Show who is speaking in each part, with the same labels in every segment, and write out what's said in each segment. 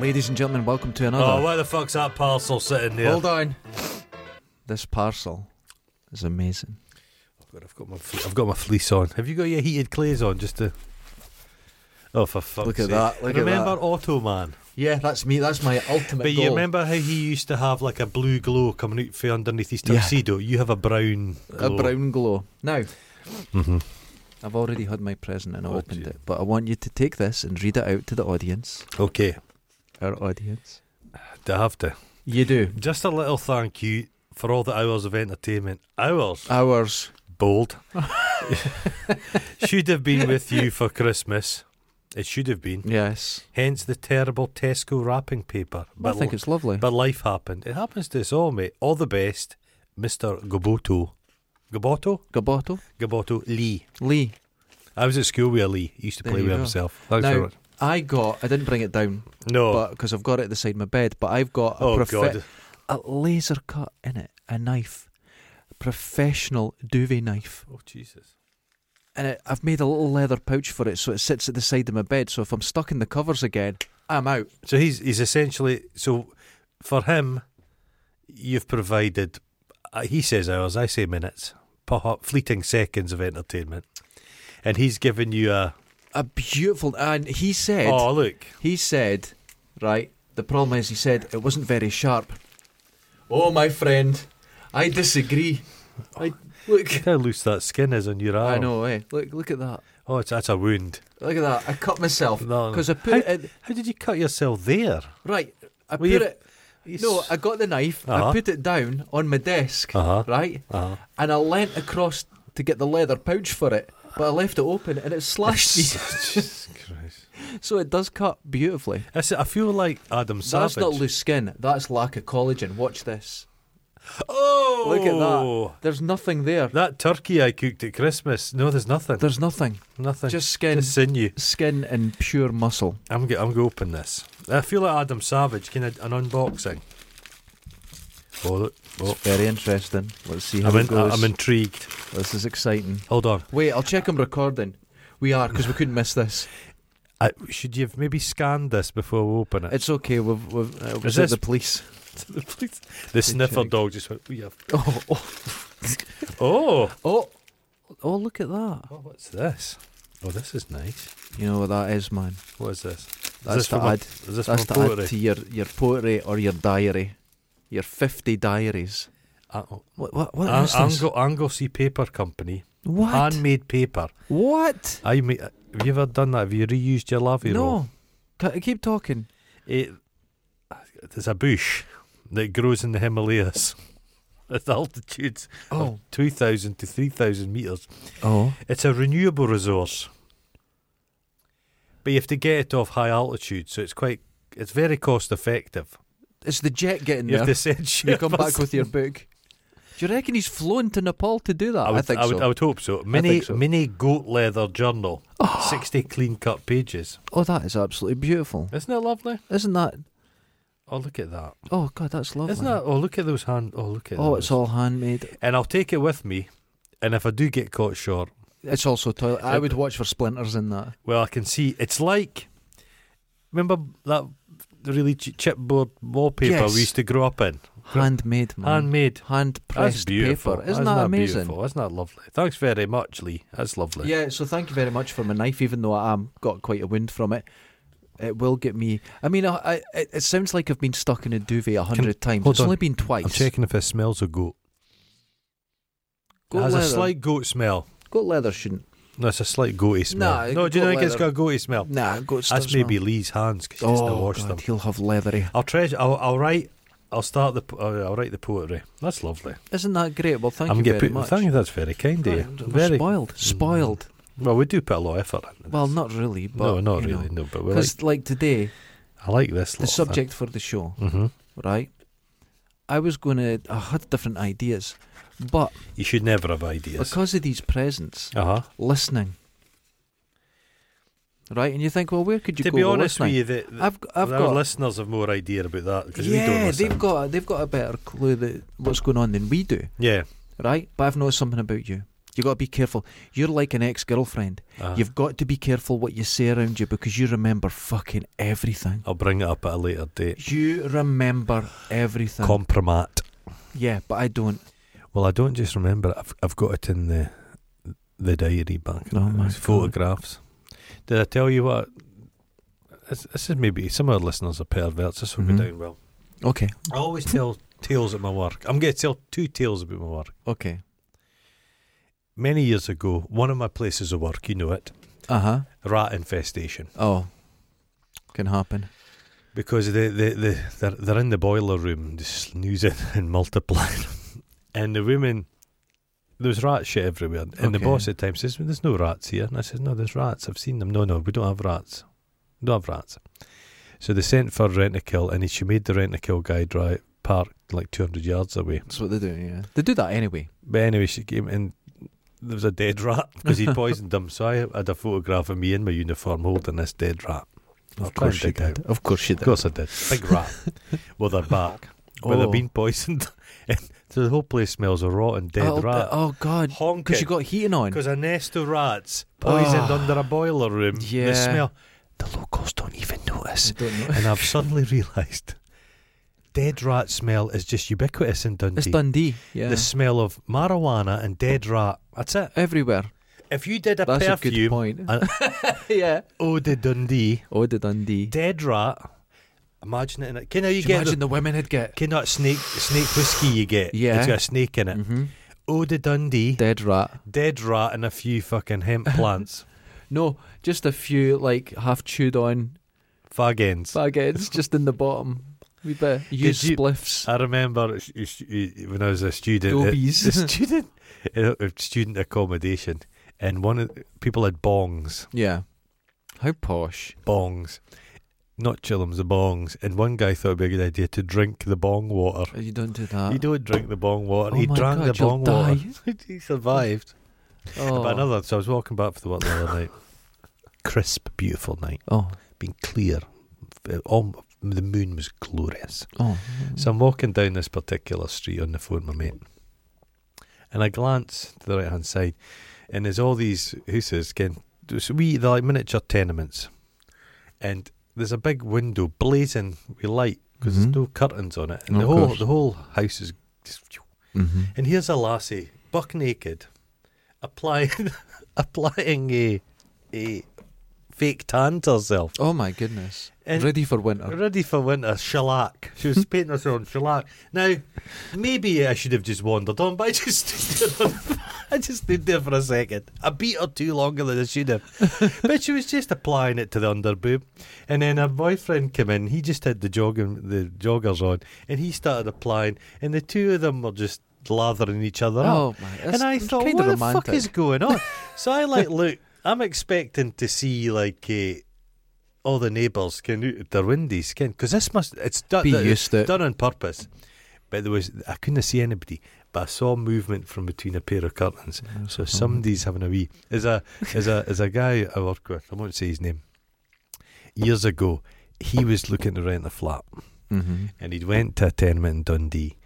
Speaker 1: Ladies and gentlemen, welcome to another.
Speaker 2: Oh, where the fuck's that parcel sitting there?
Speaker 3: Hold on.
Speaker 1: This parcel is amazing.
Speaker 2: God, I've got my fle- I've got my fleece on. Have you got your heated clays on? Just to. Oh, for fuck's
Speaker 1: Look at
Speaker 2: sake.
Speaker 1: that, look at
Speaker 2: remember
Speaker 1: that.
Speaker 2: Automan?
Speaker 1: Yeah, that's me. That's my ultimate
Speaker 2: But you remember how he used to have like a blue glow coming out from underneath his
Speaker 1: Yeah.
Speaker 2: tuxedo? You have a brown
Speaker 1: a
Speaker 2: glow.
Speaker 1: brown glow. Now,
Speaker 2: Mm-hmm.
Speaker 1: I've already had my present and I
Speaker 2: Oh,
Speaker 1: opened
Speaker 2: gee.
Speaker 1: it, but I want you to take this and read it out to the audience,
Speaker 2: Okay.
Speaker 1: our audience.
Speaker 2: Do I have to?
Speaker 1: You do.
Speaker 2: Just a little thank you for all the hours of entertainment. Hours?
Speaker 1: Ours.
Speaker 2: Bold. should have been with you for Christmas. It should have been.
Speaker 1: Yes.
Speaker 2: Hence the terrible Tesco wrapping paper.
Speaker 1: I think it's lovely.
Speaker 2: But life happened. It happens to us all, mate. All the best, Mr. Goboto. Goboto?
Speaker 1: Gaboto?
Speaker 2: Goboto Lee.
Speaker 1: Lee.
Speaker 2: I was at school with a Lee. He used to
Speaker 1: There
Speaker 2: play
Speaker 1: you
Speaker 2: with
Speaker 1: go.
Speaker 2: himself. Thanks
Speaker 1: Now-
Speaker 2: very much.
Speaker 1: I got, I didn't bring it down
Speaker 2: No.
Speaker 1: but because I've got it at the side of my bed, but I've got a,
Speaker 2: oh,
Speaker 1: profe-
Speaker 2: God.
Speaker 1: a laser cut in it, a knife, professional duvet knife.
Speaker 2: Oh, Jesus.
Speaker 1: And it, I've made a little leather pouch for it so it sits at the side of my bed. So if I'm stuck in the covers again, I'm out.
Speaker 2: So he's, he's essentially. So for him, you've provided. Uh, he says hours, I say minutes. Perhaps fleeting seconds of entertainment. And he's given you a.
Speaker 1: A beautiful. And he said,
Speaker 2: Oh, look.
Speaker 1: he said, right, the problem is, he said it wasn't very sharp. Oh, my friend, I disagree. I, look.
Speaker 2: Look how loose that skin is on your arm.
Speaker 1: I know, eh? Look, look at that.
Speaker 2: Oh, it's, that's a wound.
Speaker 1: Look at that. I cut myself.
Speaker 2: No.
Speaker 1: Because I put it.
Speaker 2: How did you cut yourself there?
Speaker 1: Right. I
Speaker 2: Well,
Speaker 1: put
Speaker 2: you-
Speaker 1: it. No, I got the knife. I
Speaker 2: Uh-huh.
Speaker 1: put it down on my desk,
Speaker 2: Uh-huh.
Speaker 1: right,
Speaker 2: Uh-huh.
Speaker 1: and I leant across to get the leather pouch for it, but I left it open and it slashed me.
Speaker 2: Jesus Christ.
Speaker 1: So it does cut beautifully.
Speaker 2: I said- I feel like Adam Savage.
Speaker 1: That's not loose skin. That's lack of collagen. Watch this.
Speaker 2: Oh,
Speaker 1: Look at that. There's nothing there.
Speaker 2: That turkey I cooked at Christmas. No, there's nothing.
Speaker 1: There's nothing.
Speaker 2: nothing.
Speaker 1: Just skin,
Speaker 2: Just sinew.
Speaker 1: skin and pure muscle.
Speaker 2: I'm go- I'm going to open this. I feel like Adam Savage. Can I, an unboxing? Oh, look. Oh.
Speaker 1: Very interesting. Let's see how
Speaker 2: I'm,
Speaker 1: it
Speaker 2: in,
Speaker 1: goes.
Speaker 2: I'm intrigued.
Speaker 1: This is exciting.
Speaker 2: Hold on.
Speaker 1: Wait, I'll check I'm recording. We are because we couldn't miss this.
Speaker 2: I, should you have maybe scanned this before we open it?
Speaker 1: It's okay. We've, we've uh, was
Speaker 2: Is
Speaker 1: it
Speaker 2: this-
Speaker 1: the police?
Speaker 2: the police- the sniffer
Speaker 1: check.
Speaker 2: dog just went. "Ooh, yeah."
Speaker 1: Oh, oh,
Speaker 2: Oh.
Speaker 1: oh, oh! Look at that.
Speaker 2: oh, what's this? Oh, this is nice.
Speaker 1: You know what that is, man.
Speaker 2: What is this?
Speaker 1: That's
Speaker 2: is this
Speaker 1: to
Speaker 2: from a-
Speaker 1: add-
Speaker 2: is this
Speaker 1: That's
Speaker 2: from
Speaker 1: to
Speaker 2: a pottery?
Speaker 1: add to your, your poetry or your diary, your fifty diaries.
Speaker 2: Uh, oh.
Speaker 1: What? What? What
Speaker 2: An-
Speaker 1: is this?
Speaker 2: Angle, Anglesey Paper Company,
Speaker 1: what?
Speaker 2: handmade paper.
Speaker 1: what?
Speaker 2: I ma- have you ever done that? Have you reused your lavvy roll?
Speaker 1: No. T- keep talking.
Speaker 2: It, it's a bush that grows in the Himalayas at altitudes
Speaker 1: Oh.
Speaker 2: of two thousand to three thousand meters.
Speaker 1: Oh.
Speaker 2: It's a renewable resource, but you have to get it off high altitude, so it's quite. It's very cost effective.
Speaker 1: It's the jet getting
Speaker 2: You have
Speaker 1: there.
Speaker 2: to send shit.
Speaker 1: You come back with your book. Do you reckon he's flown to Nepal to do that?
Speaker 2: I would,
Speaker 1: think
Speaker 2: I would,
Speaker 1: so.
Speaker 2: I would hope so. Mini
Speaker 1: so.
Speaker 2: mini goat leather journal, sixty clean cut pages.
Speaker 1: oh, that is absolutely beautiful.
Speaker 2: Isn't it lovely?
Speaker 1: Isn't that?
Speaker 2: Oh, look at that.
Speaker 1: Oh God, that's lovely.
Speaker 2: Isn't that? Oh, look at those hand. Oh, look at.
Speaker 1: Oh,
Speaker 2: those.
Speaker 1: it's all handmade.
Speaker 2: And I'll take it with me. And if I do get caught short,
Speaker 1: It's also toilet. I
Speaker 2: It-
Speaker 1: would watch for splinters in that.
Speaker 2: well, I can see it's like. Remember that really ch- chipboard wallpaper
Speaker 1: Yes.
Speaker 2: we used to grow up in,
Speaker 1: Handmade, man.
Speaker 2: handmade.
Speaker 1: hand
Speaker 2: That's
Speaker 1: pressed
Speaker 2: beautiful.
Speaker 1: paper. Isn't, that, amazing?
Speaker 2: Beautiful? Isn't that lovely? Thanks very much, Lee. That's lovely.
Speaker 1: Yeah, so thank you very much for my knife, even though I am got quite a wound from it. It will get me. I mean, I, I, it- it sounds like I've been stuck in a duvet a hundred times.
Speaker 2: hold
Speaker 1: It's
Speaker 2: on.
Speaker 1: only been twice.
Speaker 2: I'm checking if it smells of goat.
Speaker 1: Goat
Speaker 2: it has
Speaker 1: leather.
Speaker 2: a slight goat smell.
Speaker 1: Goat leather shouldn't.
Speaker 2: No, it's a slight goaty smell.
Speaker 1: Nah,
Speaker 2: no, do you
Speaker 1: goat
Speaker 2: think it's got
Speaker 1: leather-
Speaker 2: a goaty smell?
Speaker 1: Nah, goat stuff.
Speaker 2: That's maybe Lee's hands because he doesn't
Speaker 1: Oh
Speaker 2: wash
Speaker 1: God,
Speaker 2: them.
Speaker 1: he'll have leathery.
Speaker 2: I'll treasure. I'll, I'll write. I'll start the. po- Uh, I'll write the poetry. That's lovely.
Speaker 1: Isn't that great? Well, thank
Speaker 2: I'm
Speaker 1: you
Speaker 2: gonna
Speaker 1: very
Speaker 2: put-
Speaker 1: much.
Speaker 2: Thank you. That's very kind of you.
Speaker 1: God, we're
Speaker 2: Very Mm.
Speaker 1: spoiled. Spoiled.
Speaker 2: well. We do put a lot of effort. Into
Speaker 1: Well,
Speaker 2: this.
Speaker 1: not really. But,
Speaker 2: no, not
Speaker 1: you
Speaker 2: really.
Speaker 1: know.
Speaker 2: No, but we like,
Speaker 1: Because like today,
Speaker 2: I like this.
Speaker 1: the subject for the show,
Speaker 2: hmm
Speaker 1: right? I was going to. I had different ideas, but
Speaker 2: You should never have ideas.
Speaker 1: because of these presents,
Speaker 2: Uh huh.
Speaker 1: listening. Right, and you think, well, where could you
Speaker 2: To
Speaker 1: go?
Speaker 2: be
Speaker 1: with
Speaker 2: honest with
Speaker 1: listening?
Speaker 2: you, the, the,
Speaker 1: I've g- I've
Speaker 2: our
Speaker 1: got
Speaker 2: listeners have more idea about that because we don't
Speaker 1: yeah,
Speaker 2: listen.
Speaker 1: they've got they've got a better clue that what's going on than we do,
Speaker 2: yeah.
Speaker 1: right? But I've noticed something about you. you got to be careful. You're like an ex girlfriend.
Speaker 2: Uh,
Speaker 1: You've got to be careful what you say around you because you remember fucking everything.
Speaker 2: I'll bring it up at a later date.
Speaker 1: You remember everything.
Speaker 2: Compromat.
Speaker 1: yeah, but I don't.
Speaker 2: Well, I don't just remember it. I've, I've got it in the the diary back.
Speaker 1: Oh my
Speaker 2: It's
Speaker 1: God.
Speaker 2: photographs. Did I tell you what? This, this is maybe some of our listeners are perverts. This will
Speaker 1: Mhm.
Speaker 2: be down well.
Speaker 1: Okay.
Speaker 2: I always tell tales at my work. I'm going to tell two tales about my work.
Speaker 1: Okay.
Speaker 2: Many years ago, one of my places of work, you know it,
Speaker 1: Uh huh.
Speaker 2: rat infestation.
Speaker 1: Oh. Can happen.
Speaker 2: because they, they, they, they're, they're in the boiler room just snoozing and multiplying. And the women, there was rat shit everywhere. And the
Speaker 1: Okay.
Speaker 2: boss at times says, well, There's no rats here. And I says, No, there's rats. I've seen them. No, no, we don't have rats. We don't have rats. So they sent for rent a kill, and he- she made the rent a kill guy drive parked like 200 yards away.
Speaker 1: That's what they do. Yeah. They do that anyway.
Speaker 2: But anyway, she came and there was a dead rat because he poisoned him. So I had a photograph of me in my uniform holding this dead rat. I'll try and dig it out.
Speaker 1: Of course she did.
Speaker 2: Of course I did. Big rat with her back. Where
Speaker 1: Oh.
Speaker 2: they've been poisoned. and so the whole place smells of rotten dead
Speaker 1: oh,
Speaker 2: rat.
Speaker 1: Oh God. Because you
Speaker 2: Honking.
Speaker 1: got heating on.
Speaker 2: Because a nest of rats poisoned
Speaker 1: Ah.
Speaker 2: under a boiler room.
Speaker 1: Yeah.
Speaker 2: The smell. The locals don't even notice.
Speaker 1: don't know.
Speaker 2: and I've suddenly realised dead rat smell is just ubiquitous in Dundee.
Speaker 1: It's Dundee. Yeah.
Speaker 2: The smell of marijuana and dead rat. That's it.
Speaker 1: Everywhere.
Speaker 2: If you did a
Speaker 1: That's a good
Speaker 2: perfume,
Speaker 1: point.
Speaker 2: and-
Speaker 1: yeah.
Speaker 2: oh, the Dundee,
Speaker 1: Oh, the Dundee.
Speaker 2: dead rat. Imagine it in it. Can you,
Speaker 1: Do you
Speaker 2: get the-
Speaker 1: imagine the, women had get?
Speaker 2: Can that snake snake whiskey you get?
Speaker 1: Yeah.
Speaker 2: it's got a snake in it.
Speaker 1: hmm
Speaker 2: Oh, the Dundee,
Speaker 1: Dead rat.
Speaker 2: dead rat, and a few fucking hemp plants,
Speaker 1: No, just a few like half chewed on
Speaker 2: fag ends.
Speaker 1: baguettes just in the bottom. We bit used
Speaker 2: you-
Speaker 1: spliffs.
Speaker 2: I remember it's- it's- it- when I was a student, it-
Speaker 1: Dobies.
Speaker 2: the student, uh, uh, student accommodation, and one of the- people had bongs,
Speaker 1: yeah. How posh.
Speaker 2: bongs, not chillums, the bongs, and one guy thought it'd be a good idea to drink the bong water.
Speaker 1: Oh, You don't do that.
Speaker 2: He don't drink the bong water.
Speaker 1: Oh
Speaker 2: he
Speaker 1: my
Speaker 2: drank
Speaker 1: God,
Speaker 2: the
Speaker 1: you'll
Speaker 2: bong water. he survived.
Speaker 1: Oh.
Speaker 2: But another, so I was walking back for the work the other night. Crisp, beautiful night,
Speaker 1: Oh.
Speaker 2: been clear. Uh, All, the moon was glorious.
Speaker 1: Oh.
Speaker 2: So I'm walking down this particular street on the phone, with my mate, and I glance to the right hand side, and there's all these houses again. So we they're like miniature tenements, and there's a big window blazing with light because
Speaker 1: Mhm.
Speaker 2: there's no curtains on it, and
Speaker 1: Of
Speaker 2: the whole
Speaker 1: course.
Speaker 2: the whole house is just
Speaker 1: hmm
Speaker 2: and here's a lassie, buck naked, applying applying a a fake tan to herself.
Speaker 1: Oh my goodness.
Speaker 2: And-
Speaker 1: Ready for winter.
Speaker 2: Ready for winter, shellac. She was painting herself on shellac. Now, maybe eh, I should have just wandered on, but I just stood there. I just stood there for a second. I beat her too longer than I should have. But she was just applying it to the underboob. And then her boyfriend came in, he just had the jogging the joggers on and he started applying and the two of them were just lathering each other up
Speaker 1: Oh my. That's
Speaker 2: and I thought,
Speaker 1: kind
Speaker 2: what
Speaker 1: of
Speaker 2: the
Speaker 1: romantic.
Speaker 2: fuck is going on? so I like look. I'm expecting to see like uh, all the neighbours can out their windies skin because this must it's done
Speaker 1: Be
Speaker 2: th-
Speaker 1: used to it.
Speaker 2: done on purpose. But there was I couldn't see anybody, but I saw movement from between a pair of curtains. So somebody's having a wee. There's a there's a there's a guy I work with. I won't say his name. Years ago, he was looking to rent a flat
Speaker 1: hmm
Speaker 2: and he'd went to a tenement in Dundee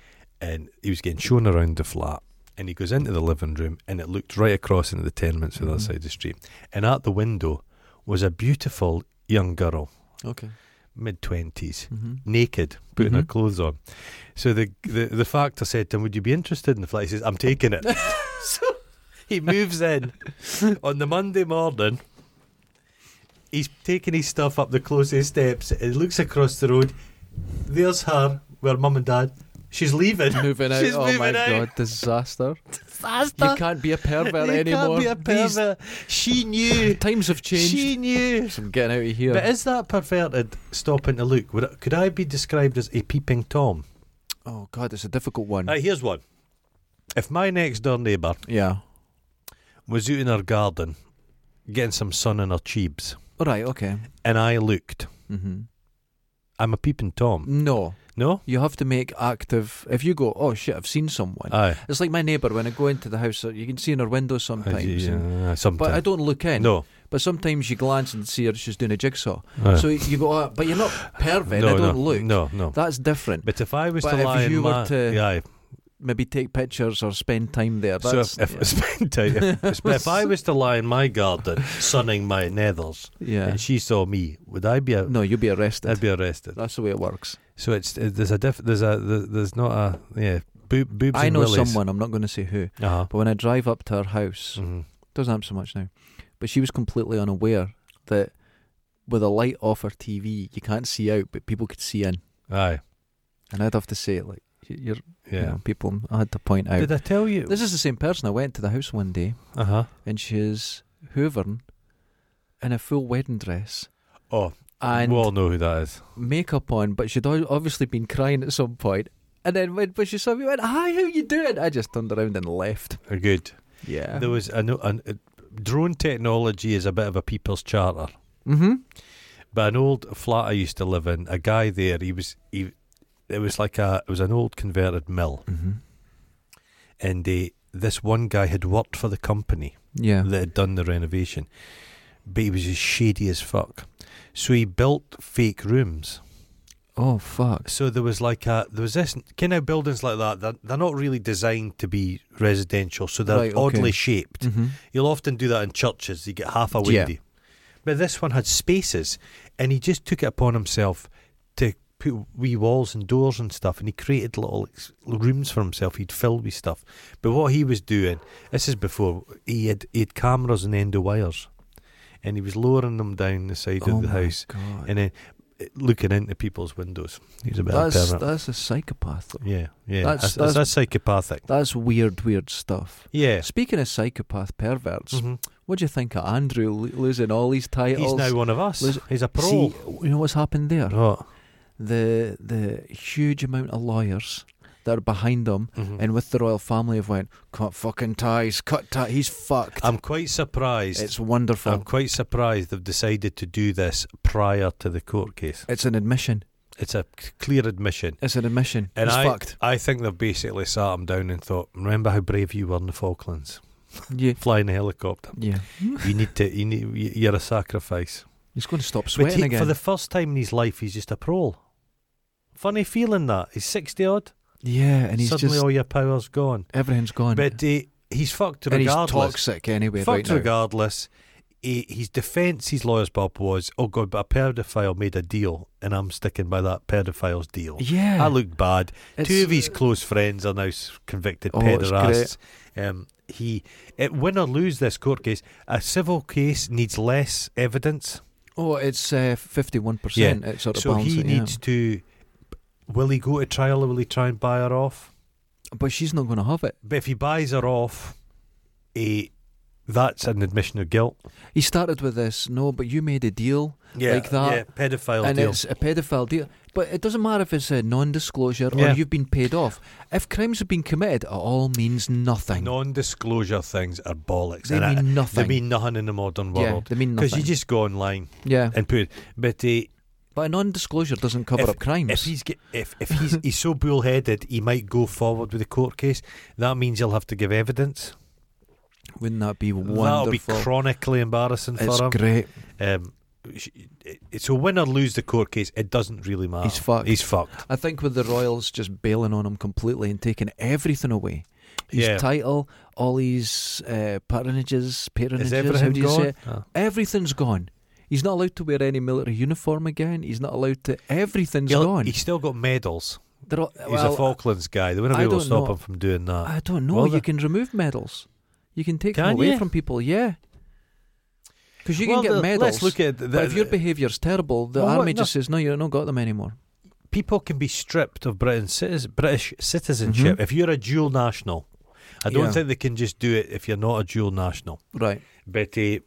Speaker 2: and he was getting shown around the flat and he goes into the living room and it looked right across into the tenements on the other
Speaker 1: Mhm.
Speaker 2: side of the street and at the window was a beautiful young girl
Speaker 1: Okay.
Speaker 2: mid 20s
Speaker 1: hmm
Speaker 2: naked putting her
Speaker 1: Mhm.
Speaker 2: clothes on so the, the the factor said to him would you be interested in the flat he says I'm taking it so he moves in on the Monday morning he's taking his stuff up the closest steps and looks across the road there's her where mum and dad she's leaving
Speaker 1: Moving out.
Speaker 2: She's
Speaker 1: oh my
Speaker 2: moving out.
Speaker 1: god. Disaster.
Speaker 2: faster
Speaker 1: You can't be a pervert
Speaker 2: You
Speaker 1: anymore.
Speaker 2: can't be a
Speaker 1: These
Speaker 2: pervert she knew
Speaker 1: times have changed.
Speaker 2: she knew
Speaker 1: I'm getting out of here.
Speaker 2: but is that perverted stopping to look would it, could I be described as a peeping tom
Speaker 1: oh god, it's a difficult one.
Speaker 2: Right, here's one. If my next door neighbour
Speaker 1: yeah.
Speaker 2: was out in her garden getting some sun in her cheebs
Speaker 1: All right. Okay.
Speaker 2: and I looked,
Speaker 1: hmm
Speaker 2: I'm a peeping Tom.
Speaker 1: No,
Speaker 2: No?
Speaker 1: you have to make active. If you go, oh shit, I've seen someone.
Speaker 2: Aye.
Speaker 1: it's like my neighbour when I go into the house. uh, You can see in her window sometimes. and-
Speaker 2: Yeah, sometimes.
Speaker 1: but I don't look in.
Speaker 2: No.
Speaker 1: But sometimes you glance and see her. She's doing a jigsaw.
Speaker 2: Aye.
Speaker 1: So you go, oh, but you're not pervert.
Speaker 2: Uh. no,
Speaker 1: I don't
Speaker 2: no,
Speaker 1: look.
Speaker 2: No, no.
Speaker 1: That's different.
Speaker 2: But if I was
Speaker 1: But
Speaker 2: to
Speaker 1: if
Speaker 2: lie
Speaker 1: you
Speaker 2: in
Speaker 1: were
Speaker 2: my,
Speaker 1: to-
Speaker 2: yeah,
Speaker 1: maybe take pictures or spend time there.
Speaker 2: So
Speaker 1: That's,
Speaker 2: if, if, spend time, if, if I was to lie in my garden sunning my nethers
Speaker 1: yeah,
Speaker 2: and she saw me, would I be? out
Speaker 1: no, you'll be arrested.
Speaker 2: I'd be arrested.
Speaker 1: That's the way it works.
Speaker 2: So it's uh, there's a diff, there's a there- there's not a yeah boob, boobs.
Speaker 1: I
Speaker 2: and
Speaker 1: know
Speaker 2: willies.
Speaker 1: someone. I'm not going to say who,
Speaker 2: Uh-huh.
Speaker 1: but when I drive up to her house,
Speaker 2: Mhm.
Speaker 1: doesn't happen so much now, but she was completely unaware that with a light off her TV, you can't see out, but people could see in.
Speaker 2: Aye.
Speaker 1: And I'd have to say, like, y- you're,
Speaker 2: Yeah.
Speaker 1: you know, people. I had to point out.
Speaker 2: Did I tell you?
Speaker 1: This is the same person. I went to the house one day,
Speaker 2: Uh huh.
Speaker 1: and she's hoovering in a full wedding dress
Speaker 2: Oh,
Speaker 1: and
Speaker 2: we all know who that is.
Speaker 1: makeup on, but she'd al- obviously been crying at some point. And then when, when she saw me, went, "Hi, how you doing?" I just turned around and left.
Speaker 2: Uh, Good.
Speaker 1: Yeah.
Speaker 2: There was a, no- an- uh drone technology is a bit of a people's charter.
Speaker 1: mm-hmm.
Speaker 2: But an old flat I used to live in, a guy there, he was he, it was like a it was an old converted mill,
Speaker 1: Mm-hmm.
Speaker 2: and they, this one guy had worked for the company
Speaker 1: Yeah.
Speaker 2: that had done the renovation, but he was as shady as fuck. So he built fake rooms.
Speaker 1: oh fuck.
Speaker 2: So there was like a there was this kind of buildings like that. They're, they're not really designed to be residential, so they're
Speaker 1: Right, okay.
Speaker 2: oddly shaped.
Speaker 1: Mm-hmm.
Speaker 2: You'll often do that in churches. You get half a
Speaker 1: Yeah.
Speaker 2: windy. But this one had spaces, and he just took it upon himself to put wee walls and doors and stuff, and he created little ex- rooms for himself. He'd fill with stuff. But what he was doing, this is before he had he had cameras and end of wires, and he was lowering them down the side
Speaker 1: oh
Speaker 2: of the
Speaker 1: my
Speaker 2: house,
Speaker 1: God.
Speaker 2: and then uh, looking into people's windows. He was a bit of a
Speaker 1: that's
Speaker 2: pervert.
Speaker 1: that's a psychopath. Though.
Speaker 2: yeah, yeah.
Speaker 1: that's-
Speaker 2: That's, that's,
Speaker 1: that's-
Speaker 2: psychopathic.
Speaker 1: That's weird, weird stuff.
Speaker 2: Yeah.
Speaker 1: Speaking of psychopath perverts,
Speaker 2: Mhm.
Speaker 1: what do you think of Andrew lo- losing all these titles?
Speaker 2: Mm-hmm. He's now one of us.
Speaker 1: Liz-
Speaker 2: He's a pro.
Speaker 1: See, you know what's happened there?
Speaker 2: Right.
Speaker 1: The the huge amount of lawyers that are behind him
Speaker 2: Mhm.
Speaker 1: and with the royal family have went cut fucking ties, cut ties. He's fucked.
Speaker 2: I'm quite surprised.
Speaker 1: it's wonderful.
Speaker 2: I'm quite surprised they've decided to do this prior to the court case.
Speaker 1: it's an admission.
Speaker 2: It's a c- clear admission.
Speaker 1: It's an admission.
Speaker 2: And
Speaker 1: He's
Speaker 2: I,
Speaker 1: fucked.
Speaker 2: I think they've basically sat him down and thought, "Remember how brave you were in the Falklands,
Speaker 1: Yeah,
Speaker 2: flying a helicopter.
Speaker 1: yeah.
Speaker 2: You need to. You need. y- You're a sacrifice."
Speaker 1: He's going to stop
Speaker 2: But
Speaker 1: sweating
Speaker 2: he,
Speaker 1: again.
Speaker 2: for the first time in his life, he's just a prole. Funny feeling that he's sixty odd,
Speaker 1: yeah, and he's
Speaker 2: suddenly
Speaker 1: just
Speaker 2: all your power's gone.
Speaker 1: everything's gone.
Speaker 2: But he, he's fucked
Speaker 1: and he's
Speaker 2: regardless.
Speaker 1: toxic anyway.
Speaker 2: Fucked
Speaker 1: right now.
Speaker 2: regardless. He, his defence, his lawyer's bob was, oh god, but a paedophile made a deal, and I'm sticking by that paedophile's deal.
Speaker 1: Yeah,
Speaker 2: I look bad.
Speaker 1: it's- uh,
Speaker 2: Two of his close friends are now s- convicted
Speaker 1: Oh, it's
Speaker 2: pederasts. Um, he, it, win or lose this court case, a civil case needs less evidence,
Speaker 1: Oh, it's fifty-one percent. It's sort of
Speaker 2: so he
Speaker 1: balancing, yeah.
Speaker 2: needs to. Will he go to trial or will he try and buy her off?
Speaker 1: but she's not going to have it.
Speaker 2: But if he buys her off, he, that's an admission of guilt.
Speaker 1: He started with this. No, but you made a deal, Like that.
Speaker 2: Yeah, pedophile
Speaker 1: and
Speaker 2: deal.
Speaker 1: it's a pedophile deal. But it doesn't matter if it's a non-disclosure or
Speaker 2: Yeah.
Speaker 1: you've been paid off. If crimes have been committed, it all means nothing.
Speaker 2: Non-disclosure things are bollocks.
Speaker 1: they
Speaker 2: and I-
Speaker 1: mean nothing.
Speaker 2: they mean nothing in the modern
Speaker 1: yeah,
Speaker 2: world
Speaker 1: they mean
Speaker 2: because
Speaker 1: nothing.
Speaker 2: you just go online
Speaker 1: yeah,
Speaker 2: and put. it. But uh,
Speaker 1: but a non-disclosure doesn't cover up crimes.
Speaker 2: if he's get, if if he's he's so bullheaded, he might go forward with the court case. That means he'll have to give evidence.
Speaker 1: Wouldn't that be
Speaker 2: That'll
Speaker 1: wonderful?
Speaker 2: be chronically embarrassing
Speaker 1: it's
Speaker 2: for him.
Speaker 1: great.
Speaker 2: Um, sh- it- it- so win or lose the court case, it doesn't really matter.
Speaker 1: He's fucked.
Speaker 2: He's fucked.
Speaker 1: I think with the Royals just bailing on him completely and taking everything away. His
Speaker 2: Yeah.
Speaker 1: title, all his uh, patronages, patronages,
Speaker 2: Is
Speaker 1: how do
Speaker 2: everything
Speaker 1: you say
Speaker 2: gone?
Speaker 1: it? Everything's gone. He's not allowed to wear any military uniform again. He's not allowed to. Everything's
Speaker 2: He'll-
Speaker 1: gone.
Speaker 2: He's still got medals.
Speaker 1: They're all-
Speaker 2: He's
Speaker 1: well,
Speaker 2: a Falklands guy. They wouldn't
Speaker 1: I
Speaker 2: be able to
Speaker 1: don't
Speaker 2: stop
Speaker 1: know.
Speaker 2: him from doing that.
Speaker 1: I don't know.
Speaker 2: Well,
Speaker 1: you
Speaker 2: the-
Speaker 1: can remove medals. You can take them
Speaker 2: Can
Speaker 1: away
Speaker 2: you?
Speaker 1: from people. Yeah, because you
Speaker 2: Well,
Speaker 1: can get
Speaker 2: the-
Speaker 1: medals.
Speaker 2: Let's look at the,
Speaker 1: but if your
Speaker 2: the-
Speaker 1: behaviour's terrible, the
Speaker 2: Well, what-
Speaker 1: army
Speaker 2: no.
Speaker 1: just says no. You're not got them anymore.
Speaker 2: people can be stripped of British, citizen, British citizenship
Speaker 1: Mhm.
Speaker 2: if you're a dual national. I don't
Speaker 1: Yeah.
Speaker 2: think they can just do it if you're not a dual national.
Speaker 1: Right.
Speaker 2: But uh,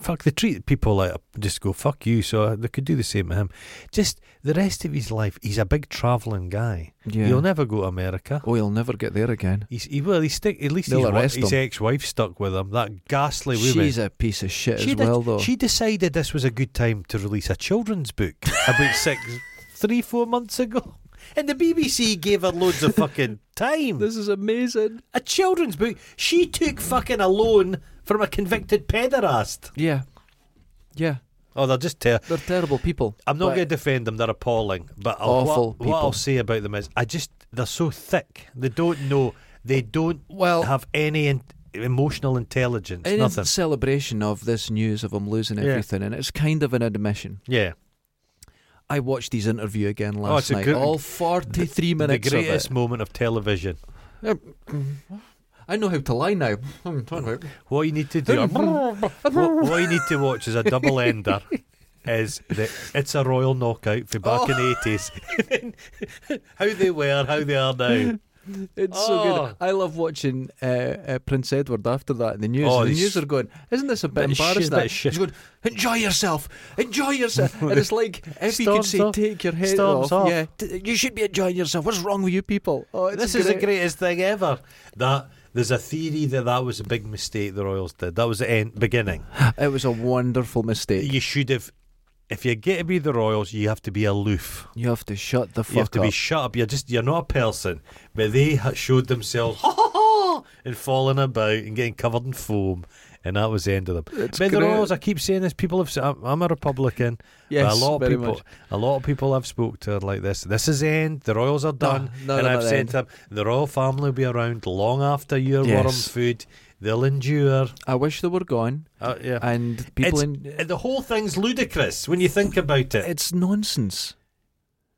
Speaker 2: fuck, they treat people like just go fuck you. So uh, they could do the same to him. Just the rest of his life, he's a big travelling guy.
Speaker 1: Yeah.
Speaker 2: He'll never go to America.
Speaker 1: oh, he'll never get there again.
Speaker 2: He's, he well, he's stick. At least
Speaker 1: They'll
Speaker 2: his, wa-
Speaker 1: arrest
Speaker 2: his
Speaker 1: him.
Speaker 2: ex-wife stuck with him. That ghastly woman.
Speaker 1: She's a oh. piece of shit
Speaker 2: She
Speaker 1: as
Speaker 2: did-
Speaker 1: well, though.
Speaker 2: She decided this was a good time to release a children's book about six, three, four months ago. And the BBC gave her loads of fucking time.
Speaker 1: this is amazing.
Speaker 2: A children's book. She took fucking a loan from a convicted pederast.
Speaker 1: Yeah, yeah.
Speaker 2: Oh, they're just ter-
Speaker 1: They're terrible people.
Speaker 2: I'm not
Speaker 1: But-
Speaker 2: going to defend them. They're appalling. But I'll,
Speaker 1: Awful
Speaker 2: what, what I'll
Speaker 1: people.
Speaker 2: say about them is, I just they're so thick. They don't know. They don't
Speaker 1: Well,
Speaker 2: have any in- emotional intelligence.
Speaker 1: it is
Speaker 2: nothing.
Speaker 1: a celebration of this news of him losing
Speaker 2: Yeah.
Speaker 1: everything, and it's kind of an admission.
Speaker 2: Yeah,
Speaker 1: I watched his interview again
Speaker 2: Oh,
Speaker 1: last
Speaker 2: it's a
Speaker 1: night.
Speaker 2: good-
Speaker 1: all 43
Speaker 2: the
Speaker 1: minutes
Speaker 2: greatest moment of television.
Speaker 1: of it. I know how to lie now. Hmm, I'm talking about-
Speaker 2: What you need to do. what, what you need to watch is a double ender. Is the it's a royal knockout for back in
Speaker 1: Oh.
Speaker 2: the eighties? how they were, how they are now.
Speaker 1: It's so
Speaker 2: Oh.
Speaker 1: good. I love watching uh, uh, Prince Edward after that in the news.
Speaker 2: Oh,
Speaker 1: the
Speaker 2: he's-
Speaker 1: news are going, isn't this a bit,
Speaker 2: Bit of shit,
Speaker 1: embarrassing?
Speaker 2: bit of shit.
Speaker 1: He's going, enjoy yourself, enjoy yourself. and it's like, if you could
Speaker 2: Storms
Speaker 1: say,
Speaker 2: off.
Speaker 1: take your head
Speaker 2: Storms
Speaker 1: off,
Speaker 2: off.
Speaker 1: yeah, t- you should be enjoying yourself. What's wrong with you people? Oh, it's
Speaker 2: This is the
Speaker 1: great-
Speaker 2: greatest thing ever. That there's a theory that that was a big mistake the royals did. That was the end beginning.
Speaker 1: It was a wonderful mistake.
Speaker 2: You should have, if you get to be the royals, you have to be aloof.
Speaker 1: You have to shut the fuck
Speaker 2: you have to
Speaker 1: up.
Speaker 2: be shut up. You're just you're not a person. But they ha- showed themselves ha ha ha and falling about and getting covered in foam, and that was the end of them.
Speaker 1: It's
Speaker 2: but the
Speaker 1: great.
Speaker 2: Royals, I keep saying this. People have. said- I'm, I'm a Republican.
Speaker 1: Yes,
Speaker 2: but a lot of
Speaker 1: very
Speaker 2: people,
Speaker 1: much.
Speaker 2: a lot of people I've spoke to are like this. This is the end. The Royals are done,
Speaker 1: no,
Speaker 2: and
Speaker 1: they're
Speaker 2: I've
Speaker 1: not the
Speaker 2: said
Speaker 1: end.
Speaker 2: to them, the royal family will be around long after you're warm
Speaker 1: Yes.
Speaker 2: food. They'll endure.
Speaker 1: I wish they were gone.
Speaker 2: Uh, yeah.
Speaker 1: And people
Speaker 2: It's-
Speaker 1: in.
Speaker 2: the whole thing's ludicrous when you think about it.
Speaker 1: It's nonsense.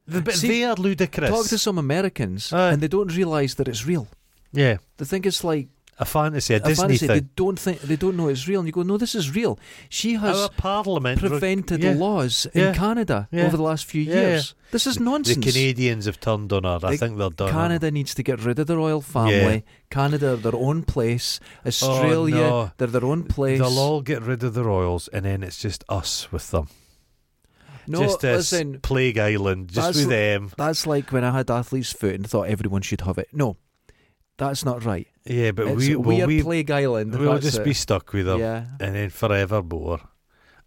Speaker 2: The- but
Speaker 1: see,
Speaker 2: they are ludicrous.
Speaker 1: Talk to some Americans,
Speaker 2: Aye.
Speaker 1: and they don't realise that it's real.
Speaker 2: yeah,
Speaker 1: They think it's like
Speaker 2: a fantasy, a,
Speaker 1: a
Speaker 2: Disney
Speaker 1: fantasy.
Speaker 2: thing.
Speaker 1: They don't think they don't know it's real, and you go, no, this is real. She
Speaker 2: Our
Speaker 1: has
Speaker 2: parliament re-
Speaker 1: prevented
Speaker 2: yeah.
Speaker 1: laws
Speaker 2: Yeah.
Speaker 1: in Canada
Speaker 2: Yeah.
Speaker 1: over the last few
Speaker 2: Yeah,
Speaker 1: years. This is
Speaker 2: The
Speaker 1: nonsense.
Speaker 2: Canadians have turned on her. I
Speaker 1: They-
Speaker 2: think they're done.
Speaker 1: Canada needs to get rid of the royal family. Canada are their own place. Australia,
Speaker 2: Oh, no.
Speaker 1: they're their own place.
Speaker 2: They'll all get rid of the royals, and then it's just us with them.
Speaker 1: no,
Speaker 2: just this
Speaker 1: listen,
Speaker 2: plague island, just
Speaker 1: That's
Speaker 2: with
Speaker 1: l-
Speaker 2: them.
Speaker 1: that's like when I had athlete's foot and thought everyone should have it. No, that's not right.
Speaker 2: Yeah, but
Speaker 1: It's-
Speaker 2: we
Speaker 1: we
Speaker 2: will
Speaker 1: are
Speaker 2: we,
Speaker 1: Plague Island.
Speaker 2: will
Speaker 1: that's
Speaker 2: just
Speaker 1: it.
Speaker 2: be stuck with them,
Speaker 1: Yeah.
Speaker 2: and then forevermore.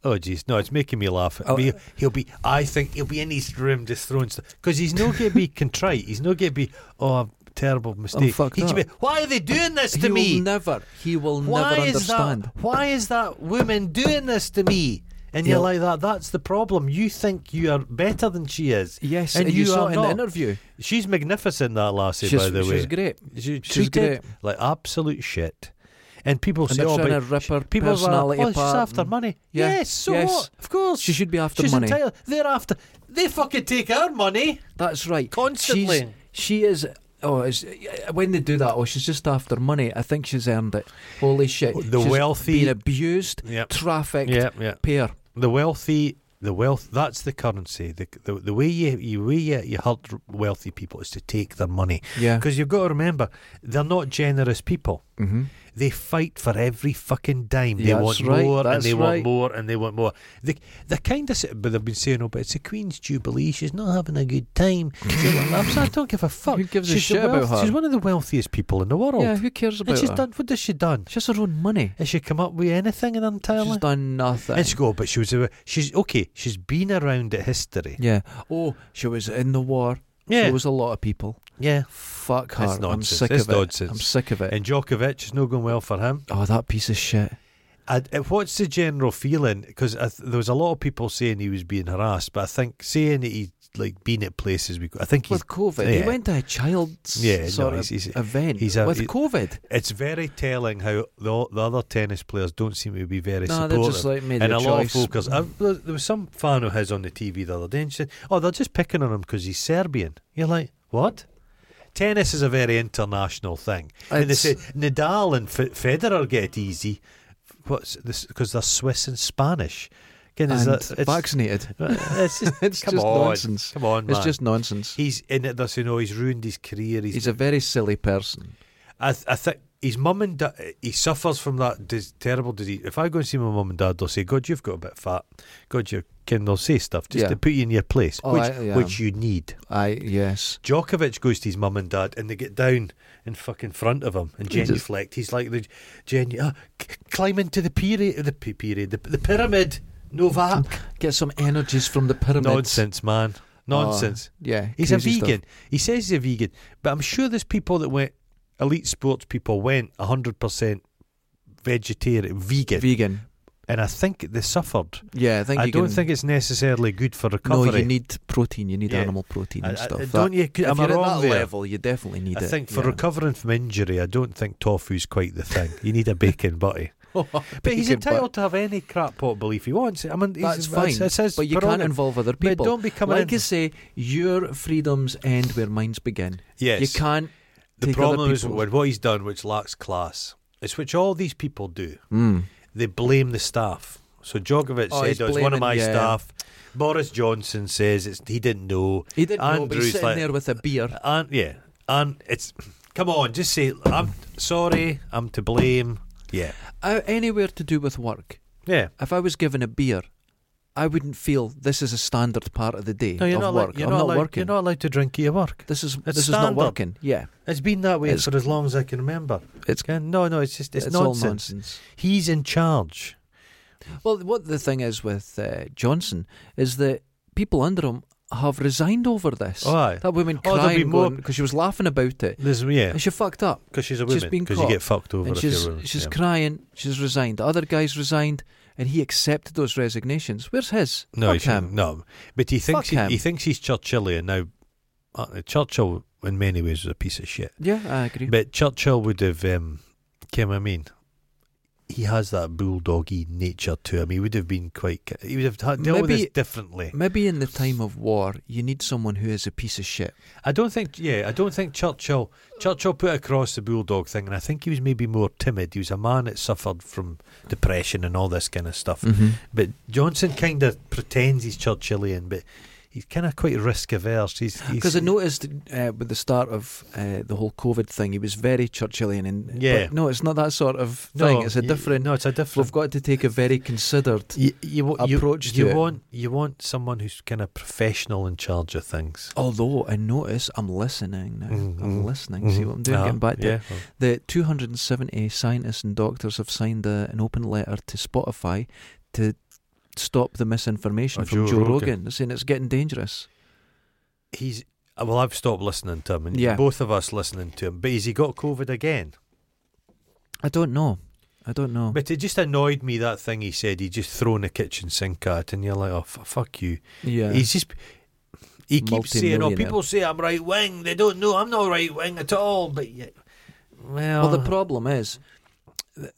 Speaker 2: Oh jeez, no, it's making me laugh.
Speaker 1: Oh.
Speaker 2: Me- he'll be. I think he'll be in his room just throwing stuff because he's not going to be contrite. He's not going to be. Oh, I'm terrible mistake.
Speaker 1: fucked
Speaker 2: He's gonna
Speaker 1: up.
Speaker 2: be, Why are they doing this to
Speaker 1: He'll
Speaker 2: me?
Speaker 1: never. He will
Speaker 2: Why
Speaker 1: never
Speaker 2: is
Speaker 1: understand.
Speaker 2: that? Why is that woman doing this to me? And
Speaker 1: Yeah.
Speaker 2: you're like that. That's the problem. You think you are better than she is.
Speaker 1: Yes,
Speaker 2: and,
Speaker 1: and,
Speaker 2: you,
Speaker 1: saw
Speaker 2: are
Speaker 1: it in
Speaker 2: not.
Speaker 1: the interview.
Speaker 2: she's magnificent, that lassie.
Speaker 1: she's,
Speaker 2: by the
Speaker 1: she's
Speaker 2: way,
Speaker 1: great.
Speaker 2: She
Speaker 1: she's great.
Speaker 2: treated like absolute shit. And people
Speaker 1: And
Speaker 2: say,
Speaker 1: they're
Speaker 2: "Oh,
Speaker 1: trying
Speaker 2: but
Speaker 1: to rip her
Speaker 2: people are like,
Speaker 1: personality
Speaker 2: oh, she's
Speaker 1: apart
Speaker 2: after
Speaker 1: and-
Speaker 2: money."
Speaker 1: Yeah,
Speaker 2: Yes, so
Speaker 1: yes.
Speaker 2: what? Of course,
Speaker 1: She should be after
Speaker 2: she's
Speaker 1: money.
Speaker 2: entitled. They're after. They fucking take our money.
Speaker 1: That's right.
Speaker 2: Constantly.
Speaker 1: She's, she is. Oh, it's, when they do that, oh, she's just after money. I think she's earned it. Holy shit.
Speaker 2: The
Speaker 1: She's
Speaker 2: wealthy-
Speaker 1: Being abused,
Speaker 2: Yep.
Speaker 1: trafficked,
Speaker 2: yeah.
Speaker 1: pair.
Speaker 2: the wealthy the wealth that's the currency the the, the way you you way you, you hurt wealthy people is to take their money
Speaker 1: Yeah.
Speaker 2: because you've got to remember they're not generous people
Speaker 1: Mm-hmm.
Speaker 2: they fight for every fucking dime they
Speaker 1: That's
Speaker 2: want
Speaker 1: right,
Speaker 2: more and
Speaker 1: that's
Speaker 2: they want
Speaker 1: right,
Speaker 2: more and they want more they, they're kind of but they've been saying oh but it's the Queen's Jubilee she's not having a good time She's like, "I'm sorry, I don't give a fuck
Speaker 1: Who gives a
Speaker 2: she's, the
Speaker 1: shit about her?
Speaker 2: she's one of the wealthiest people in the world
Speaker 1: Yeah, who cares about
Speaker 2: and she's
Speaker 1: her?
Speaker 2: done what has she done
Speaker 1: She has her own money.
Speaker 2: has she come up with anything in her entire
Speaker 1: She's
Speaker 2: life
Speaker 1: done nothing.
Speaker 2: Let's go. But she was. a- She's okay. She's been around at history.
Speaker 1: yeah. Oh, she was in the war.
Speaker 2: Yeah.
Speaker 1: So was a lot of people.
Speaker 2: yeah.
Speaker 1: Fuck her.
Speaker 2: It's
Speaker 1: I'm
Speaker 2: nonsense.
Speaker 1: sick
Speaker 2: It's
Speaker 1: of it.
Speaker 2: nonsense.
Speaker 1: I'm sick of it.
Speaker 2: And Djokovic is not going well for him.
Speaker 1: oh, that piece of shit.
Speaker 2: I, I- what's the general feeling? Because th- there was a lot of people saying he was being harassed, but I think saying that he's like been at places. We, go- I think he's,
Speaker 1: With COVID,
Speaker 2: yeah.
Speaker 1: he went to a child's
Speaker 2: Yeah, no,
Speaker 1: sort of
Speaker 2: he's- he's-
Speaker 1: event
Speaker 2: he's a-
Speaker 1: with
Speaker 2: he-
Speaker 1: COVID.
Speaker 2: it's very telling how the, the other tennis players don't seem to be very
Speaker 1: No,
Speaker 2: supportive.
Speaker 1: they're just like made
Speaker 2: and
Speaker 1: their
Speaker 2: a lot of
Speaker 1: choice.
Speaker 2: folkers. I, there there was some fan of his on the TV the other day, and she said, "Oh, they're just picking on him because he's Serbian." You're like, what? Tennis is a very international thing, and they
Speaker 1: It's-
Speaker 2: say Nadal and F- Federer get it easy. What's this? Because they're Swiss and Spanish. Again, is
Speaker 1: and
Speaker 2: that- it's,
Speaker 1: vaccinated.
Speaker 2: it's just,
Speaker 1: It's
Speaker 2: come
Speaker 1: just
Speaker 2: on,
Speaker 1: nonsense.
Speaker 2: Come on, man.
Speaker 1: It's just nonsense.
Speaker 2: he's in it. They're saying, "Oh, he's ruined his career." He's,
Speaker 1: He's a very silly person.
Speaker 2: I, th- I think his mum and dad, he suffers from that dis- terrible disease. If I go and see my mum and dad, they'll say, God, you've got a bit fat. God, you're, Ken, they'll say stuff just
Speaker 1: Yeah.
Speaker 2: to put you in your place,
Speaker 1: Oh,
Speaker 2: which,
Speaker 1: I- yeah.
Speaker 2: which you need.
Speaker 1: I yes.
Speaker 2: Djokovic goes to his mum and dad and they get down in fucking front of him and
Speaker 1: He just-
Speaker 2: genuflect. He's like the genu- uh, c- climb into the period, the p- period, the, the pyramid, Novak.
Speaker 1: Get some energies from the pyramids.
Speaker 2: Nonsense, man.
Speaker 1: Oh,
Speaker 2: Nonsense.
Speaker 1: yeah.
Speaker 2: He's a
Speaker 1: crazy stuff.
Speaker 2: vegan. He says he's a vegan, but I'm sure there's people that went elite sports people went 100% vegetarian, vegan,
Speaker 1: Vegan.
Speaker 2: and I think they suffered.
Speaker 1: Yeah, I think
Speaker 2: I
Speaker 1: you
Speaker 2: don't
Speaker 1: can-
Speaker 2: think it's necessarily good for recovery.
Speaker 1: No, you need protein. You need
Speaker 2: Yeah.
Speaker 1: animal protein
Speaker 2: I-
Speaker 1: and
Speaker 2: I-
Speaker 1: stuff. That-
Speaker 2: don't you?
Speaker 1: if
Speaker 2: Am I
Speaker 1: you're at
Speaker 2: wrong
Speaker 1: that
Speaker 2: there?
Speaker 1: level, you definitely need
Speaker 2: I
Speaker 1: it.
Speaker 2: think for
Speaker 1: yeah.
Speaker 2: recovering from injury, I don't think tofu's quite the thing. You need a baking butty. But
Speaker 1: Bacon
Speaker 2: he's
Speaker 1: butt.
Speaker 2: entitled to have any crap pot belief he wants. I mean, he's,
Speaker 1: That's fine,
Speaker 2: It's, it's his
Speaker 1: but you can't
Speaker 2: prerogative.
Speaker 1: involve other
Speaker 2: But
Speaker 1: people.
Speaker 2: don't be coming
Speaker 1: like
Speaker 2: in.
Speaker 1: I say, your freedoms end where mine's begin.
Speaker 2: yes,
Speaker 1: You can't.
Speaker 2: The
Speaker 1: take other
Speaker 2: problem is
Speaker 1: people's.
Speaker 2: with what he's done, which lacks class, is which all these people do.
Speaker 1: Mm.
Speaker 2: They blame the staff. So Djokovic
Speaker 1: Oh,
Speaker 2: said,
Speaker 1: he's
Speaker 2: "Oh, "It's one
Speaker 1: blaming-
Speaker 2: of my
Speaker 1: yeah.
Speaker 2: staff." Boris Johnson says it's, he didn't know.
Speaker 1: He didn't know, but he's
Speaker 2: Andrew's
Speaker 1: sitting
Speaker 2: like-
Speaker 1: there with a beer.
Speaker 2: And yeah, and it's come on, just say I'm sorry, I'm to blame. Yeah,
Speaker 1: Uh, anywhere to do with work.
Speaker 2: yeah.
Speaker 1: If I was given a beer, I wouldn't feel this is a standard part of the day
Speaker 2: No, you're
Speaker 1: of
Speaker 2: not.
Speaker 1: work.
Speaker 2: allowed, you're
Speaker 1: I'm
Speaker 2: not,
Speaker 1: not
Speaker 2: allowed,
Speaker 1: working.
Speaker 2: You're not allowed to drink at your work.
Speaker 1: this is
Speaker 2: It's
Speaker 1: this is not
Speaker 2: standard.
Speaker 1: working. Yeah,
Speaker 2: It's been that way
Speaker 1: It's-
Speaker 2: for as long as I can remember.
Speaker 1: it's
Speaker 2: Can- No, no, it's just it's, nonsense.
Speaker 1: all nonsense.
Speaker 2: He's in charge.
Speaker 1: Well, what the thing is with uh, Johnson is that people under him have resigned over this.
Speaker 2: Oh, aye.
Speaker 1: That woman
Speaker 2: Oh, there'll be
Speaker 1: crying
Speaker 2: more-
Speaker 1: because she was laughing about it,
Speaker 2: There's, yeah,
Speaker 1: and she fucked up.
Speaker 2: because she's a
Speaker 1: she's
Speaker 2: woman.
Speaker 1: been
Speaker 2: Because you
Speaker 1: caught.
Speaker 2: get fucked over
Speaker 1: and
Speaker 2: if you're
Speaker 1: she's
Speaker 2: a woman.
Speaker 1: she's
Speaker 2: yeah.
Speaker 1: crying. She's resigned. The other guy's resigned, and he accepted those resignations. Where's his?
Speaker 2: No, he
Speaker 1: Fuck him.
Speaker 2: shouldn't. No, but he thinks
Speaker 1: Fuck
Speaker 2: he, he
Speaker 1: him.
Speaker 2: thinks he's Churchillian now. Uh, Churchill, in many ways, was a piece of shit.
Speaker 1: Yeah, I agree.
Speaker 2: But Churchill would have, um, Kim. I mean, he has that bulldoggy nature to him. He would have been quite. ca- He would have had- dealt with
Speaker 1: Maybe-
Speaker 2: this differently.
Speaker 1: Maybe in the time of war, you need someone who is a piece of shit.
Speaker 2: I don't think. Yeah, I don't think Churchill. Churchill put across the bulldog thing, and I think he was maybe more timid. He was a man that suffered from depression and all this kind of stuff.
Speaker 1: Mm.
Speaker 2: But Johnson kind of pretends he's Churchillian, but he's kind of quite risk averse. He's
Speaker 1: Because I noticed uh, with the start of uh, the whole COVID thing, he was very Churchillian. And
Speaker 2: Yeah.
Speaker 1: but no, it's not that sort of thing. it's a
Speaker 2: y-
Speaker 1: different.
Speaker 2: No, it's a
Speaker 1: We've
Speaker 2: different
Speaker 1: got to take a very considered.
Speaker 2: you, you, wa- you-
Speaker 1: approach to
Speaker 2: You
Speaker 1: it.
Speaker 2: want you want someone who's kind of professional in charge of things.
Speaker 1: Although I notice I'm listening now.
Speaker 2: Mhm.
Speaker 1: I'm listening. See what I'm doing?
Speaker 2: Ah,
Speaker 1: Getting back to it.
Speaker 2: yeah.
Speaker 1: The 270 scientists and doctors have signed a, an open letter to Spotify to stop the misinformation
Speaker 2: Of
Speaker 1: from
Speaker 2: Oh, Joe
Speaker 1: Joe
Speaker 2: Rogan.
Speaker 1: Rogan. They're saying it's getting dangerous.
Speaker 2: He's uh, well. I've stopped listening to him, and
Speaker 1: Yeah.
Speaker 2: both of us listening to him. But has he got COVID again?
Speaker 1: I don't know. I don't know.
Speaker 2: But it just annoyed me that thing he said. He just thrown a kitchen sink at, and you're like, oh f- fuck you.
Speaker 1: yeah.
Speaker 2: He's just. He keeps saying, "Oh,
Speaker 1: Multi-millionaire.
Speaker 2: people say I'm right wing. They don't know I'm not right wing at all." But yeah, well,
Speaker 1: Well, the problem is that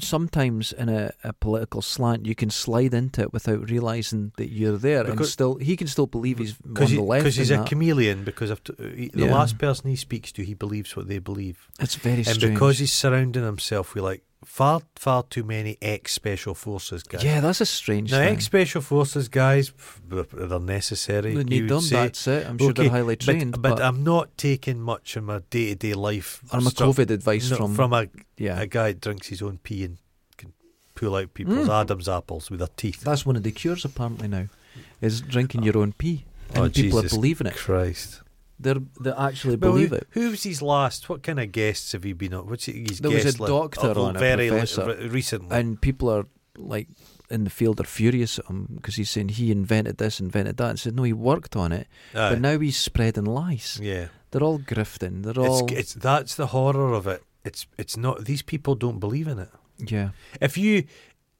Speaker 1: sometimes in a, a political slant you can slide into it without realizing that you're there and
Speaker 2: Because-
Speaker 1: still he can still believe he's on
Speaker 2: because
Speaker 1: the left and
Speaker 2: he's a
Speaker 1: that.
Speaker 2: chameleon. Because I've t- he, the
Speaker 1: Yeah.
Speaker 2: last person he speaks to, he believes what they believe,
Speaker 1: it's very
Speaker 2: and
Speaker 1: strange
Speaker 2: because he's surrounding himself with like far, far too many ex-special forces guys.
Speaker 1: yeah that's a strange
Speaker 2: now
Speaker 1: thing
Speaker 2: ex-special forces guys, pff, they're necessary.
Speaker 1: They
Speaker 2: you
Speaker 1: need
Speaker 2: would
Speaker 1: them
Speaker 2: say.
Speaker 1: that's it I'm sure
Speaker 2: Okay,
Speaker 1: they're highly trained
Speaker 2: but,
Speaker 1: but,
Speaker 2: but I'm not taking much of my day-to-day life.
Speaker 1: I'm a
Speaker 2: stuff-
Speaker 1: COVID advice
Speaker 2: no,
Speaker 1: from,
Speaker 2: a,
Speaker 1: yeah
Speaker 2: a guy that drinks his own pee and can pull out people's
Speaker 1: Mm.
Speaker 2: Adam's apples with their teeth.
Speaker 1: that's one of the cures apparently now is drinking your own pee and
Speaker 2: Oh,
Speaker 1: people
Speaker 2: Jesus
Speaker 1: are believing it
Speaker 2: Christ.
Speaker 1: they're they actually
Speaker 2: Well,
Speaker 1: believe
Speaker 2: who,
Speaker 1: it
Speaker 2: Who's his last? What kind of guests have you been on? What's his
Speaker 1: There was
Speaker 2: guest
Speaker 1: a
Speaker 2: li-
Speaker 1: doctor
Speaker 2: of-
Speaker 1: on it,
Speaker 2: very li-
Speaker 1: professor.
Speaker 2: re- recently.
Speaker 1: and people are like in the field are furious at him because he's saying he invented this invented that and said no he worked on it
Speaker 2: Aye.
Speaker 1: But now he's spreading lies.
Speaker 2: yeah,
Speaker 1: They're all grifting. They're
Speaker 2: it's,
Speaker 1: all
Speaker 2: it's that's the horror of it. It's it's not these people don't believe in it.
Speaker 1: yeah.
Speaker 2: If you,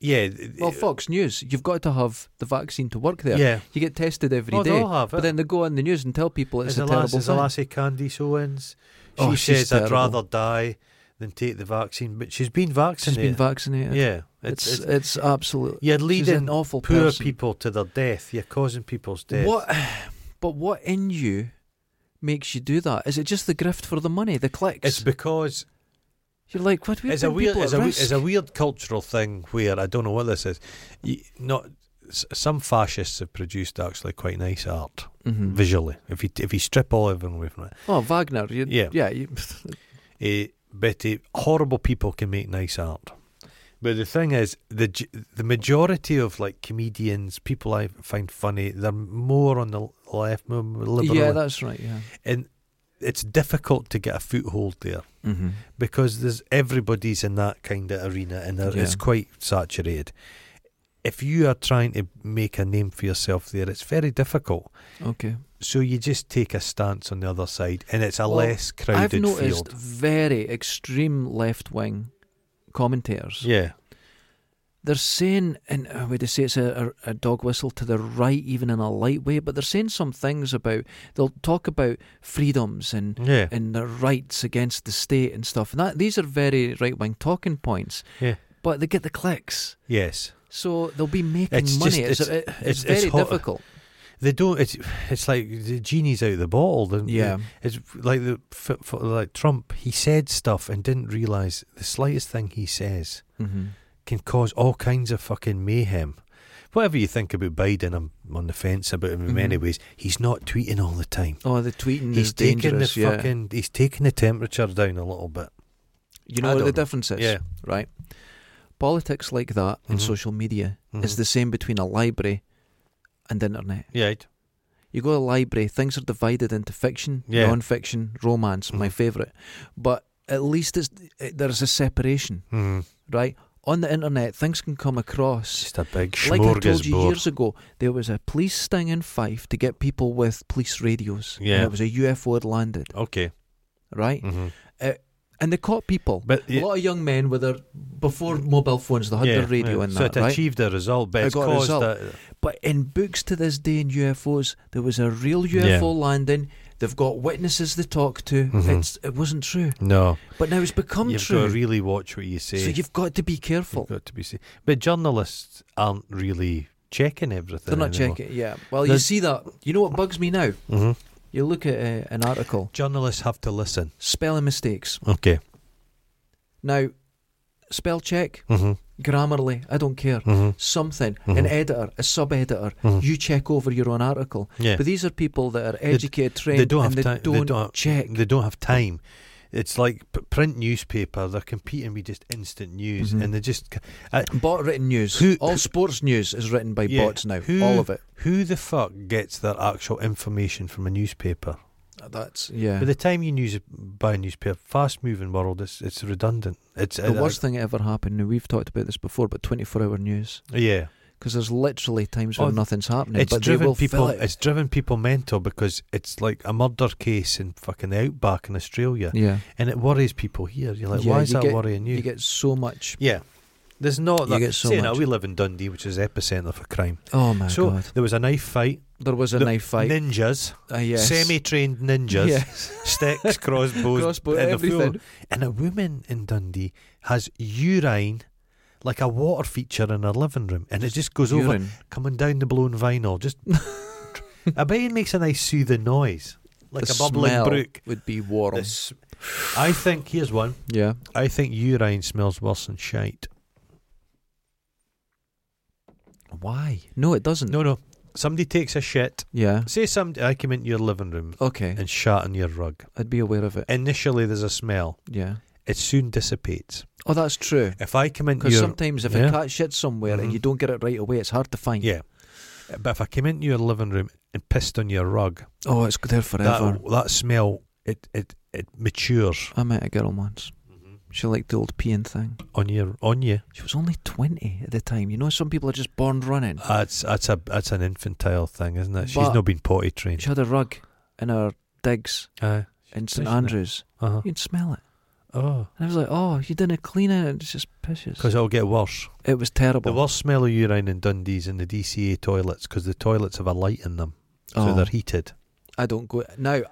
Speaker 2: yeah, th-
Speaker 1: Well, Fox News, you've got to have the vaccine to work there.
Speaker 2: yeah.
Speaker 1: You get tested every day,
Speaker 2: Oh, they'll have it.
Speaker 1: but then they go on the news and tell people it's
Speaker 2: There's
Speaker 1: a
Speaker 2: a
Speaker 1: terrible
Speaker 2: lass, there's a
Speaker 1: thing.
Speaker 2: lassie Candice Owens. She
Speaker 1: Oh, she's
Speaker 2: says I'd
Speaker 1: terrible.
Speaker 2: rather die than take the vaccine, but she's been
Speaker 1: She's
Speaker 2: vaccinated.
Speaker 1: been vaccinated.
Speaker 2: yeah,
Speaker 1: it's
Speaker 2: it's,
Speaker 1: it's,
Speaker 2: it's,
Speaker 1: absolute.
Speaker 2: you're
Speaker 1: She's an
Speaker 2: leading
Speaker 1: awful
Speaker 2: poor
Speaker 1: person.
Speaker 2: people to their death. You're causing people's death.
Speaker 1: What? But what in you makes you do that? Is it just the grift for the money, the clicks?
Speaker 2: It's because
Speaker 1: You're like, what? We're
Speaker 2: it's a
Speaker 1: putting
Speaker 2: weird,
Speaker 1: people
Speaker 2: it's
Speaker 1: at
Speaker 2: a, we-
Speaker 1: risk.
Speaker 2: it's a weird cultural thing where I don't know what this is. You, not s- some fascists have produced actually quite nice art
Speaker 1: Mhm.
Speaker 2: visually. If you if you strip all everyone away from it,
Speaker 1: Oh, Wagner. You,
Speaker 2: Yeah.
Speaker 1: yeah. You,
Speaker 2: Eh, but eh, horrible people can make nice art. But the thing is, the j- the majority of like comedians, people I find funny, they're more on the l- left, more liberal,
Speaker 1: yeah, that's right. Yeah.
Speaker 2: and it's difficult to get a foothold there.
Speaker 1: Mm-hmm.
Speaker 2: because there's everybody's in that kind of arena and there- it's
Speaker 1: Yeah.
Speaker 2: quite saturated. If you are trying to make a name for yourself there, it's very difficult.
Speaker 1: Okay.
Speaker 2: So you just take a stance on the other side, and it's a
Speaker 1: Well,
Speaker 2: less crowded
Speaker 1: Mm-hmm. I've noticed
Speaker 2: field.
Speaker 1: very extreme left wing commentators
Speaker 2: Yeah,
Speaker 1: they're saying, and uh, would they say it's a, a, a dog whistle to the right, even in a light way? But they're saying some things about they'll talk about freedoms and
Speaker 2: Yeah.
Speaker 1: and their rights against the state and stuff. And that these are very right wing talking points,
Speaker 2: Yeah.
Speaker 1: but they get the clicks,
Speaker 2: Yes.
Speaker 1: so they'll be making
Speaker 2: It's
Speaker 1: money. it's,
Speaker 2: just- it's-
Speaker 1: it- it's,
Speaker 2: it's-
Speaker 1: very
Speaker 2: it's hot-
Speaker 1: difficult.
Speaker 2: They don't. It's it's like the genie's out of the bottle. The-
Speaker 1: Yeah.
Speaker 2: It's like the f- f- like Trump. He said stuff and didn't realize the slightest thing he says
Speaker 1: Mm-hmm.
Speaker 2: can cause all kinds of fucking mayhem. Whatever you think about Biden, I'm on the fence about him in many
Speaker 1: Mhm.
Speaker 2: ways. He's not tweeting all the time.
Speaker 1: Oh, the tweeting
Speaker 2: He's
Speaker 1: is
Speaker 2: taking the
Speaker 1: dangerous. yeah.
Speaker 2: fucking. He's taking the temperature down a little bit.
Speaker 1: you
Speaker 2: I
Speaker 1: know what the
Speaker 2: don't know.
Speaker 1: difference is,
Speaker 2: Yeah.
Speaker 1: right? Politics like that and
Speaker 2: Mhm.
Speaker 1: social media
Speaker 2: Mhm.
Speaker 1: is the same between a library and internet.
Speaker 2: Yeah. I'd-
Speaker 1: You go to a library, things are divided into fiction,
Speaker 2: Yeah.
Speaker 1: non-fiction, romance, my
Speaker 2: Mhm.
Speaker 1: favourite. But at least it's, it, there's a separation,
Speaker 2: Mhm.
Speaker 1: right? On the internet, things can come across.
Speaker 2: Just a big
Speaker 1: Like I told you
Speaker 2: smorgasbord.
Speaker 1: years ago, there was a police sting in Fife to get people with police radios. And
Speaker 2: Yeah.
Speaker 1: it was a UFO had landed,
Speaker 2: okay.
Speaker 1: right?
Speaker 2: hmm
Speaker 1: And they caught people.
Speaker 2: But
Speaker 1: a lot of young men with their before mobile phones, they had their radio in
Speaker 2: so
Speaker 1: that,
Speaker 2: it
Speaker 1: right?
Speaker 2: achieved a result, but
Speaker 1: It
Speaker 2: it's
Speaker 1: got a
Speaker 2: caused
Speaker 1: result.
Speaker 2: a-
Speaker 1: But in books to this day in UFOs, there was a real UFO
Speaker 2: Yeah.
Speaker 1: landing. They've got witnesses they talk to.
Speaker 2: Mhm.
Speaker 1: It's, it wasn't true,
Speaker 2: no.
Speaker 1: but now it's become
Speaker 2: You've
Speaker 1: true.
Speaker 2: got to really watch what you say.
Speaker 1: so you've got to be
Speaker 2: You've
Speaker 1: careful.
Speaker 2: got to be safe. But journalists aren't really checking everything.
Speaker 1: They're not checking. Yeah. Well, you
Speaker 2: There's-
Speaker 1: see that. You know what bugs me now?
Speaker 2: hmm
Speaker 1: You look at uh, an article,
Speaker 2: Journalists have to listen.
Speaker 1: spelling mistakes.
Speaker 2: Okay.
Speaker 1: Now, spell check,
Speaker 2: hmm
Speaker 1: grammarly, I don't care.
Speaker 2: hmm
Speaker 1: Something, an
Speaker 2: Mhm.
Speaker 1: editor, a sub editor,
Speaker 2: Mhm.
Speaker 1: you check over your own article.
Speaker 2: Yeah.
Speaker 1: But these are people that are
Speaker 2: d-
Speaker 1: educated, trained,
Speaker 2: they don't have
Speaker 1: and they,
Speaker 2: time.
Speaker 1: don't
Speaker 2: They don't. Have,
Speaker 1: check.
Speaker 2: They don't have time. It's like p- print newspaper. They're competing with just instant news,
Speaker 1: Mhm.
Speaker 2: and they just c-
Speaker 1: Bot written news.
Speaker 2: Who-
Speaker 1: all sports news is written by
Speaker 2: Yeah,
Speaker 1: bots now.
Speaker 2: who-
Speaker 1: all of it.
Speaker 2: who the fuck gets their actual information from a newspaper?
Speaker 1: That's yeah.
Speaker 2: By the time you news buy a newspaper, fast moving world, it's it's redundant. It's
Speaker 1: the worst thing that ever happened, and we've talked about this before, but 24 hour news.
Speaker 2: Yeah,
Speaker 1: Because there's literally times when
Speaker 2: Oh,
Speaker 1: nothing's happening.
Speaker 2: it's
Speaker 1: but they
Speaker 2: driven
Speaker 1: will
Speaker 2: people.
Speaker 1: fill it.
Speaker 2: It's driven people mental because it's like a murder case in fucking the outback in Australia,
Speaker 1: yeah.
Speaker 2: and it worries people here. You're like,
Speaker 1: Yeah,
Speaker 2: why is
Speaker 1: you
Speaker 2: that
Speaker 1: get-
Speaker 2: worrying you?
Speaker 1: You get so much.
Speaker 2: yeah, there's not.
Speaker 1: You
Speaker 2: that,
Speaker 1: get so
Speaker 2: saying
Speaker 1: much.
Speaker 2: That, we live in Dundee, which is epicenter for crime.
Speaker 1: Oh my
Speaker 2: so
Speaker 1: god.
Speaker 2: there was a knife fight.
Speaker 1: There was a
Speaker 2: the
Speaker 1: knife fight.
Speaker 2: Ninjas,
Speaker 1: Ah, yes.
Speaker 2: semi-trained ninjas,
Speaker 1: Yes.
Speaker 2: sticks, crossbows,
Speaker 1: Crossbow,
Speaker 2: and the full-
Speaker 1: everything.
Speaker 2: And a woman in Dundee has urine like a water feature in her living room, and it just goes over
Speaker 1: Urine.
Speaker 2: coming down the blown vinyl. Just I bet it makes a nice soothing noise, like
Speaker 1: The
Speaker 2: a bubbling
Speaker 1: smell
Speaker 2: brook.
Speaker 1: Would be warm.
Speaker 2: The s- I think here's one.
Speaker 1: Yeah.
Speaker 2: I think urine smells worse than shite.
Speaker 1: Why? No, it doesn't.
Speaker 2: No, no. Somebody takes a shit.
Speaker 1: Yeah.
Speaker 2: Say somebody I come into your living room
Speaker 1: Okay.
Speaker 2: and shat on your rug.
Speaker 1: I'd be aware of it.
Speaker 2: Initially, there's a smell.
Speaker 1: Yeah.
Speaker 2: It soon dissipates.
Speaker 1: Oh, that's true.
Speaker 2: If I come into
Speaker 1: Because
Speaker 2: your
Speaker 1: sometimes if a
Speaker 2: yeah.
Speaker 1: cat shits somewhere and
Speaker 2: Mhm.
Speaker 1: you don't get it right away, it's hard to find.
Speaker 2: yeah, but if I came into your living room and pissed on your rug,
Speaker 1: Oh, it's there forever.
Speaker 2: that that smell it it it matures
Speaker 1: I met a girl once.
Speaker 2: Mm-hmm.
Speaker 1: She liked the old peeing thing.
Speaker 2: on your on you.
Speaker 1: She was only 20 at the time. You know, some people are just born running.
Speaker 2: That's that's a that's an infantile thing, isn't it? She's
Speaker 1: But-
Speaker 2: not been potty trained.
Speaker 1: She had a rug in her digs
Speaker 2: Aye.
Speaker 1: in St
Speaker 2: doesn't it?
Speaker 1: Andrews.
Speaker 2: Uh-huh.
Speaker 1: You could smell it.
Speaker 2: Oh,
Speaker 1: And I was like, oh, you didn't clean it. It's just
Speaker 2: because
Speaker 1: pisses.
Speaker 2: it'll get worse.
Speaker 1: It was
Speaker 2: The
Speaker 1: terrible.
Speaker 2: worst smell of urine in Dundee's in the DCA toilets because the toilets have a light in them, so
Speaker 1: Oh,
Speaker 2: they're heated.
Speaker 1: I don't go. Now,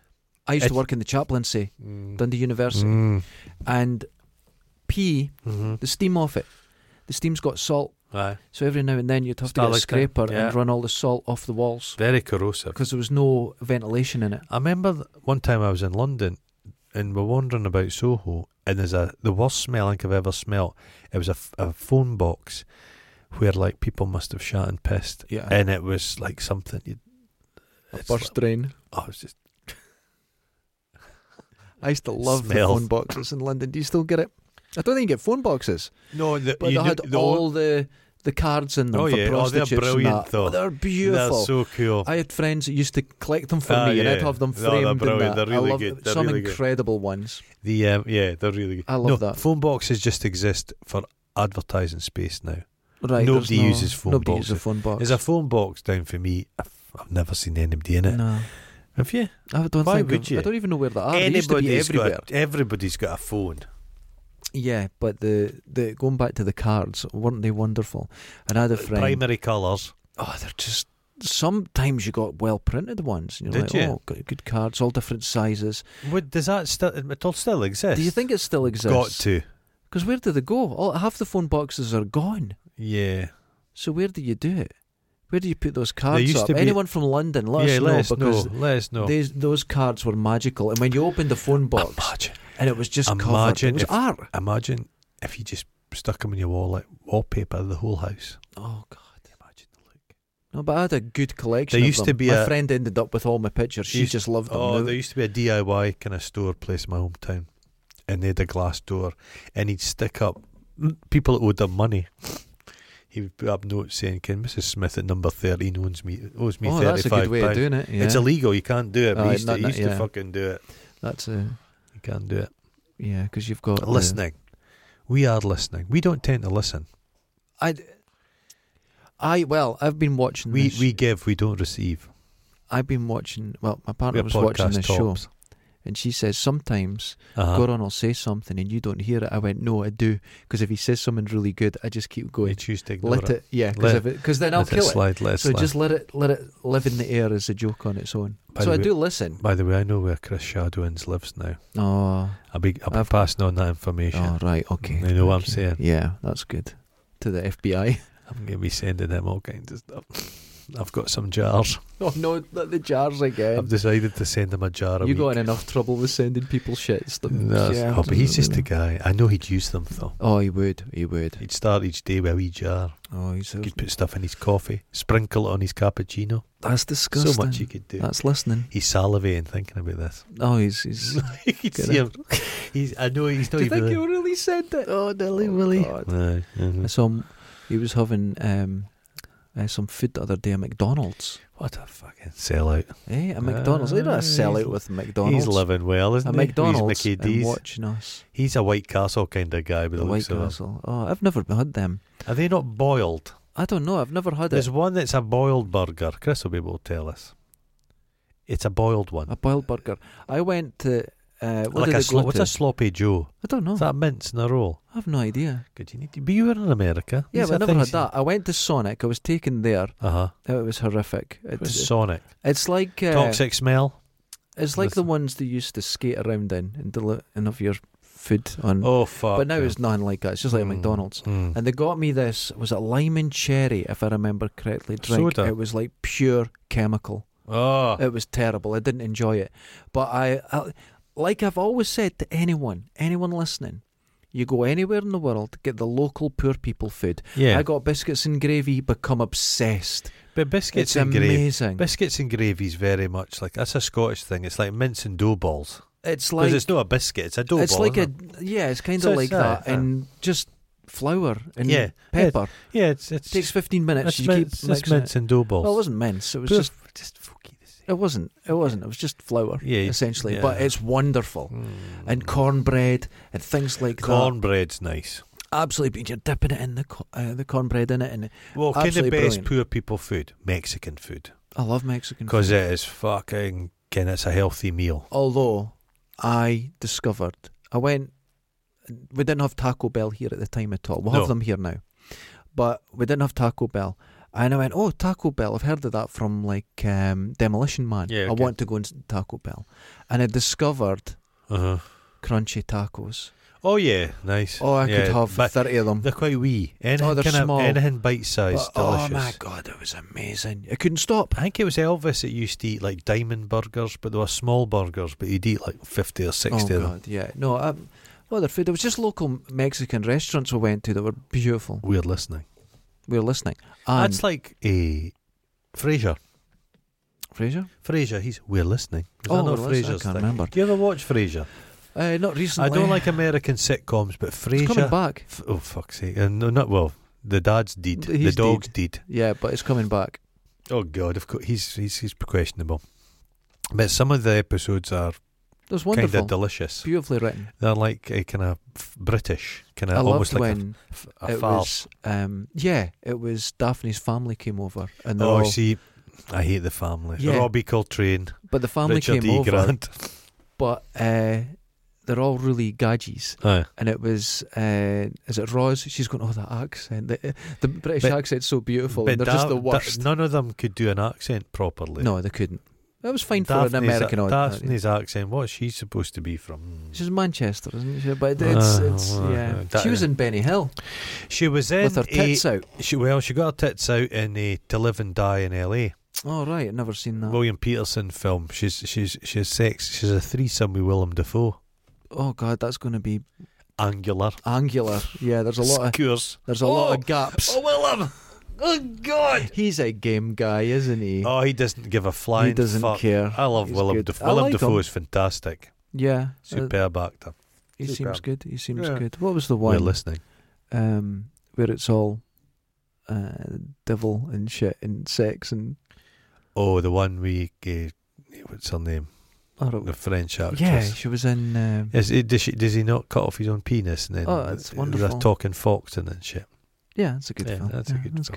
Speaker 1: I used to
Speaker 2: It's-
Speaker 1: work in the chaplaincy, Dundee University,
Speaker 2: Mm.
Speaker 1: and pee,
Speaker 2: Mhm.
Speaker 1: the steam off it, the steam's got salt.
Speaker 2: Aye.
Speaker 1: So every now and then you'd have to get a
Speaker 2: Stalactite,
Speaker 1: scraper
Speaker 2: yeah.
Speaker 1: and run all the salt off the walls
Speaker 2: Very corrosive.
Speaker 1: because there was no ventilation in it.
Speaker 2: I remember th- one time I was in London and we're wandering about Soho, and there's a the worst smell I think I've ever smelt. It was a, f- a phone box where like people must have shot and pissed,
Speaker 1: Yeah.
Speaker 2: and it was like something. You'd, it's like-
Speaker 1: drain.
Speaker 2: oh, it's just
Speaker 1: I used to love
Speaker 2: Smell.
Speaker 1: the phone boxes in London. Do you still get it? I don't think you get phone boxes,
Speaker 2: no. The,
Speaker 1: but
Speaker 2: you
Speaker 1: they
Speaker 2: knew-
Speaker 1: had
Speaker 2: the old-
Speaker 1: all the the cards in them
Speaker 2: Oh,
Speaker 1: for
Speaker 2: yeah. Oh, they're
Speaker 1: prostitutes. and
Speaker 2: brilliant,
Speaker 1: that.
Speaker 2: though.
Speaker 1: They're
Speaker 2: They're
Speaker 1: beautiful.
Speaker 2: so cool.
Speaker 1: I had friends that used to collect them for
Speaker 2: Ah,
Speaker 1: me, and I'd
Speaker 2: yeah.
Speaker 1: have them
Speaker 2: No, they're
Speaker 1: framed. and
Speaker 2: brilliant.
Speaker 1: that.
Speaker 2: They're
Speaker 1: I
Speaker 2: really
Speaker 1: love
Speaker 2: good. They're
Speaker 1: some
Speaker 2: really good.
Speaker 1: incredible ones.
Speaker 2: the um, yeah, they're really. Good.
Speaker 1: I
Speaker 2: no,
Speaker 1: love that.
Speaker 2: Phone boxes just exist for advertising space now.
Speaker 1: Right, there's
Speaker 2: Nobody
Speaker 1: no,
Speaker 2: uses phone
Speaker 1: nobody
Speaker 2: boxes.
Speaker 1: uses a phone box.
Speaker 2: There's a phone box down for me. I've, I've never seen anybody in it.
Speaker 1: no,
Speaker 2: Have you?
Speaker 1: I don't
Speaker 2: Why
Speaker 1: think.
Speaker 2: would
Speaker 1: of-
Speaker 2: you?
Speaker 1: I don't even know where they are. They used to be
Speaker 2: Anybody's
Speaker 1: everywhere.
Speaker 2: got a, everybody's got a phone.
Speaker 1: Yeah, but the, the going back to the cards, weren't they wonderful? And I had a friend.
Speaker 2: Primary colours.
Speaker 1: Oh, they're just. Sometimes you got well printed ones. And you're
Speaker 2: Did
Speaker 1: like,
Speaker 2: you?
Speaker 1: oh, good, good cards, all different sizes.
Speaker 2: Would, does that still? It'll still exist.
Speaker 1: Do you think it still
Speaker 2: Got
Speaker 1: exists?
Speaker 2: to.
Speaker 1: Because where do they go? All, half the phone boxes are gone.
Speaker 2: Yeah.
Speaker 1: So where do you do it? Where do you put those cards
Speaker 2: used
Speaker 1: up?
Speaker 2: to be-
Speaker 1: Anyone from London, let
Speaker 2: yeah.
Speaker 1: us
Speaker 2: let us
Speaker 1: know because
Speaker 2: know. Let us know.
Speaker 1: these- those cards were magical. And when you opened the phone box
Speaker 2: Imagine.
Speaker 1: and it was just covered,
Speaker 2: Imagine
Speaker 1: it was
Speaker 2: if-
Speaker 1: art.
Speaker 2: Imagine if you just stuck them in your wallet, wallpaper the whole house.
Speaker 1: Oh God,
Speaker 2: Imagine the look.
Speaker 1: no! But I had a good collection.
Speaker 2: There
Speaker 1: of
Speaker 2: used to
Speaker 1: them.
Speaker 2: be
Speaker 1: my
Speaker 2: a-
Speaker 1: friend ended up with all my pictures. She
Speaker 2: Used-
Speaker 1: just loved them.
Speaker 2: Oh,
Speaker 1: Now-
Speaker 2: there used to be a DIY kind of store place in my hometown, and they had a glass door, and he'd stick up people that owed him money. He would put up notes saying, "Can Mrs. Smith at number thirteen owes me owes me
Speaker 1: oh,
Speaker 2: thirty
Speaker 1: that's a good
Speaker 2: five
Speaker 1: way of doing it. Yeah.
Speaker 2: It's illegal. You can't do it. But
Speaker 1: Aye,
Speaker 2: he used,
Speaker 1: not-
Speaker 2: to, he
Speaker 1: not-
Speaker 2: used to
Speaker 1: yeah.
Speaker 2: fucking do it.
Speaker 1: that's a
Speaker 2: You can't do it.
Speaker 1: yeah, because you've got the-
Speaker 2: listening, we are listening. We don't tend to listen.
Speaker 1: I, I well, I've been watching.
Speaker 2: We
Speaker 1: this-
Speaker 2: we give. We don't receive.
Speaker 1: I've been watching. Well, my partner
Speaker 2: We're
Speaker 1: was watching
Speaker 2: podcast
Speaker 1: this show,
Speaker 2: tops.
Speaker 1: and she says sometimes
Speaker 2: Uh-huh.
Speaker 1: Goran will say something and you don't hear it. I went, no, I do. Because if he says something really good, I just keep
Speaker 2: We
Speaker 1: going.
Speaker 2: choose to ignore
Speaker 1: Let it, yeah,
Speaker 2: Let-
Speaker 1: because then I'll
Speaker 2: Let it
Speaker 1: kill it.
Speaker 2: slide. Let it
Speaker 1: So
Speaker 2: slide.
Speaker 1: just let it, let it live in the air as a joke on its own.
Speaker 2: By
Speaker 1: so
Speaker 2: the
Speaker 1: I
Speaker 2: way-
Speaker 1: do listen.
Speaker 2: By the way, I know where Chris Shadowins lives now.
Speaker 1: Oh,
Speaker 2: I'll be, I'll be
Speaker 1: I've-
Speaker 2: passing on that information.
Speaker 1: oh, right, okay.
Speaker 2: You know what I'm
Speaker 1: okay.
Speaker 2: saying.
Speaker 1: Yeah, that's good. To the FBI.
Speaker 2: I'm going to be sending him all kinds of stuff. I've got some jars.
Speaker 1: oh no, not the jars
Speaker 2: I've
Speaker 1: again.
Speaker 2: decided to send him a jar a
Speaker 1: You
Speaker 2: week.
Speaker 1: got in enough trouble with sending people shit. stuff.
Speaker 2: No, it's-
Speaker 1: Yeah,
Speaker 2: oh, but he's just a
Speaker 1: absolutely.
Speaker 2: guy. I know he'd use them though.
Speaker 1: Oh, he would. He would.
Speaker 2: He'd start each day with a wee jar.
Speaker 1: Oh, he's. A,
Speaker 2: He'd put stuff in his coffee, sprinkle it on his cappuccino.
Speaker 1: that's disgusting.
Speaker 2: So much he could do.
Speaker 1: That's listening.
Speaker 2: He's salivating thinking about this.
Speaker 1: Oh, he's. he's
Speaker 2: you could
Speaker 1: Get
Speaker 2: see
Speaker 1: him.
Speaker 2: him. He's, I know he's not
Speaker 1: eh? do you
Speaker 2: even.
Speaker 1: think he really said that? Oh, Dilly
Speaker 2: Oh,
Speaker 1: Willy.
Speaker 2: God. No,
Speaker 1: I
Speaker 2: mhm.
Speaker 1: saw him, he was having um, uh, some food the other day at McDonald's.
Speaker 2: What a fucking sellout.
Speaker 1: Eh, at McDonald's. They're
Speaker 2: Ah,
Speaker 1: not a
Speaker 2: he's-
Speaker 1: sellout with McDonald's.
Speaker 2: He's living well, isn't
Speaker 1: At
Speaker 2: he? With his
Speaker 1: McDonald's
Speaker 2: Mickey
Speaker 1: and
Speaker 2: D's.
Speaker 1: watching us.
Speaker 2: He's a White Castle kind of guy, by the,
Speaker 1: The White
Speaker 2: looks of it.
Speaker 1: Castle. Oh, I've never had them.
Speaker 2: Are they not boiled?
Speaker 1: I don't know. I've never had
Speaker 2: There's
Speaker 1: it.
Speaker 2: one that's a boiled burger. Chris will be able to tell us. It's a boiled one.
Speaker 1: A boiled burger. I went to. Uh, what
Speaker 2: like
Speaker 1: did
Speaker 2: a
Speaker 1: I
Speaker 2: slo-
Speaker 1: go
Speaker 2: what's
Speaker 1: to?
Speaker 2: a sloppy Joe?
Speaker 1: I don't know.
Speaker 2: Is that mince in a roll?
Speaker 1: I have no idea.
Speaker 2: Good, you need to. But you were in America.
Speaker 1: Yeah, but I never had that. I went to Sonic. I was taken there.
Speaker 2: Uh huh.
Speaker 1: Oh, It was horrific. It's,
Speaker 2: Sonic.
Speaker 1: it's like uh,
Speaker 2: Toxic smell.
Speaker 1: It's like the
Speaker 2: Listen.
Speaker 1: ones they used to skate around in and deli- and have your food on.
Speaker 2: Oh fuck.
Speaker 1: but now
Speaker 2: yeah.
Speaker 1: it's nothing like that. It's just like
Speaker 2: Mm,
Speaker 1: McDonald's.
Speaker 2: mm.
Speaker 1: And they got me this was it lime and cherry, if I remember correctly. Drink.
Speaker 2: Soda.
Speaker 1: It was like pure chemical.
Speaker 2: Oh,
Speaker 1: It was terrible. I didn't enjoy it. But I, I, like I've always said to anyone, anyone listening, you go anywhere in the world, get the local poor people food.
Speaker 2: yeah.
Speaker 1: I got biscuits and gravy, become obsessed.
Speaker 2: but
Speaker 1: It's,
Speaker 2: biscuits and gravy.
Speaker 1: amazing.
Speaker 2: Biscuits and gravy is very much like that's a Scottish thing. It's like mince and dough balls
Speaker 1: It's
Speaker 2: because
Speaker 1: like
Speaker 2: it's not a biscuit; it's a dough
Speaker 1: it's
Speaker 2: ball.
Speaker 1: like a
Speaker 2: isn't
Speaker 1: yeah, it's kind of
Speaker 2: So
Speaker 1: like
Speaker 2: it's that,
Speaker 1: that,
Speaker 2: yeah.
Speaker 1: and just flour and
Speaker 2: Yeah,
Speaker 1: pepper.
Speaker 2: it? yeah. It's it's
Speaker 1: It takes fifteen minutes.
Speaker 2: it's
Speaker 1: You
Speaker 2: mince,
Speaker 1: keep
Speaker 2: it's
Speaker 1: mixing
Speaker 2: mince
Speaker 1: it.
Speaker 2: and dough balls.
Speaker 1: Well, it wasn't mince. It was
Speaker 2: Poor-
Speaker 1: just
Speaker 2: just fucking the same.
Speaker 1: it wasn't. It wasn't. It was just flour,
Speaker 2: Yeah, you-
Speaker 1: essentially.
Speaker 2: yeah.
Speaker 1: But it's wonderful. And
Speaker 2: Mm.
Speaker 1: cornbread and things like that.
Speaker 2: cornbread's nice.
Speaker 1: Absolutely, you're dipping it in the co- uh, the cornbread in it, and it-
Speaker 2: Well, kind of
Speaker 1: Absolutely
Speaker 2: best
Speaker 1: brilliant. Mm-hmm.
Speaker 2: poor people food, Mexican food,
Speaker 1: I love Mexican food.
Speaker 2: because it is fucking. Ken, it's a healthy meal.
Speaker 1: Although I discovered, I went. We didn't have Taco Bell here at the time at all. We'll
Speaker 2: No.
Speaker 1: have them here now, but we didn't have Taco Bell. And I went, oh, Taco Bell. I've heard of that from like um, Demolition Man.
Speaker 2: Yeah,
Speaker 1: I
Speaker 2: okay.
Speaker 1: want to go and s- Taco Bell, and I discovered
Speaker 2: Uh-huh.
Speaker 1: crunchy tacos.
Speaker 2: Oh yeah, nice.
Speaker 1: Oh, I
Speaker 2: Yeah,
Speaker 1: could have
Speaker 2: but
Speaker 1: thirty of them.
Speaker 2: They're quite wee. Anything,
Speaker 1: Oh, they're
Speaker 2: kind of-
Speaker 1: small.
Speaker 2: anything bite sized,
Speaker 1: But- oh
Speaker 2: delicious.
Speaker 1: my god, it was amazing. I couldn't stop.
Speaker 2: I think it was Elvis that used to eat like diamond burgers, but they were small burgers, but he'd eat like 50 or 60
Speaker 1: Oh
Speaker 2: of them.
Speaker 1: god, yeah. No, I, well, their food. It was just local Mexican restaurants we went to that were beautiful.
Speaker 2: Weird listening.
Speaker 1: We were listening. And
Speaker 2: That's like a. Frasier.
Speaker 1: Fraser.
Speaker 2: Frasier, he's We're Listening. Is that not
Speaker 1: well, that's-
Speaker 2: Frasier's
Speaker 1: Oh, I can't
Speaker 2: thing?
Speaker 1: remember.
Speaker 2: Do you ever watch Frasier?
Speaker 1: Uh, not
Speaker 2: I
Speaker 1: recently.
Speaker 2: don't like American sitcoms, but
Speaker 1: It's coming
Speaker 2: Frasier.
Speaker 1: back.
Speaker 2: F- oh, fuck's sake. Uh, no, not well. The dad's deed.
Speaker 1: Th-
Speaker 2: The
Speaker 1: he's
Speaker 2: dog's deed.
Speaker 1: Yeah, but it's coming back.
Speaker 2: Oh, God. Of course, he's, he's, he's questionable. But some of the episodes are
Speaker 1: It was
Speaker 2: kind
Speaker 1: wonderful.
Speaker 2: of delicious.
Speaker 1: Beautifully written.
Speaker 2: They're like a kind of British, kind
Speaker 1: I
Speaker 2: of Uh, almost
Speaker 1: loved
Speaker 2: like a,
Speaker 1: when
Speaker 2: f- a
Speaker 1: it
Speaker 2: farce.
Speaker 1: was. Um, yeah, it was Daphne's family came over, and they're
Speaker 2: Oh,
Speaker 1: all,
Speaker 2: see, I hate the family.
Speaker 1: Yeah.
Speaker 2: Robbie Coltrane,
Speaker 1: but the family
Speaker 2: Richard
Speaker 1: came
Speaker 2: E.
Speaker 1: over,
Speaker 2: Grant.
Speaker 1: but uh, they're all really gadgies.
Speaker 2: Aye.
Speaker 1: And it was, uh, is it Roz? She's going, oh, that accent. The, the British
Speaker 2: But-
Speaker 1: accent's so beautiful. And
Speaker 2: But
Speaker 1: they're just
Speaker 2: that-
Speaker 1: the
Speaker 2: that-
Speaker 1: worst.
Speaker 2: none of them could do an accent properly.
Speaker 1: no, they couldn't. That was fine for an
Speaker 2: Daphne's-
Speaker 1: American audience.
Speaker 2: Daphne's accent. What's she supposed to be from?
Speaker 1: She's Manchester, isn't she? But it's,
Speaker 2: Ah,
Speaker 1: it's
Speaker 2: well,
Speaker 1: yeah.
Speaker 2: that-
Speaker 1: she was in Benny Hill
Speaker 2: She was in
Speaker 1: with her
Speaker 2: a-
Speaker 1: tits out.
Speaker 2: She, well, she got her tits out in a To Live and Die in L.A.
Speaker 1: Oh right, I've never seen that.
Speaker 2: William Peterson film. She's she's she's sex. She's a threesome with Willem Dafoe.
Speaker 1: oh god, that's going to be
Speaker 2: Angular.
Speaker 1: angular. Yeah, there's a lot of
Speaker 2: Skewers.
Speaker 1: there's a lot
Speaker 2: Oh!
Speaker 1: of gaps.
Speaker 2: Oh Willem! Oh God!
Speaker 1: He's a game guy, isn't he?
Speaker 2: Oh, he doesn't give a flying
Speaker 1: he doesn't
Speaker 2: fuck. Oh.
Speaker 1: care.
Speaker 2: I love
Speaker 1: He's
Speaker 2: Willem
Speaker 1: good.
Speaker 2: Dafoe.
Speaker 1: I
Speaker 2: Willem
Speaker 1: like
Speaker 2: Dafoe
Speaker 1: him.
Speaker 2: is fantastic.
Speaker 1: Yeah, uh,
Speaker 2: Superb actor.
Speaker 1: he seems
Speaker 2: superb.
Speaker 1: good. He seems
Speaker 2: Yeah.
Speaker 1: good. What was the
Speaker 2: We're
Speaker 1: one
Speaker 2: listening.
Speaker 1: um, where it's all uh, devil and shit and sex and
Speaker 2: Oh, the one we uh, what's her name?
Speaker 1: I don't
Speaker 2: The French actress.
Speaker 1: yeah, she was in. Um,
Speaker 2: Is it, does, she, does he not cut off his own penis and then
Speaker 1: Oh, that's
Speaker 2: they're
Speaker 1: wonderful.
Speaker 2: talking fox and then shit?
Speaker 1: yeah, it's a good
Speaker 2: Yeah,
Speaker 1: film.
Speaker 2: that's a good
Speaker 1: that's
Speaker 2: film.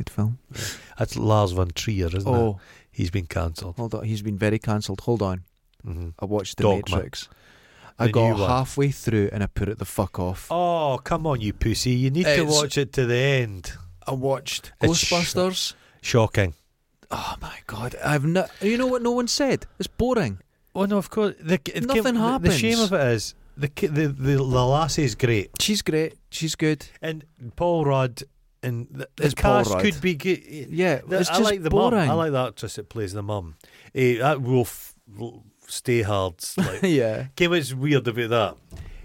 Speaker 1: good film.
Speaker 2: That's Lars von Trier, isn't it?
Speaker 1: Oh,
Speaker 2: He's been cancelled.
Speaker 1: hold on, he's been very cancelled. Hold on.
Speaker 2: hmm
Speaker 1: I watched The
Speaker 2: Dogma.
Speaker 1: Matrix. I
Speaker 2: The
Speaker 1: got
Speaker 2: new one.
Speaker 1: halfway through and I put it the fuck off.
Speaker 2: Oh, come on, you pussy! You need to
Speaker 1: It's-
Speaker 2: watch it to the end.
Speaker 1: I watched
Speaker 2: It's sh-
Speaker 1: Ghostbusters.
Speaker 2: Shocking.
Speaker 1: Oh my god! I've not. You know what? No one said. It's boring.
Speaker 2: Well, Oh, no, of course. The, it
Speaker 1: Nothing
Speaker 2: came- the- The shame
Speaker 1: happens.
Speaker 2: of it is the ki- the the, the lassie's great,
Speaker 1: She's great. She's good.
Speaker 2: and Paul Rudd and the, the
Speaker 1: It's Paul
Speaker 2: cast
Speaker 1: Rudd.
Speaker 2: could be good.
Speaker 1: Yeah,
Speaker 2: The-
Speaker 1: it's
Speaker 2: I
Speaker 1: just
Speaker 2: like the
Speaker 1: boring.
Speaker 2: mum. I like the actress that plays the mum. Eh, that Wolf l- Stay Hard's like
Speaker 1: yeah.
Speaker 2: Okay, what's weird about that?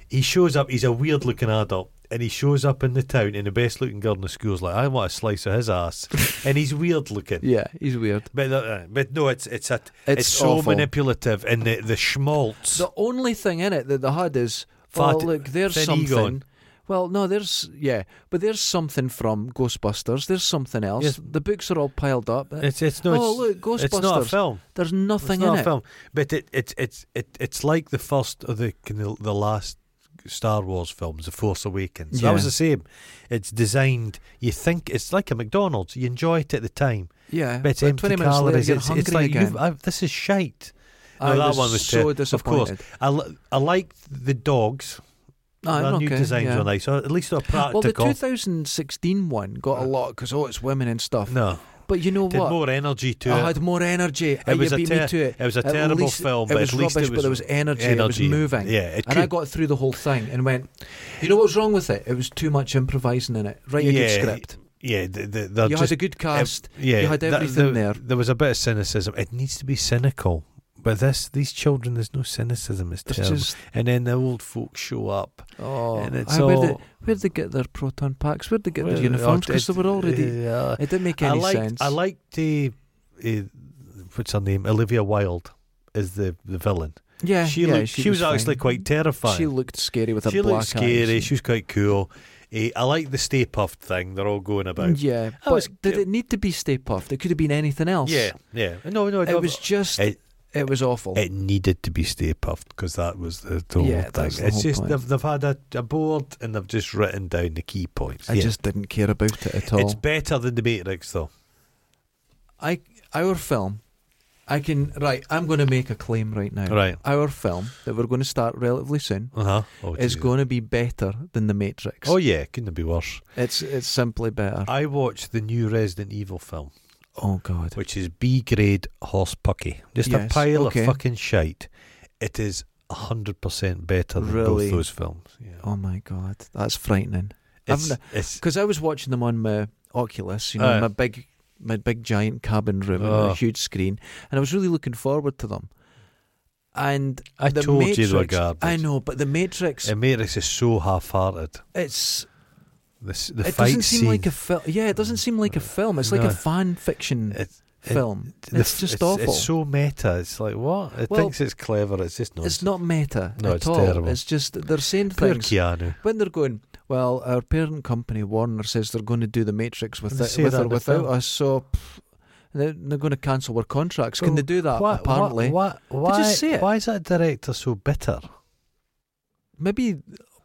Speaker 2: He shows up, he's a weird looking adult, and he shows up in the town, and the best looking girl in the school's like, I want a slice of his ass. and he's weird looking.
Speaker 1: Yeah. He's weird.
Speaker 2: But, uh, but no, it's it's a,
Speaker 1: It's
Speaker 2: it's, so
Speaker 1: awful.
Speaker 2: manipulative, and the, the schmaltz.
Speaker 1: The only thing in it that they had is, well,
Speaker 2: Fat-
Speaker 1: look, there's
Speaker 2: thin
Speaker 1: something.
Speaker 2: Egon.
Speaker 1: Well, no, there's yeah, but there's something from Ghostbusters. There's something else.
Speaker 2: Yes.
Speaker 1: The books are all piled up.
Speaker 2: it's, it's, no,
Speaker 1: oh
Speaker 2: it's,
Speaker 1: look, Ghostbusters.
Speaker 2: it's not a film.
Speaker 1: There's
Speaker 2: It's
Speaker 1: nothing
Speaker 2: not
Speaker 1: in
Speaker 2: a
Speaker 1: it.
Speaker 2: film. But it, it's it's it, it's like the first of the, kind of the last Star Wars films, The Force Awakens.
Speaker 1: Yeah.
Speaker 2: That was the same. It's designed, you think, it's like a McDonald's. You enjoy it at the time.
Speaker 1: Yeah,
Speaker 2: But it's
Speaker 1: but
Speaker 2: empty
Speaker 1: 20 minutes later,
Speaker 2: calories.
Speaker 1: you're
Speaker 2: it's,
Speaker 1: hungry
Speaker 2: it's like
Speaker 1: again.
Speaker 2: You've, I've, this is shite. No,
Speaker 1: I
Speaker 2: that
Speaker 1: was
Speaker 2: one was
Speaker 1: so
Speaker 2: ter- of course.
Speaker 1: disappointed.
Speaker 2: I, li- I liked the dogs.
Speaker 1: Ah,
Speaker 2: Their new
Speaker 1: okay,
Speaker 2: designs
Speaker 1: yeah.
Speaker 2: were nice. Or at least they're
Speaker 1: Well, the
Speaker 2: practical.
Speaker 1: 2016 one got a lot because oh, it's women and stuff.
Speaker 2: no,
Speaker 1: But you know
Speaker 2: it had
Speaker 1: what? Oh,
Speaker 2: more energy to
Speaker 1: I
Speaker 2: it.
Speaker 1: had more energy. It
Speaker 2: was a
Speaker 1: beat me
Speaker 2: ter-
Speaker 1: to it.
Speaker 2: It was a
Speaker 1: At
Speaker 2: terrible
Speaker 1: least-
Speaker 2: film,
Speaker 1: It
Speaker 2: but
Speaker 1: was
Speaker 2: at least
Speaker 1: rubbish,
Speaker 2: it was
Speaker 1: but there was energy.
Speaker 2: energy.
Speaker 1: It was moving.
Speaker 2: Yeah, it
Speaker 1: and I
Speaker 2: could-
Speaker 1: got through the whole thing and went. You know what was wrong with it? It was too much improvising in it. Write a good
Speaker 2: Yeah,
Speaker 1: script.
Speaker 2: yeah. The, the, they're
Speaker 1: you
Speaker 2: just,
Speaker 1: had a good
Speaker 2: ev-
Speaker 1: cast.
Speaker 2: yeah,
Speaker 1: you had
Speaker 2: that-
Speaker 1: everything
Speaker 2: the-
Speaker 1: there.
Speaker 2: There was a bit of cynicism. It needs to be cynical. But this, these children, there's no cynicism. It's
Speaker 1: It's
Speaker 2: terrible.
Speaker 1: just
Speaker 2: and then the old folk show up,
Speaker 1: oh,
Speaker 2: and it's
Speaker 1: I- where'd,
Speaker 2: all.
Speaker 1: they, where'd they get their proton packs? Where'd they get
Speaker 2: well,
Speaker 1: their uniforms? Because
Speaker 2: it-
Speaker 1: they were already.
Speaker 2: yeah.
Speaker 1: it didn't make any
Speaker 2: I liked,
Speaker 1: sense.
Speaker 2: I liked uh, uh, what's her name? Olivia Wilde is the, the villain.
Speaker 1: yeah,
Speaker 2: she,
Speaker 1: Eh, yeah,
Speaker 2: looked, she, was,
Speaker 1: fine.
Speaker 2: actually quite terrifying.
Speaker 1: She looked scary with her
Speaker 2: She
Speaker 1: black
Speaker 2: looked scary.
Speaker 1: eyes.
Speaker 2: She was quite cool. Eh, I like the Stay Puffed thing. They're all going about.
Speaker 1: Yeah,
Speaker 2: I
Speaker 1: but
Speaker 2: was-
Speaker 1: did it need to be Stay Puffed? It could have been anything else.
Speaker 2: Yeah, yeah. No, no.
Speaker 1: it was just it,
Speaker 2: It-
Speaker 1: was awful.
Speaker 2: It needed to be Stay Puffed because that was the, the
Speaker 1: Yeah,
Speaker 2: whole
Speaker 1: that's
Speaker 2: thing.
Speaker 1: the
Speaker 2: it's
Speaker 1: whole
Speaker 2: just
Speaker 1: point.
Speaker 2: they've they've had a, a board and they've just written down the key points.
Speaker 1: I
Speaker 2: Yeah.
Speaker 1: just didn't care about it at all.
Speaker 2: it's better than the Matrix though.
Speaker 1: I our film, I can right. I'm going to make a claim right now.
Speaker 2: Right.
Speaker 1: Our film that we're going to start relatively soon
Speaker 2: Uh huh. Oh,
Speaker 1: is
Speaker 2: Jesus.
Speaker 1: going to be better than the Matrix.
Speaker 2: Oh yeah, couldn't it be worse?
Speaker 1: It's it's simply better.
Speaker 2: I watched the new Resident Evil film.
Speaker 1: oh God.
Speaker 2: which is B grade horse pucky. Just
Speaker 1: Yes,
Speaker 2: a pile
Speaker 1: okay.
Speaker 2: of fucking shite. It is hundred percent better than
Speaker 1: Really?
Speaker 2: both those films. Yeah.
Speaker 1: Oh my God. That's frightening.
Speaker 2: It's,
Speaker 1: I've
Speaker 2: it's
Speaker 1: Because I was watching them on my Oculus, you know,
Speaker 2: Aye.
Speaker 1: my big, my big giant cabin room, and
Speaker 2: Uh. Oh.
Speaker 1: a huge screen, and I was really looking forward to them. And
Speaker 2: I
Speaker 1: the
Speaker 2: told
Speaker 1: Matrix,
Speaker 2: you they were garbage.
Speaker 1: I know, but the Matrix,
Speaker 2: And Matrix is so half-hearted.
Speaker 1: it's
Speaker 2: The, s- the
Speaker 1: it
Speaker 2: fight
Speaker 1: doesn't seem
Speaker 2: scene,
Speaker 1: like a film. Yeah, it doesn't seem like a film. It's like
Speaker 2: No.
Speaker 1: a fan fiction
Speaker 2: It- it-
Speaker 1: film.
Speaker 2: the
Speaker 1: it's
Speaker 2: f-
Speaker 1: just
Speaker 2: it's,
Speaker 1: awful.
Speaker 2: It's so meta. It's like what? It
Speaker 1: Well,
Speaker 2: thinks it's clever. It's just not.
Speaker 1: It's not meta
Speaker 2: No,
Speaker 1: at
Speaker 2: it's
Speaker 1: all.
Speaker 2: terrible.
Speaker 1: It's just they're saying
Speaker 2: poor
Speaker 1: things
Speaker 2: Keanu.
Speaker 1: when they're going. Well, our parent company Warner says they're going to do the Matrix with
Speaker 2: They
Speaker 1: it,
Speaker 2: say
Speaker 1: with
Speaker 2: that
Speaker 1: or
Speaker 2: in the
Speaker 1: without
Speaker 2: film.
Speaker 1: us. So pff, they're, they're going to cancel our contracts. Can
Speaker 2: Well,
Speaker 1: they do that?
Speaker 2: Why- why-
Speaker 1: Apparently,
Speaker 2: why? Why,
Speaker 1: just say it.
Speaker 2: why is that director so bitter?
Speaker 1: maybe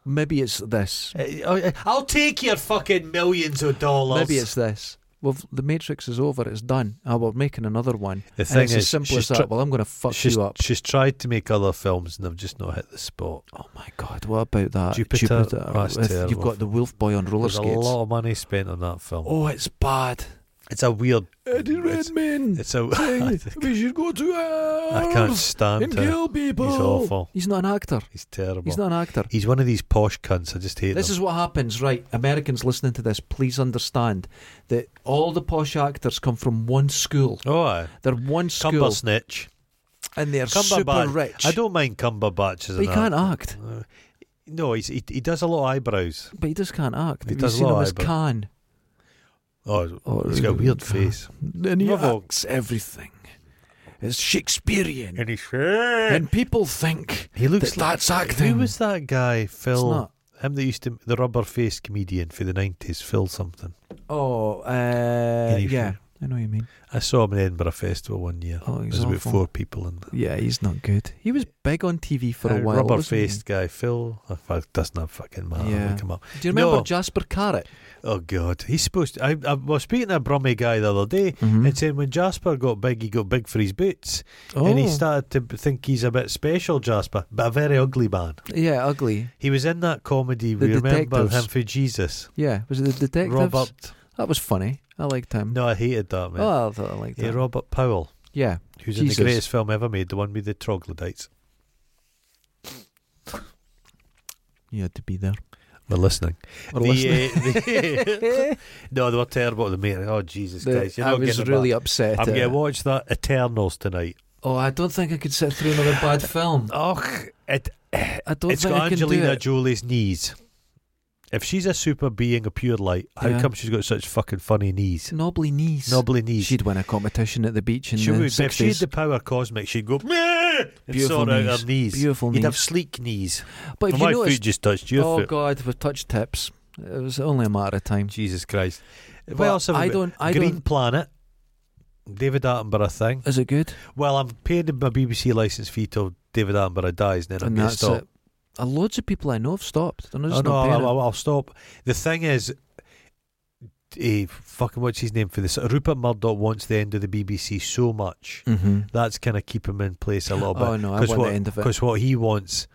Speaker 1: maybe it's this. Eh, oh,
Speaker 2: Uh, I'll take your fucking millions of dollars.
Speaker 1: Maybe it's this. We've, the Matrix is over. It's done. Ah, we're making another one.
Speaker 2: The
Speaker 1: and
Speaker 2: thing
Speaker 1: it's
Speaker 2: is,
Speaker 1: as simple as
Speaker 2: she's
Speaker 1: that.
Speaker 2: tr-
Speaker 1: well, I'm going to fuck
Speaker 2: she's,
Speaker 1: you up.
Speaker 2: she's tried to make other films and they've just not hit the spot.
Speaker 1: Oh my god! What about that?
Speaker 2: Jupiter, that's
Speaker 1: If You've
Speaker 2: terrible.
Speaker 1: got the Wolf Boy on roller
Speaker 2: There's a
Speaker 1: skates.
Speaker 2: lot of money spent on that film.
Speaker 1: Oh, it's bad.
Speaker 2: It's a weird. it's,
Speaker 1: Redmayne.
Speaker 2: it's a. I, think-
Speaker 1: we should go to
Speaker 2: I can't stand it.
Speaker 1: people.
Speaker 2: awful.
Speaker 1: He's not an actor.
Speaker 2: He's terrible.
Speaker 1: He's
Speaker 2: He's,
Speaker 1: not an actor.
Speaker 2: one of these posh cunts. I just hate
Speaker 1: This
Speaker 2: him.
Speaker 1: is what happens, right? Americans listening to this, please understand that all the posh actors come from one school.
Speaker 2: oh, aye.
Speaker 1: They're one school,
Speaker 2: Cumbersnitch.
Speaker 1: and they're super
Speaker 2: Cumberbatch.
Speaker 1: rich.
Speaker 2: I don't mind Cumberbatch as
Speaker 1: But he
Speaker 2: an
Speaker 1: can't
Speaker 2: actor.
Speaker 1: act.
Speaker 2: Uh, no, he's, he he does a lot of eyebrows.
Speaker 1: But he just can't act.
Speaker 2: He
Speaker 1: Have
Speaker 2: does
Speaker 1: you seen
Speaker 2: lie,
Speaker 1: him as
Speaker 2: but-
Speaker 1: Khan?
Speaker 2: Oh,
Speaker 1: Oh,
Speaker 2: he's got a weird face.
Speaker 1: And he
Speaker 2: Bravo.
Speaker 1: acts everything. It's Shakespearean.
Speaker 2: And he's
Speaker 1: And people think
Speaker 2: he looks
Speaker 1: that
Speaker 2: like
Speaker 1: that's acting.
Speaker 2: Who was that guy,
Speaker 1: it's
Speaker 2: Phil?
Speaker 1: not.
Speaker 2: Him that used to the rubber faced comedian for the nineties, Phil something.
Speaker 1: Oh,
Speaker 2: Can
Speaker 1: uh,
Speaker 2: you
Speaker 1: yeah.
Speaker 2: feel-
Speaker 1: I know what you mean.
Speaker 2: I saw him in Edinburgh Festival one year.
Speaker 1: Oh, he's
Speaker 2: There's about
Speaker 1: awful.
Speaker 2: four people in there.
Speaker 1: Yeah, he's not good. He was big on TV for a
Speaker 2: Uh,
Speaker 1: while.
Speaker 2: Rubber
Speaker 1: wasn't he?
Speaker 2: faced guy, Phil. Oh, fuck, doesn't have fucking matter.
Speaker 1: Yeah.
Speaker 2: Look him up.
Speaker 1: Do you remember
Speaker 2: No.
Speaker 1: Jasper Carrot?
Speaker 2: Oh god. He's supposed to I, I was speaking to a Brummy guy the other day
Speaker 1: Hmm?
Speaker 2: and saying when Jasper got big he got big for his boots.
Speaker 1: Oh,
Speaker 2: And he started to b- think he's a bit special, Jasper, but a very ugly man.
Speaker 1: yeah, ugly.
Speaker 2: He was in that comedy
Speaker 1: The
Speaker 2: we remember
Speaker 1: Detectives.
Speaker 2: him for Jesus.
Speaker 1: Yeah, was it the detectives?
Speaker 2: Robert
Speaker 1: That was funny. I liked him.
Speaker 2: No, I hated that man.
Speaker 1: oh, I thought I liked
Speaker 2: Yeah,
Speaker 1: that.
Speaker 2: Robert Powell,
Speaker 1: yeah,
Speaker 2: who's
Speaker 1: Jesus.
Speaker 2: in the greatest film ever made, the one with the troglodytes.
Speaker 1: you had to be there.
Speaker 2: We're listening.
Speaker 1: Or
Speaker 2: The,
Speaker 1: listening.
Speaker 2: uh, the- no, they were terrible at the meeting. Oh Jesus
Speaker 1: The-
Speaker 2: Christ! You're
Speaker 1: I
Speaker 2: not
Speaker 1: was
Speaker 2: getting
Speaker 1: really
Speaker 2: That.
Speaker 1: upset.
Speaker 2: I'm
Speaker 1: at
Speaker 2: going to
Speaker 1: it.
Speaker 2: watch that Eternals tonight.
Speaker 1: Oh, I don't think I could sit through another bad film.
Speaker 2: Oh, it,
Speaker 1: I don't
Speaker 2: it's
Speaker 1: think I
Speaker 2: got
Speaker 1: can do
Speaker 2: Angelina
Speaker 1: it.
Speaker 2: Jolie's knees. If she's a super being of pure light, how
Speaker 1: Yeah.
Speaker 2: come she's got such fucking funny knees?
Speaker 1: Nobly knees.
Speaker 2: Knobbly knees.
Speaker 1: She'd win a competition at the beach in
Speaker 2: she
Speaker 1: the
Speaker 2: would. If she had
Speaker 1: 60s.
Speaker 2: the power cosmic, she'd go Meh! and
Speaker 1: Beautiful
Speaker 2: sort out
Speaker 1: knees.
Speaker 2: her knees.
Speaker 1: Beautiful
Speaker 2: You'd
Speaker 1: knees.
Speaker 2: have sleek knees.
Speaker 1: but if
Speaker 2: My
Speaker 1: you notice,
Speaker 2: foot just touched your
Speaker 1: oh
Speaker 2: foot.
Speaker 1: god, with touch tips, it was only a matter of time.
Speaker 2: Jesus Christ. What
Speaker 1: But
Speaker 2: else have we
Speaker 1: I
Speaker 2: got?
Speaker 1: don't. I
Speaker 2: Green
Speaker 1: don't.
Speaker 2: Planet. David Attenborough thing.
Speaker 1: Is it good?
Speaker 2: Well, I'm paying my BBC license fee till David Attenborough dies, and then I'm
Speaker 1: and
Speaker 2: going
Speaker 1: that's
Speaker 2: to stop.
Speaker 1: it. Uh, loads of people I know have stopped. They're
Speaker 2: Oh,
Speaker 1: just
Speaker 2: no,
Speaker 1: not
Speaker 2: I'll,
Speaker 1: paying
Speaker 2: I'll, I'll stop. The thing is, eh, fucking what's his name for this? Rupert Murdoch wants the end of the BBC so much.
Speaker 1: it. Mhm.
Speaker 2: That's kind of keep him in place a little bit.
Speaker 1: Oh no, I
Speaker 2: 'Cause
Speaker 1: want
Speaker 2: what-
Speaker 1: the end of it.
Speaker 2: Because what he wants,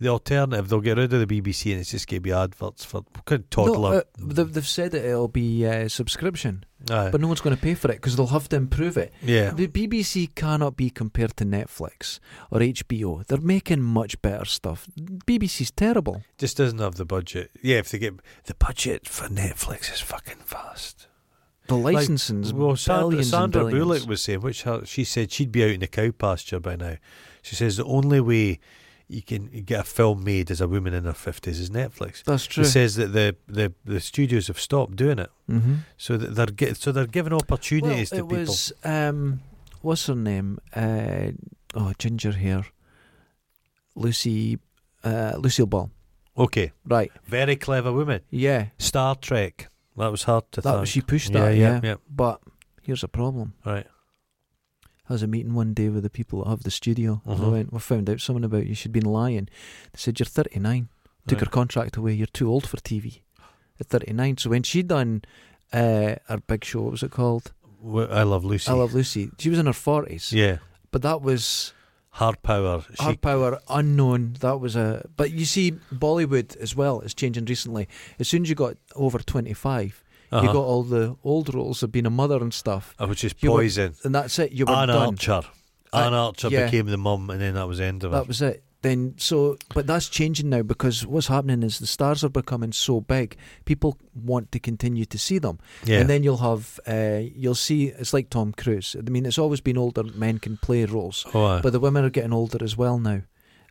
Speaker 2: the alternative, they'll get rid of the BBC and it's just going to be adverts for good toddler.
Speaker 1: No, uh, they've, they've said that it'll be uh, subscription,
Speaker 2: Aye.
Speaker 1: but no one's going to pay for it because they'll have to improve it.
Speaker 2: yeah.
Speaker 1: The BBC cannot be compared to Netflix or HBO. They're making much better stuff. BBC's terrible.
Speaker 2: just doesn't have the budget. Yeah, if they get the budget for Netflix is fucking vast.
Speaker 1: The licensing's
Speaker 2: well, Sandra,
Speaker 1: Mm, billions and
Speaker 2: Sandra
Speaker 1: billions.
Speaker 2: Bullock was saying, which her, she said she'd be out in the cow pasture by now. She says the only way you can get a film made as a woman in her fifties is Netflix.
Speaker 1: That's true.
Speaker 2: She says that the, the, the studios have stopped doing it,
Speaker 1: mm-hmm.
Speaker 2: so that they're get, so they're giving opportunities
Speaker 1: well,
Speaker 2: to
Speaker 1: it
Speaker 2: people.
Speaker 1: was um, what's her name? Uh, oh, ginger hair, Lucy, uh, Lucille Ball.
Speaker 2: Okay,
Speaker 1: Right?
Speaker 2: very clever woman.
Speaker 1: Yeah,
Speaker 2: Star Trek. That was hard to
Speaker 1: that
Speaker 2: thank.
Speaker 1: she pushed
Speaker 2: yeah,
Speaker 1: that.
Speaker 2: yeah,
Speaker 1: Yeah,
Speaker 2: yeah.
Speaker 1: But here's a problem.
Speaker 2: Right.
Speaker 1: I was a meeting one day with the people that have the studio. And I
Speaker 2: Mhm.
Speaker 1: went, we found out something about you. She'd been lying. They said you're 39. Took her
Speaker 2: Right.
Speaker 1: contract away. You're too old for TV. At 39. So when she done uh, her big show, what was it called?
Speaker 2: W- I love Lucy.
Speaker 1: I Love Lucy. She was in her 40s.
Speaker 2: Yeah,
Speaker 1: But that was
Speaker 2: hard power. She
Speaker 1: Hard power unknown. That was a. But you see, Bollywood as well is changing recently. As soon as you got over twenty five,
Speaker 2: uh-huh.
Speaker 1: you got all the old roles of being a mother and stuff,
Speaker 2: Uh, which is
Speaker 1: You were-
Speaker 2: poison.
Speaker 1: and that's it. You were
Speaker 2: Anne
Speaker 1: done.
Speaker 2: Archer.
Speaker 1: I-
Speaker 2: Anne Archer
Speaker 1: yeah.
Speaker 2: became the mum, and then that was the end of
Speaker 1: That
Speaker 2: it.
Speaker 1: was it. Then so, but that's changing now because what's happening is the stars are becoming so big, people want to continue to see them,
Speaker 2: Yeah.
Speaker 1: and then you'll have uh, you'll see it's like Tom Cruise. I mean, it's always been older men can play roles,
Speaker 2: oh, aye.
Speaker 1: but the women are getting older as well now,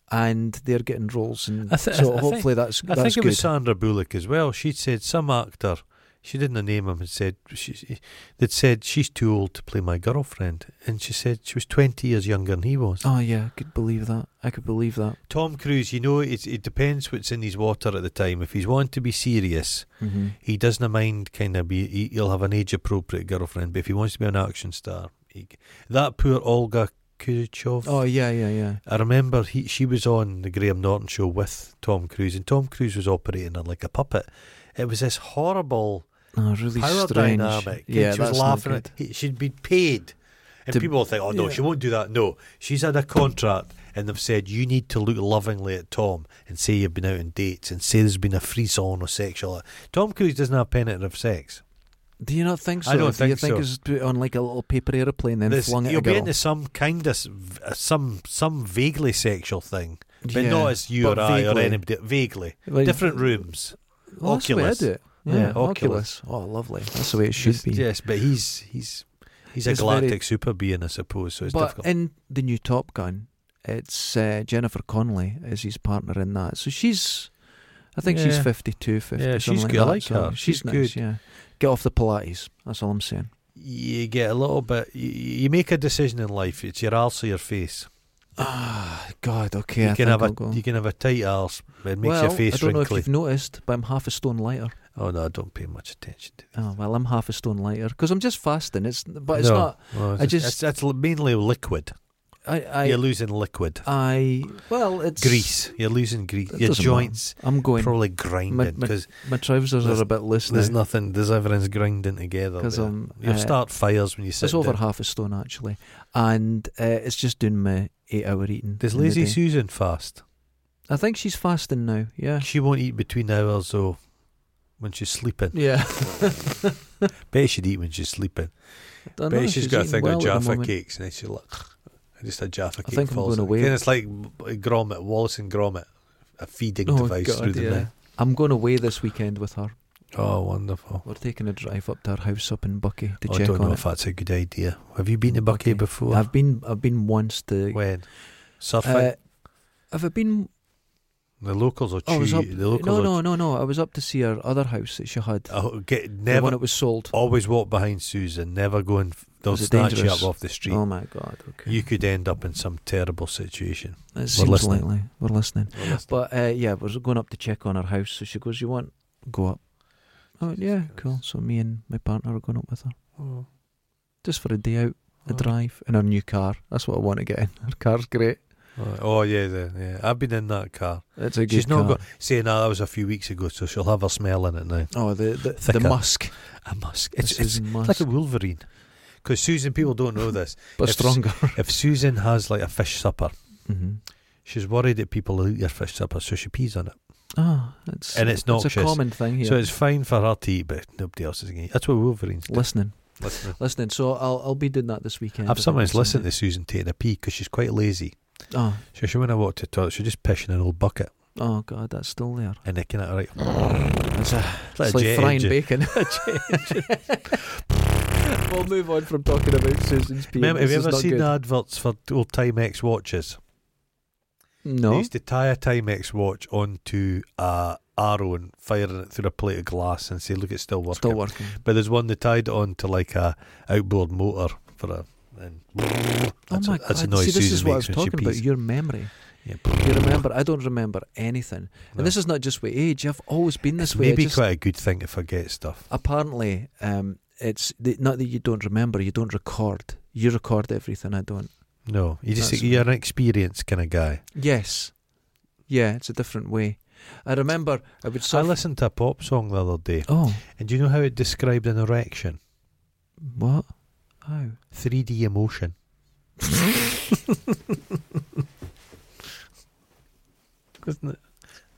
Speaker 1: and they're getting roles, and
Speaker 2: I thi- I
Speaker 1: so
Speaker 2: thi- I
Speaker 1: hopefully that's
Speaker 2: I
Speaker 1: that's
Speaker 2: think it
Speaker 1: good.
Speaker 2: was Sandra Bullock as well. She'd said some actor. She didn't name him and said she, she- that said she's too old to play my girlfriend, and she said she was twenty years younger than he was.
Speaker 1: Oh yeah, I could believe that. I could believe that.
Speaker 2: Tom Cruise, you know, it, it depends what's in his water at the time. If he's wanting to be serious,
Speaker 1: Mm-hmm.
Speaker 2: he doesn't mind kind of be. He, he'll have an age-appropriate girlfriend, but if he wants to be an action star, he, that poor Olga Kuchov.
Speaker 1: Oh yeah, yeah, yeah.
Speaker 2: I remember he she was on the Graham Norton show with Tom Cruise, and Tom Cruise was operating her like a puppet. It was this horrible.
Speaker 1: Oh, really
Speaker 2: power
Speaker 1: strange.
Speaker 2: dynamic. and
Speaker 1: Yeah,
Speaker 2: she was
Speaker 1: that's
Speaker 2: laughing.
Speaker 1: Not
Speaker 2: At, he- she'd been paid, and
Speaker 1: To-
Speaker 2: people will think, "Oh no,
Speaker 1: yeah.
Speaker 2: she won't do that." No, she's had a contract, and they've said you need to look lovingly at Tom and say you've been out on dates and say there's been a frisson or sexual. Tom Cruise doesn't have penetrative sex.
Speaker 1: good. Do you not think so?
Speaker 2: I don't
Speaker 1: Do you
Speaker 2: think
Speaker 1: think
Speaker 2: so.
Speaker 1: it's put on like a little paper airplane then
Speaker 2: This-
Speaker 1: flung at
Speaker 2: You'll
Speaker 1: a
Speaker 2: be
Speaker 1: girl?
Speaker 2: into some kind of s- v- uh, some some vaguely sexual thing, but
Speaker 1: Yeah,
Speaker 2: not as you or
Speaker 1: but
Speaker 2: I or
Speaker 1: vaguely.
Speaker 2: anybody. Vaguely,
Speaker 1: Like-
Speaker 2: different rooms.
Speaker 1: Well, that's the way I
Speaker 2: Oculus.
Speaker 1: do it. Yeah,
Speaker 2: Yeah,
Speaker 1: Oculus.
Speaker 2: Oculus.
Speaker 1: Oh, lovely. That's the way it should
Speaker 2: Yes-
Speaker 1: be.
Speaker 2: Yes, but he's he's he's a
Speaker 1: It's very-
Speaker 2: galactic super being, I suppose. So it's
Speaker 1: but
Speaker 2: difficult.
Speaker 1: in the new Top Gun, it's uh, Jennifer Connelly is his partner in that. So she's, I think she's
Speaker 2: Yeah.
Speaker 1: 52, 50,
Speaker 2: Yeah,
Speaker 1: something
Speaker 2: she's
Speaker 1: like
Speaker 2: good. I
Speaker 1: that.
Speaker 2: like
Speaker 1: So
Speaker 2: her.
Speaker 1: She's,
Speaker 2: She's
Speaker 1: nice,
Speaker 2: good.
Speaker 1: yeah. Get off the Pilates. That's all I'm saying.
Speaker 2: you get a little bit. You, you make a decision in life. It's your arse or your face.
Speaker 1: Ah, God, okay. I
Speaker 2: you can
Speaker 1: think
Speaker 2: have
Speaker 1: I'll
Speaker 2: a
Speaker 1: go.
Speaker 2: you can have a tight arse. It makes
Speaker 1: well,
Speaker 2: your face
Speaker 1: I don't know if
Speaker 2: wrinkly.
Speaker 1: you've noticed, but I'm half a stone lighter.
Speaker 2: Oh no, I don't pay much attention to.
Speaker 1: Oh, well, I'm half a stone lighter because I'm just fasting. It's But it's
Speaker 2: No.
Speaker 1: not.
Speaker 2: Well,
Speaker 1: I
Speaker 2: it's-
Speaker 1: just-
Speaker 2: it's, that's li- mainly liquid.
Speaker 1: I, I,
Speaker 2: You're losing liquid.
Speaker 1: I well, it's.
Speaker 2: Grease. You're losing grease.
Speaker 1: It
Speaker 2: Your
Speaker 1: doesn't
Speaker 2: joints
Speaker 1: I'm going.
Speaker 2: probably
Speaker 1: My-
Speaker 2: grinding
Speaker 1: my-
Speaker 2: because
Speaker 1: My trousers are
Speaker 2: There's-
Speaker 1: a bit loose
Speaker 2: there's
Speaker 1: now
Speaker 2: nothing. There's everything's grinding together.
Speaker 1: 'cause
Speaker 2: there.
Speaker 1: I'm.
Speaker 2: You'll
Speaker 1: uh,
Speaker 2: start fires when you sit.
Speaker 1: It's over
Speaker 2: down.
Speaker 1: half a stone actually, and uh, it's just doing my eight-hour eating.
Speaker 2: Does
Speaker 1: in the
Speaker 2: Lazy
Speaker 1: day.
Speaker 2: Susan fast?
Speaker 1: I think she's fasting now. Yeah.
Speaker 2: She won't eat between hours though. When she's sleeping,
Speaker 1: Yeah.
Speaker 2: bet she'd eat when she's sleeping.
Speaker 1: I
Speaker 2: But
Speaker 1: know,
Speaker 2: she's got a
Speaker 1: eating
Speaker 2: thing
Speaker 1: well at
Speaker 2: of
Speaker 1: the
Speaker 2: Jaffa
Speaker 1: moment.
Speaker 2: cakes, and then she's like, just a Jaffa
Speaker 1: I
Speaker 2: cake
Speaker 1: think I'm
Speaker 2: falls.
Speaker 1: going
Speaker 2: in.
Speaker 1: away.
Speaker 2: Again, it's like Gromit, Wallace and Gromit, a feeding
Speaker 1: Oh,
Speaker 2: device
Speaker 1: God,
Speaker 2: through the
Speaker 1: yeah.
Speaker 2: night.
Speaker 1: I'm going away this weekend with her.
Speaker 2: Oh, wonderful.
Speaker 1: We're taking a drive up to her house up in Bucky to
Speaker 2: Oh, I
Speaker 1: check
Speaker 2: don't know
Speaker 1: on
Speaker 2: if that's a good idea. Have you been to
Speaker 1: Okay.
Speaker 2: Bucky
Speaker 1: it.
Speaker 2: before?
Speaker 1: I've been I've been once to.
Speaker 2: when surfing,
Speaker 1: Uh, have I been?
Speaker 2: the locals will chew.
Speaker 1: Oh, I was up.
Speaker 2: you. The locals
Speaker 1: no,
Speaker 2: will
Speaker 1: no, no, no. I was up to see her other house that she had.
Speaker 2: Oh, get
Speaker 1: the one
Speaker 2: never.
Speaker 1: that was sold.
Speaker 2: Always walk behind Susan. Never go and f- they'll
Speaker 1: Is it
Speaker 2: snatch
Speaker 1: dangerous?
Speaker 2: you up off the street.
Speaker 1: Oh my God. Okay.
Speaker 2: You could end up in some terrible situation.
Speaker 1: it seems
Speaker 2: listening.
Speaker 1: likely. We're listening.
Speaker 2: Well, that's-
Speaker 1: But uh, yeah, we're going up to check on her house. So she goes, "You want go up?" I went, "Yeah, cool." So me and my partner are going up with her
Speaker 2: Oh,
Speaker 1: just for a day out, a
Speaker 2: Oh.
Speaker 1: drive in her new car. That's what I want to get in. Her car's great.
Speaker 2: oh, yeah, yeah, yeah. I've been in that car.
Speaker 1: It's a good
Speaker 2: She's not
Speaker 1: car.
Speaker 2: got saying no, that was a few weeks ago, so she'll have her smell in it now.
Speaker 1: oh, the the, the
Speaker 2: Thicker.
Speaker 1: musk.
Speaker 2: A musk.
Speaker 1: It's,
Speaker 2: It's, it's,
Speaker 1: musk,
Speaker 2: it's like a Wolverine. Because Susan, people don't know this.
Speaker 1: but
Speaker 2: if-
Speaker 1: stronger.
Speaker 2: if Susan has like a fish supper,
Speaker 1: mm-hmm.
Speaker 2: she's worried that people will eat her fish supper, so she pees on it.
Speaker 1: Oh, it's
Speaker 2: And it's
Speaker 1: it's a
Speaker 2: noxious.
Speaker 1: common thing here.
Speaker 2: So it's fine for her to eat, but nobody else is going to eat. That's what Wolverines do.
Speaker 1: listening,
Speaker 2: Listen.
Speaker 1: listening. So I'll I'll be doing that this weekend.
Speaker 2: I've sometimes listened to Susan taking a pee because she's quite lazy.
Speaker 1: to. Oh,
Speaker 2: So she, when I walk to the toilet, she'll just piss in an old bucket
Speaker 1: oh God, that's still there.
Speaker 2: and it kind of right.
Speaker 1: It's, a,
Speaker 2: It's
Speaker 1: it's
Speaker 2: like,
Speaker 1: like
Speaker 2: a jet
Speaker 1: frying
Speaker 2: engine.
Speaker 1: bacon. we'll move on from talking about Susan's pee.
Speaker 2: Remember, have
Speaker 1: This
Speaker 2: you
Speaker 1: is
Speaker 2: ever
Speaker 1: not
Speaker 2: seen
Speaker 1: good.
Speaker 2: the adverts for old Timex watches? They
Speaker 1: No.
Speaker 2: used to tie a Timex watch onto a arrow and firing it through a plate of glass and say, "Look, it's still working."
Speaker 1: Still working.
Speaker 2: But there's one they tied onto like a outboard motor for a. And that's
Speaker 1: oh my
Speaker 2: a, that's
Speaker 1: god!
Speaker 2: a noise
Speaker 1: See, this
Speaker 2: Susan
Speaker 1: is what I was
Speaker 2: makes when she
Speaker 1: talking about.
Speaker 2: pees.
Speaker 1: Your memory.
Speaker 2: Yeah.
Speaker 1: You remember? I don't remember anything.
Speaker 2: No.
Speaker 1: And this is not just with age. I've always been this
Speaker 2: It's
Speaker 1: way. I
Speaker 2: maybe
Speaker 1: just-
Speaker 2: quite a good thing to forget stuff.
Speaker 1: apparently, um, it's the, not that you don't remember. You don't record. You record everything. I don't.
Speaker 2: No, you just
Speaker 1: That's
Speaker 2: you're an experienced kind of guy.
Speaker 1: Yes. Yeah, it's a different way. I remember I would.
Speaker 2: I
Speaker 1: Surf-
Speaker 2: listened to a pop song the other day,
Speaker 1: Oh,
Speaker 2: and do you know how it described an erection?
Speaker 1: what? How?
Speaker 2: 3D emotion. Doesn't it?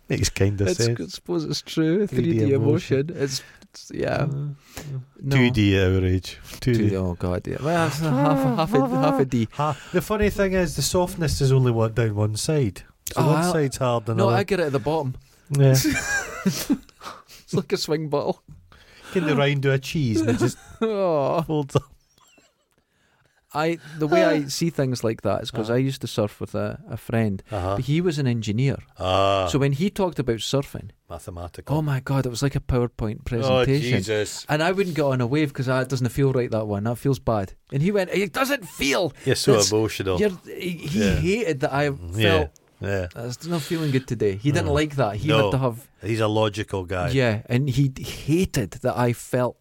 Speaker 2: Makes kind of
Speaker 1: It's,
Speaker 2: sense.
Speaker 1: I suppose it's true. 3D,
Speaker 2: 3D
Speaker 1: emotion.
Speaker 2: emotion. Uh,
Speaker 1: It's, it's yeah. uh, No.
Speaker 2: 2D average. 2D.
Speaker 1: 2D. Oh god, yeah. Well, it's a half, a- half, a, half a D.
Speaker 2: Ha- the funny thing is, the softness is only one down one side. So
Speaker 1: Oh,
Speaker 2: one
Speaker 1: I-
Speaker 2: side's hard than
Speaker 1: No, I
Speaker 2: another.
Speaker 1: get it at the bottom.
Speaker 2: yeah.
Speaker 1: It's like a swing bottle.
Speaker 2: Can the round do a cheese and it just
Speaker 1: oh.
Speaker 2: folds up?
Speaker 1: I the way I see things like that is because I used to surf with a, a friend.
Speaker 2: Uh-huh.
Speaker 1: But he was an engineer,
Speaker 2: Ah,
Speaker 1: so when he talked about surfing,
Speaker 2: mathematical. Oh,
Speaker 1: oh my god, it was like a PowerPoint presentation.
Speaker 2: Jesus.
Speaker 1: and I wouldn't get on a wave because that doesn't feel right. That one that feels bad. And he went, it doesn't feel.
Speaker 2: You're so
Speaker 1: That's-
Speaker 2: emotional.
Speaker 1: You're, he
Speaker 2: Yeah. Mm,
Speaker 1: hated that I felt.
Speaker 2: yeah. Yeah.
Speaker 1: That's not feeling good today. He didn't
Speaker 2: Mm.
Speaker 1: like that. He
Speaker 2: No.
Speaker 1: had to have
Speaker 2: He's a logical guy.
Speaker 1: yeah, and he d- hated that I felt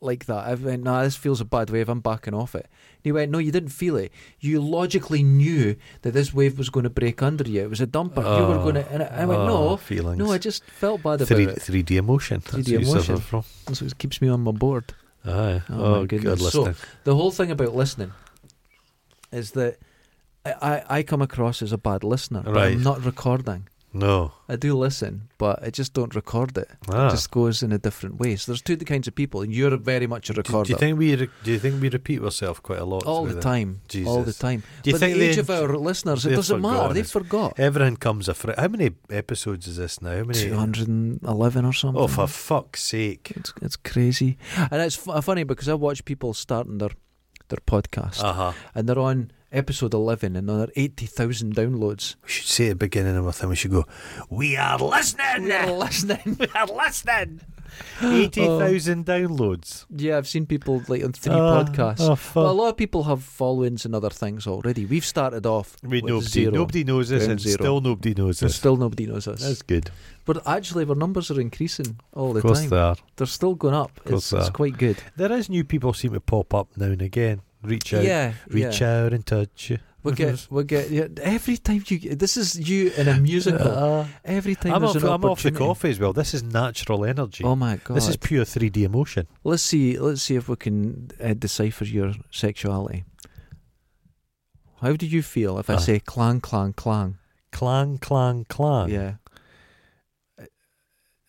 Speaker 1: like that. I went, nah, this feels a bad wave. I'm backing off it. And he went, no, you didn't feel it. You logically knew that this wave was going to break under you. It was a dumper. you were
Speaker 2: Oh,
Speaker 1: going to. And I, I went,
Speaker 2: oh,
Speaker 1: no,
Speaker 2: feelings.
Speaker 1: no, I just felt bad about
Speaker 2: Three
Speaker 1: it.
Speaker 2: three D emotion. That's
Speaker 1: 3D
Speaker 2: where you suffer
Speaker 1: emotion.
Speaker 2: from.
Speaker 1: And so it keeps me on my board.
Speaker 2: Aye.
Speaker 1: Oh,
Speaker 2: Oh,
Speaker 1: my
Speaker 2: good
Speaker 1: goodness. So-
Speaker 2: listening.
Speaker 1: The whole thing about listening is that I, I, I come across as a bad listener. But
Speaker 2: Right.
Speaker 1: I'm not recording.
Speaker 2: no.
Speaker 1: I do listen, but I just don't record it.
Speaker 2: Ah.
Speaker 1: It just goes in a different way. So there's two kinds of people, and you're very much a
Speaker 2: do,
Speaker 1: recorder.
Speaker 2: do you think we re- do you think we repeat ourselves quite a lot?
Speaker 1: all
Speaker 2: through
Speaker 1: the
Speaker 2: that?
Speaker 1: time, all the
Speaker 2: Jesus.
Speaker 1: time.
Speaker 2: Do you
Speaker 1: but
Speaker 2: think
Speaker 1: the age
Speaker 2: they-
Speaker 1: of our listeners, it
Speaker 2: they've
Speaker 1: doesn't matter.
Speaker 2: forgotten
Speaker 1: They
Speaker 2: us?
Speaker 1: forgot.
Speaker 2: Everything comes a fr- How many episodes is this now? How many?
Speaker 1: Two hundred and eleven or something.
Speaker 2: Oh, for fuck's sake!
Speaker 1: it's, it's crazy, and it's f- funny because I watch people starting their their podcast,
Speaker 2: Uh huh.
Speaker 1: and they're on episode eleven, and they're eighty thousand downloads.
Speaker 2: We should say at the beginning of our thing. We should go. We are listening.
Speaker 1: They're listening.
Speaker 2: We are listening. Eighty thousand
Speaker 1: Oh.
Speaker 2: downloads.
Speaker 1: Yeah, I've seen people like on three
Speaker 2: Ah,
Speaker 1: podcasts.
Speaker 2: Oh
Speaker 1: But a
Speaker 2: fuck!
Speaker 1: lot of people have followings and other things already. We've started off
Speaker 2: We
Speaker 1: with
Speaker 2: nobody,
Speaker 1: zero,
Speaker 2: nobody knows this,
Speaker 1: Ground
Speaker 2: and
Speaker 1: zero.
Speaker 2: still nobody knows
Speaker 1: and
Speaker 2: this.
Speaker 1: still nobody knows us.
Speaker 2: That's good.
Speaker 1: But actually, our numbers are increasing all the
Speaker 2: Of course
Speaker 1: time.
Speaker 2: they are.
Speaker 1: They're still going up.
Speaker 2: course
Speaker 1: It's, it's
Speaker 2: they are.
Speaker 1: quite good.
Speaker 2: There is new people seem to pop up now and again. Reach out.
Speaker 1: Yeah,
Speaker 2: Reach
Speaker 1: yeah.
Speaker 2: out and touch you.
Speaker 1: We get, we get. Yeah, every time you, this is you in a musical.
Speaker 2: Uh,
Speaker 1: every time
Speaker 2: I'm,
Speaker 1: there's
Speaker 2: off,
Speaker 1: an
Speaker 2: I'm off the
Speaker 1: opportunity.
Speaker 2: coffee as well. This is natural energy.
Speaker 1: Oh my god!
Speaker 2: this is pure 3D emotion.
Speaker 1: let's see. Let's see if we can uh, decipher your sexuality. How do you feel if I
Speaker 2: Uh.
Speaker 1: say clang, clang, clang?
Speaker 2: Clang, clang, clang.
Speaker 1: yeah.
Speaker 2: Uh,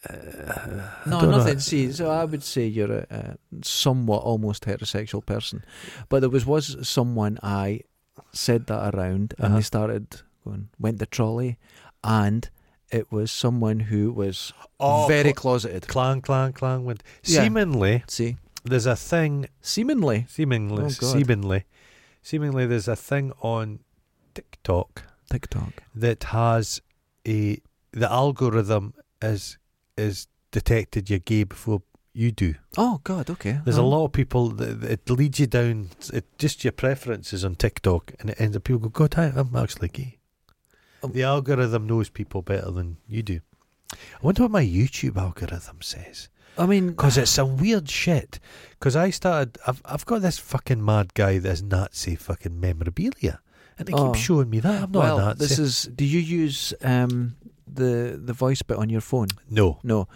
Speaker 2: I
Speaker 1: No,
Speaker 2: don't know.
Speaker 1: nothing. See, so I would say you're a, a somewhat almost heterosexual person, but there was was someone I said that around, and
Speaker 2: Uh-huh.
Speaker 1: they started going went the trolley, and it was someone who was
Speaker 2: Oh,
Speaker 1: very
Speaker 2: cl-
Speaker 1: closeted.
Speaker 2: clang, clang, clang. Wind.
Speaker 1: Yeah.
Speaker 2: Seemingly,
Speaker 1: See,
Speaker 2: there's a thing.
Speaker 1: seemingly
Speaker 2: Seemingly,
Speaker 1: Oh, God.
Speaker 2: seemingly, seemingly, there's a thing on TikTok
Speaker 1: TikTok.
Speaker 2: that has a the algorithm is is detected you're gay before you do.
Speaker 1: Oh God, okay.
Speaker 2: There's
Speaker 1: Um,
Speaker 2: a lot of people that, that it leads you down. It just your preferences on TikTok, and it ends up people go, "God, I, I'm actually gay."
Speaker 1: Um,
Speaker 2: the algorithm knows people better than you do. I wonder what my YouTube algorithm says
Speaker 1: I mean,
Speaker 2: because it's some weird shit. Because I started, I've I've got this fucking mad guy, this Nazi fucking memorabilia, and it
Speaker 1: Oh.
Speaker 2: keeps showing me that I'm not
Speaker 1: well,
Speaker 2: a Nazi.
Speaker 1: this is. Do you use um the the voice bit on your phone?
Speaker 2: no,
Speaker 1: No.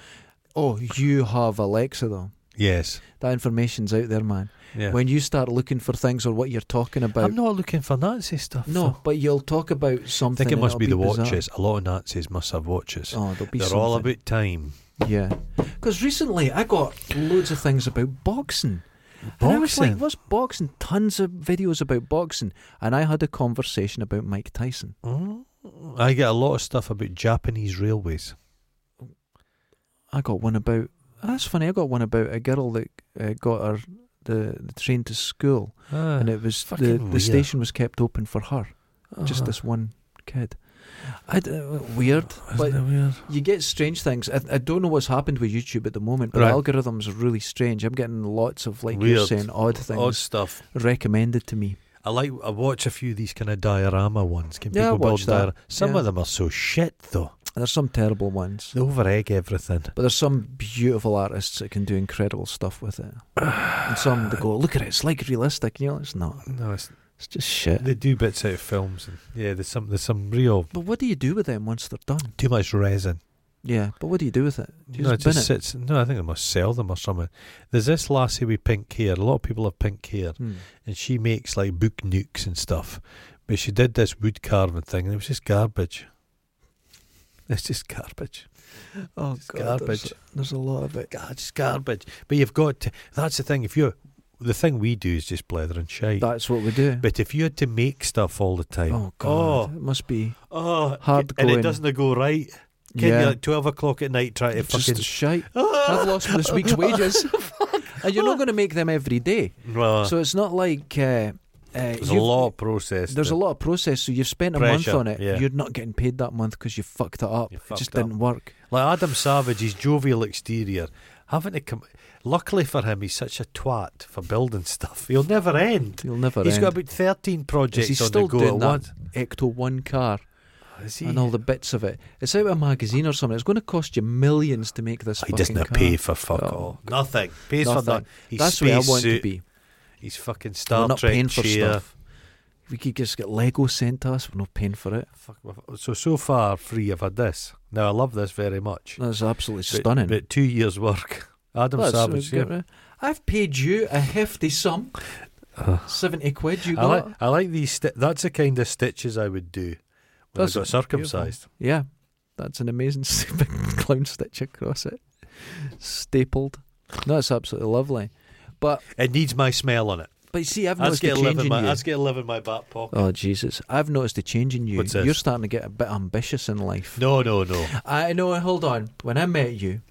Speaker 1: Oh, you have Alexa though.
Speaker 2: yes,
Speaker 1: That information's out there, man.
Speaker 2: yeah.
Speaker 1: when you start looking for things or what you're talking about.
Speaker 2: I'm not looking for Nazi stuff.
Speaker 1: no,
Speaker 2: though.
Speaker 1: but you'll talk about
Speaker 2: I
Speaker 1: something.
Speaker 2: think it
Speaker 1: and
Speaker 2: must
Speaker 1: it'll
Speaker 2: be the
Speaker 1: bizarre.
Speaker 2: watches. A lot of Nazis must have watches.
Speaker 1: Oh, there'll be
Speaker 2: They're
Speaker 1: something.
Speaker 2: all about time.
Speaker 1: yeah. Because recently I got loads of things about boxing. And I was like,
Speaker 2: Boxing?
Speaker 1: what's boxing? Tons of videos about boxing. And I had a conversation about Mike Tyson.
Speaker 2: Mm. I get a lot of stuff about Japanese railways.
Speaker 1: I got one about. oh, That's funny. I got one about a girl that uh, got her the, the train to school,
Speaker 2: Ah.
Speaker 1: and it was
Speaker 2: Uh, fucking
Speaker 1: the, the
Speaker 2: weird. Uh-huh.
Speaker 1: station was kept open for her. Just this one kid. I d- weird,
Speaker 2: Ah,
Speaker 1: but You get strange things. I, I don't know what's happened with YouTube at the moment, but
Speaker 2: Right.
Speaker 1: the algorithms are really strange. I'm getting lots of like you're
Speaker 2: Weird.
Speaker 1: saying odd
Speaker 2: Odd
Speaker 1: things
Speaker 2: stuff.
Speaker 1: recommended to me.
Speaker 2: I like. I watch a few of these kind of diorama ones. Can
Speaker 1: Yeah, I
Speaker 2: people build
Speaker 1: watch that.
Speaker 2: diorama? Some
Speaker 1: Yeah.
Speaker 2: of them are so shit though.
Speaker 1: And there's some terrible ones,
Speaker 2: They over egg everything.
Speaker 1: but there's some beautiful artists that can do incredible stuff with it. and some that go, look at it, it's like realistic. You know, it's not.
Speaker 2: No, it's,
Speaker 1: It's just shit.
Speaker 2: they do bits out of films. And, yeah, there's some. There's some real
Speaker 1: But what do you do with them once they're done?
Speaker 2: too much resin.
Speaker 1: Yeah, but what do you do with it? Do you
Speaker 2: no, it
Speaker 1: just bin
Speaker 2: just
Speaker 1: it?
Speaker 2: sits. No, I think they must sell them or something. There's this lassie with pink hair. A lot of people have pink hair.
Speaker 1: Hmm.
Speaker 2: and she makes like book nukes and stuff. But she did this wood carving thing, and it was just garbage. It's just garbage.
Speaker 1: Oh
Speaker 2: It's
Speaker 1: god,
Speaker 2: garbage.
Speaker 1: There's, there's a lot of it.
Speaker 2: God, it's garbage. But you've got to. That's the thing. If you're the thing we do is just blether and shite.
Speaker 1: That's what we do.
Speaker 2: but if you had to make stuff all the time,
Speaker 1: oh god, it must be
Speaker 2: oh, oh,
Speaker 1: Hard
Speaker 2: and
Speaker 1: going.
Speaker 2: it doesn't go right. Can
Speaker 1: yeah,
Speaker 2: you like twelve o'clock at night try to
Speaker 1: just
Speaker 2: fucking?
Speaker 1: shite.
Speaker 2: Oh,
Speaker 1: I've lost this week's wages. and you're not going to make them every day.
Speaker 2: no.
Speaker 1: So it's not like. Uh, uh,
Speaker 2: there's a
Speaker 1: you've-
Speaker 2: lot of process.
Speaker 1: There's a lot of process. So you've spent a
Speaker 2: Pressure,
Speaker 1: month on it.
Speaker 2: yeah.
Speaker 1: You're not getting paid that month because you fucked it up.
Speaker 2: You
Speaker 1: it just
Speaker 2: fucked up.
Speaker 1: didn't work.
Speaker 2: Like Adam Savage, his jovial exterior, having to come. Luckily for him, he's such a twat for building stuff. He'll never end.
Speaker 1: You'll never
Speaker 2: He's
Speaker 1: end.
Speaker 2: got about thirteen projects
Speaker 1: Is he
Speaker 2: on
Speaker 1: still
Speaker 2: the go
Speaker 1: doing
Speaker 2: at
Speaker 1: that?
Speaker 2: once.
Speaker 1: Ecto one car.
Speaker 2: Is
Speaker 1: and all the bits of it. It's out of a magazine or something. It's going to cost you millions to make this.
Speaker 2: he
Speaker 1: fucking
Speaker 2: doesn't
Speaker 1: car.
Speaker 2: pay for fuck
Speaker 1: Oh,
Speaker 2: all. Nothing. Pays
Speaker 1: Nothing.
Speaker 2: for nothing. He's
Speaker 1: That's
Speaker 2: space
Speaker 1: where I want
Speaker 2: suit.
Speaker 1: to be.
Speaker 2: He's fucking
Speaker 1: we're
Speaker 2: Star
Speaker 1: not
Speaker 2: Trek
Speaker 1: paying for
Speaker 2: chair.
Speaker 1: stuff. We could just get Lego sent to us. We're not paying for it.
Speaker 2: Fuck, we've- So so far, free. I've had this. Now I love this very much.
Speaker 1: That's absolutely
Speaker 2: But-
Speaker 1: stunning.
Speaker 2: But two years' work. Adam
Speaker 1: Well, that's-
Speaker 2: Savage.
Speaker 1: we've
Speaker 2: Yeah.
Speaker 1: got- I've paid you a hefty sum,
Speaker 2: Uh,
Speaker 1: seventy quid. You
Speaker 2: I
Speaker 1: got?
Speaker 2: like I like these. Sti- that's the kind of stitches I would do when
Speaker 1: That's
Speaker 2: I got circumcised.
Speaker 1: yeah, that's an amazing big clown stitch across it, stapled. No, it's absolutely lovely. But
Speaker 2: It needs my smell on it.
Speaker 1: but you see, I've
Speaker 2: That's
Speaker 1: noticed a
Speaker 2: get a live
Speaker 1: change
Speaker 2: in
Speaker 1: in
Speaker 2: my.
Speaker 1: you.
Speaker 2: That's get a live in my back pocket.
Speaker 1: Oh Jesus! I've noticed a change in you.
Speaker 2: What's this?
Speaker 1: You're starting to get a bit ambitious in life.
Speaker 2: No, no, no.
Speaker 1: I know. Hold on. When I met you,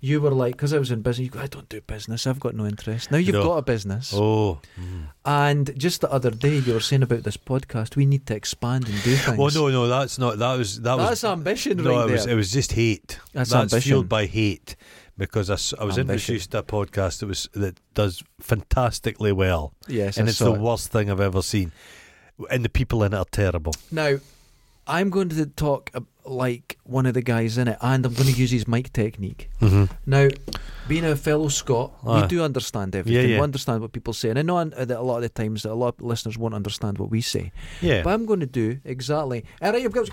Speaker 1: you were like, because I was in business. You go, I don't do business. I've got no interest. Now you've
Speaker 2: No.
Speaker 1: got a business.
Speaker 2: Oh. Mm.
Speaker 1: And just the other day, you were saying about this podcast. We need to expand and do things.
Speaker 2: Oh no, no. That's not. That was. That was.
Speaker 1: that's ambition,
Speaker 2: no,
Speaker 1: right
Speaker 2: it was.
Speaker 1: there.
Speaker 2: It was just hate.
Speaker 1: that's,
Speaker 2: that's
Speaker 1: ambition.
Speaker 2: fueled by hate because I, s- I was
Speaker 1: Ambition.
Speaker 2: introduced to a podcast that was that does fantastically well,
Speaker 1: yes,
Speaker 2: and
Speaker 1: I
Speaker 2: it's
Speaker 1: saw
Speaker 2: the
Speaker 1: it.
Speaker 2: worst thing I've ever seen. And the people in it are terrible.
Speaker 1: Now, I'm going to talk uh, like one of the guys in it, and I'm going to use his mic technique.
Speaker 2: Mm-hmm.
Speaker 1: Now, being a fellow Scot,
Speaker 2: Aye.
Speaker 1: we do understand everything.
Speaker 2: Ah. yeah.
Speaker 1: We understand what people say, and I know uh, that a lot of the times that a lot of listeners won't understand what we say.
Speaker 2: Yeah,
Speaker 1: But I'm going to do exactly. All right, you've got.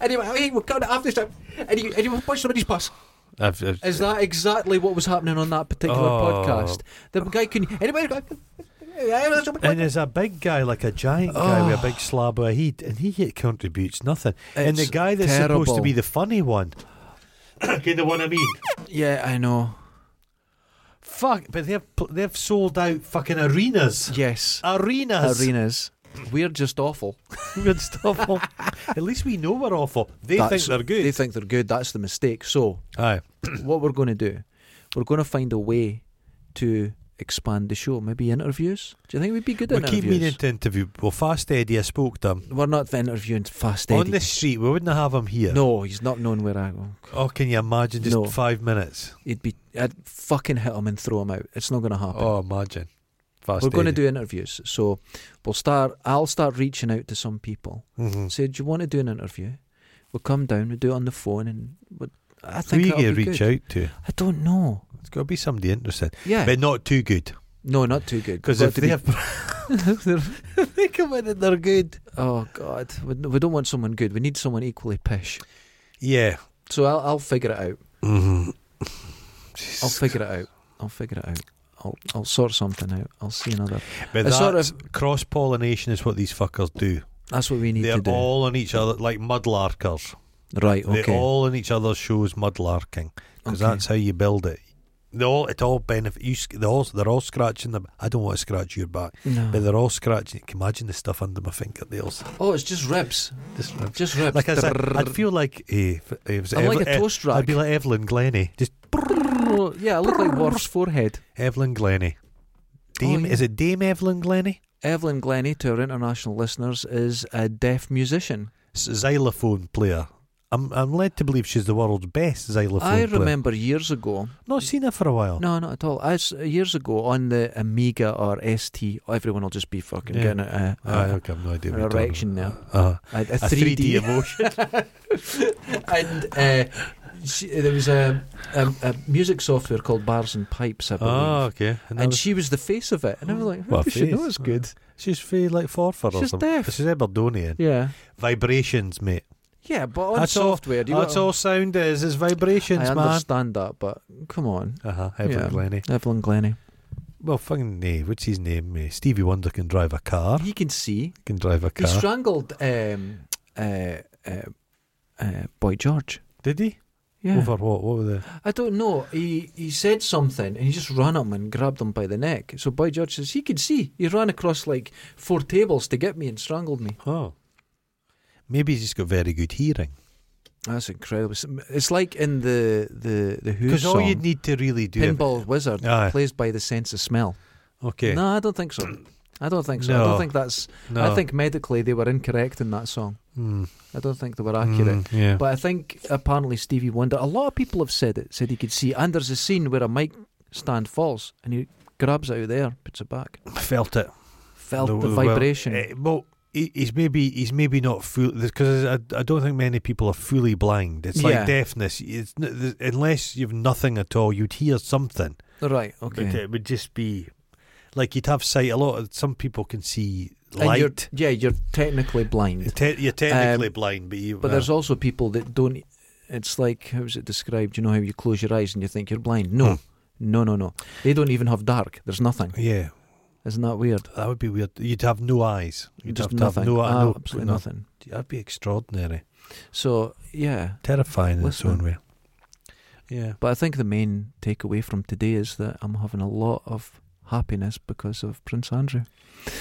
Speaker 1: Anyway, hey, we're coming after this time. And you, and you punch somebody's bus.
Speaker 2: I've, I've-
Speaker 1: Is that exactly what was happening on that particular
Speaker 2: Oh.
Speaker 1: podcast? The guy can. Anyway,
Speaker 2: and
Speaker 1: and
Speaker 2: there's a big guy, like a giant
Speaker 1: Oh.
Speaker 2: guy with a big slab of heat, and he yet contributes nothing. and the
Speaker 1: It's
Speaker 2: guy that's supposed to
Speaker 1: terrible.
Speaker 2: be the funny one, okay, the one I mean,
Speaker 1: yeah, I know.
Speaker 2: fuck, but they've pl- they've sold out fucking arenas,
Speaker 1: Yes,
Speaker 2: arenas,
Speaker 1: arenas. We're just awful.
Speaker 2: Weird stuff. At least we know we're awful. They think
Speaker 1: That's-
Speaker 2: they're good.
Speaker 1: They think they're good. That's the mistake. So,
Speaker 2: Aye.
Speaker 1: what we're going to do, we're going to find a way to expand the show. Maybe interviews. Do you think we'd be good
Speaker 2: We
Speaker 1: at
Speaker 2: keep
Speaker 1: interviews?
Speaker 2: meaning to interview. Well, Fast Eddie, I spoke to him.
Speaker 1: we're not interviewing fast
Speaker 2: On
Speaker 1: Eddie.
Speaker 2: the street, we wouldn't have him here.
Speaker 1: No, he's not known where I go.
Speaker 2: Oh, can you imagine just
Speaker 1: No.
Speaker 2: five minutes?
Speaker 1: He'd be. I'd fucking hit him and throw him out. It's not going to happen.
Speaker 2: Oh, imagine. Fast
Speaker 1: We're going to
Speaker 2: Eddie.
Speaker 1: do interviews, so we'll start. I'll start reaching out to some people.
Speaker 2: Mhm.
Speaker 1: Say, do you want to do an interview? We'll come down. We'll do it on the phone, and we'll, I
Speaker 2: Who
Speaker 1: think
Speaker 2: you
Speaker 1: that'll
Speaker 2: going to
Speaker 1: be
Speaker 2: reach
Speaker 1: good.
Speaker 2: out to?
Speaker 1: I don't know.
Speaker 2: It's got to be somebody interesting,
Speaker 1: Yeah,
Speaker 2: but not too good.
Speaker 1: no, not too good.
Speaker 2: Because
Speaker 1: Got
Speaker 2: if
Speaker 1: to
Speaker 2: they
Speaker 1: be-
Speaker 2: have, if they come in and they're good.
Speaker 1: oh god, we, we don't want someone good. We need someone equally pish.
Speaker 2: Yeah.
Speaker 1: So I'll, I'll figure it out.
Speaker 2: Mm-hmm.
Speaker 1: I'll figure it out. I'll figure it out. I'll, I'll sort something out. I'll see another.
Speaker 2: But
Speaker 1: It's sort
Speaker 2: that's cross pollination is what these fuckers do.
Speaker 1: That's what we need
Speaker 2: They're
Speaker 1: to do.
Speaker 2: all on each other like mudlarkers.
Speaker 1: right.
Speaker 2: They
Speaker 1: Okay.
Speaker 2: all in each other's shows mudlarking because
Speaker 1: Okay.
Speaker 2: that's how you build it. They all it all benefit you. sc- They all they're all scratching them. I don't want to scratch your back,
Speaker 1: No.
Speaker 2: but they're all scratching. Can you imagine the stuff under my fingernails?
Speaker 1: Oh, it's just ribs.
Speaker 2: Just like
Speaker 1: Just ribs.
Speaker 2: I said, I'd feel like eh, if it was
Speaker 1: I'm like
Speaker 2: Eve-
Speaker 1: a
Speaker 2: eh,
Speaker 1: toast
Speaker 2: I'd
Speaker 1: rack.
Speaker 2: be like Evelyn Glennie. Just
Speaker 1: yeah, I look like Worf's forehead.
Speaker 2: Evelyn Glennie. Dame
Speaker 1: Oh, yeah.
Speaker 2: is it Dame Evelyn Glennie?
Speaker 1: Evelyn Glennie, to our international listeners, is a deaf musician.
Speaker 2: S- Xylophone player. I'm I'm led to believe she's the world's best xylophone
Speaker 1: I
Speaker 2: player.
Speaker 1: remember years ago.
Speaker 2: Not seen her for a while.
Speaker 1: No, not at all. As years ago on the Amiga or ST, everyone will just be fucking
Speaker 2: Yeah.
Speaker 1: getting a, a,
Speaker 2: Aye, okay, I've no idea.
Speaker 1: Uh-huh. an
Speaker 2: what you're talking
Speaker 1: erection now.
Speaker 2: about. Uh-huh.
Speaker 1: a, a
Speaker 2: A 3D,
Speaker 1: 3D
Speaker 2: emotion.
Speaker 1: and uh, she, there was a, a, a music software called Bars and Pipes, I believe.
Speaker 2: Oh, okay. that
Speaker 1: and
Speaker 2: was-
Speaker 1: she was the face of it, and I was like, "How
Speaker 2: What
Speaker 1: does she
Speaker 2: face?
Speaker 1: know it's good?"
Speaker 2: she's fae like Forfar or
Speaker 1: She's
Speaker 2: something.
Speaker 1: deaf.
Speaker 2: She's Aberdonian.
Speaker 1: Yeah,
Speaker 2: Vibrations, mate.
Speaker 1: yeah, but on
Speaker 2: That's all-
Speaker 1: software, do you
Speaker 2: That's
Speaker 1: got-
Speaker 2: all sound is, is
Speaker 1: I
Speaker 2: vibrations, man.
Speaker 1: understand that, but come on,
Speaker 2: Uh huh. Evan
Speaker 1: Yeah.
Speaker 2: Glennie.
Speaker 1: Evelyn Glennie,
Speaker 2: Well, fucking eh, what's his name? eh, Stevie Wonder can drive a car.
Speaker 1: he can see.
Speaker 2: Can drive a
Speaker 1: He
Speaker 2: car.
Speaker 1: strangled um, uh, uh, uh, Boy George.
Speaker 2: Did he?
Speaker 1: Yeah,
Speaker 2: Over what? What were the?
Speaker 1: I don't know. He he said something, and he just ran him and grabbed him by the neck. So Boy George says he could see. He ran across like four tables to get me and strangled me.
Speaker 2: Oh. Maybe he's just got very good hearing.
Speaker 1: That's incredible. It's like in the the the Who
Speaker 2: Because all
Speaker 1: song,
Speaker 2: you'd need to really do.
Speaker 1: Pinball Wizard,
Speaker 2: Aye.
Speaker 1: plays by the sense of smell.
Speaker 2: Okay.
Speaker 1: No, I don't think so. I don't think so. I
Speaker 2: No.
Speaker 1: don't think that's.
Speaker 2: No.
Speaker 1: I think medically they were incorrect in that song.
Speaker 2: Hmm.
Speaker 1: I don't think they were accurate.
Speaker 2: Hmm, yeah.
Speaker 1: But I think apparently Stevie Wonder, a lot of people have said it, said he could see. And there's a scene where a mic stand falls and he grabs it out there, puts it back.
Speaker 2: I felt it.
Speaker 1: Felt
Speaker 2: No,
Speaker 1: the
Speaker 2: well,
Speaker 1: vibration.
Speaker 2: eh, well, he- he's maybe he's maybe not full because I, I don't think many people are fully blind. It's like
Speaker 1: Yeah.
Speaker 2: deafness. It's n- th- unless you've nothing at all, you'd hear something.
Speaker 1: Right.
Speaker 2: But
Speaker 1: Okay.
Speaker 2: it would just be like you'd have sight. A lot of some people can see
Speaker 1: And you're,
Speaker 2: light.
Speaker 1: yeah, you're technically blind,
Speaker 2: Te- you're technically blind, but you.
Speaker 1: Um, but
Speaker 2: uh,
Speaker 1: there's also people that don't. It's like how is it described? You know how you close your eyes and you think you're blind. No,
Speaker 2: Hmm.
Speaker 1: no, no, no. They don't even have dark. There's nothing.
Speaker 2: uh, yeah,
Speaker 1: Isn't that weird?
Speaker 2: that would be weird. You'd have no eyes. You'd
Speaker 1: Just
Speaker 2: have to
Speaker 1: nothing.
Speaker 2: have no,
Speaker 1: Ah,
Speaker 2: no
Speaker 1: absolutely
Speaker 2: no-
Speaker 1: nothing.
Speaker 2: That'd be extraordinary,
Speaker 1: So yeah,
Speaker 2: terrifying in its own way. Yeah.
Speaker 1: But I think the main takeaway from today is that I'm having a lot of happiness because of Prince Andrew.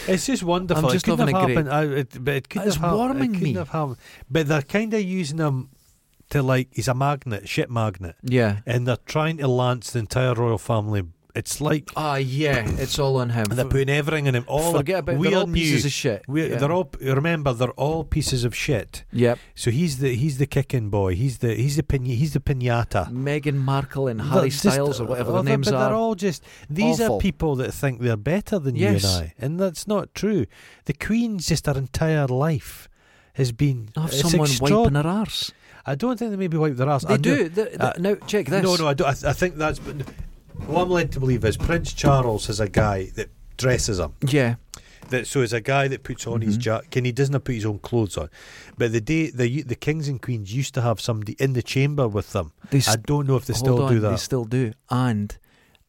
Speaker 2: It's just wonderful.
Speaker 1: just
Speaker 2: it couldn't
Speaker 1: having
Speaker 2: have
Speaker 1: a great-
Speaker 2: happened. I, it, but it couldn't
Speaker 1: It's
Speaker 2: have hap-
Speaker 1: warming
Speaker 2: it couldn't
Speaker 1: me.
Speaker 2: Have happened. But they're kind of using him to like he's a magnet, ship magnet,
Speaker 1: Yeah.
Speaker 2: and they're trying to lance the entire royal family. It's like
Speaker 1: Ah, yeah. It's all on him.
Speaker 2: they're putting everything in him. All
Speaker 1: Forget about
Speaker 2: we
Speaker 1: they're
Speaker 2: are
Speaker 1: all
Speaker 2: new.
Speaker 1: pieces of shit.
Speaker 2: we,
Speaker 1: yeah.
Speaker 2: They're all remember they're all pieces of shit.
Speaker 1: Yep.
Speaker 2: So he's the he's the kicking boy. He's the he's the pin, he's the pinata.
Speaker 1: Meghan Markle and Harry
Speaker 2: They're just-
Speaker 1: Styles or whatever
Speaker 2: well,
Speaker 1: their
Speaker 2: they're-
Speaker 1: names
Speaker 2: but
Speaker 1: are.
Speaker 2: They're all just these
Speaker 1: Awful.
Speaker 2: are people that think they're better than
Speaker 1: Yes.
Speaker 2: you and I, and that's not true. The Queen's just her entire life has been
Speaker 1: have
Speaker 2: it's
Speaker 1: someone
Speaker 2: extraordinary.
Speaker 1: wiping her arse.
Speaker 2: I don't think they maybe wipe their ass.
Speaker 1: They
Speaker 2: I know-
Speaker 1: do. Th- th-
Speaker 2: uh,
Speaker 1: now check this.
Speaker 2: No, no, I don't. I, th- I think that's. But what I'm led to believe is Prince Charles is a guy that dresses him.
Speaker 1: Yeah.
Speaker 2: That so is a guy that puts on his
Speaker 1: Mhm.
Speaker 2: jacket, and he doesn't put his own clothes on. But the day the the kings and queens used to have somebody in the chamber with them.
Speaker 1: They s-
Speaker 2: I don't know if they
Speaker 1: hold
Speaker 2: still
Speaker 1: on,
Speaker 2: do
Speaker 1: They
Speaker 2: that.
Speaker 1: still do. And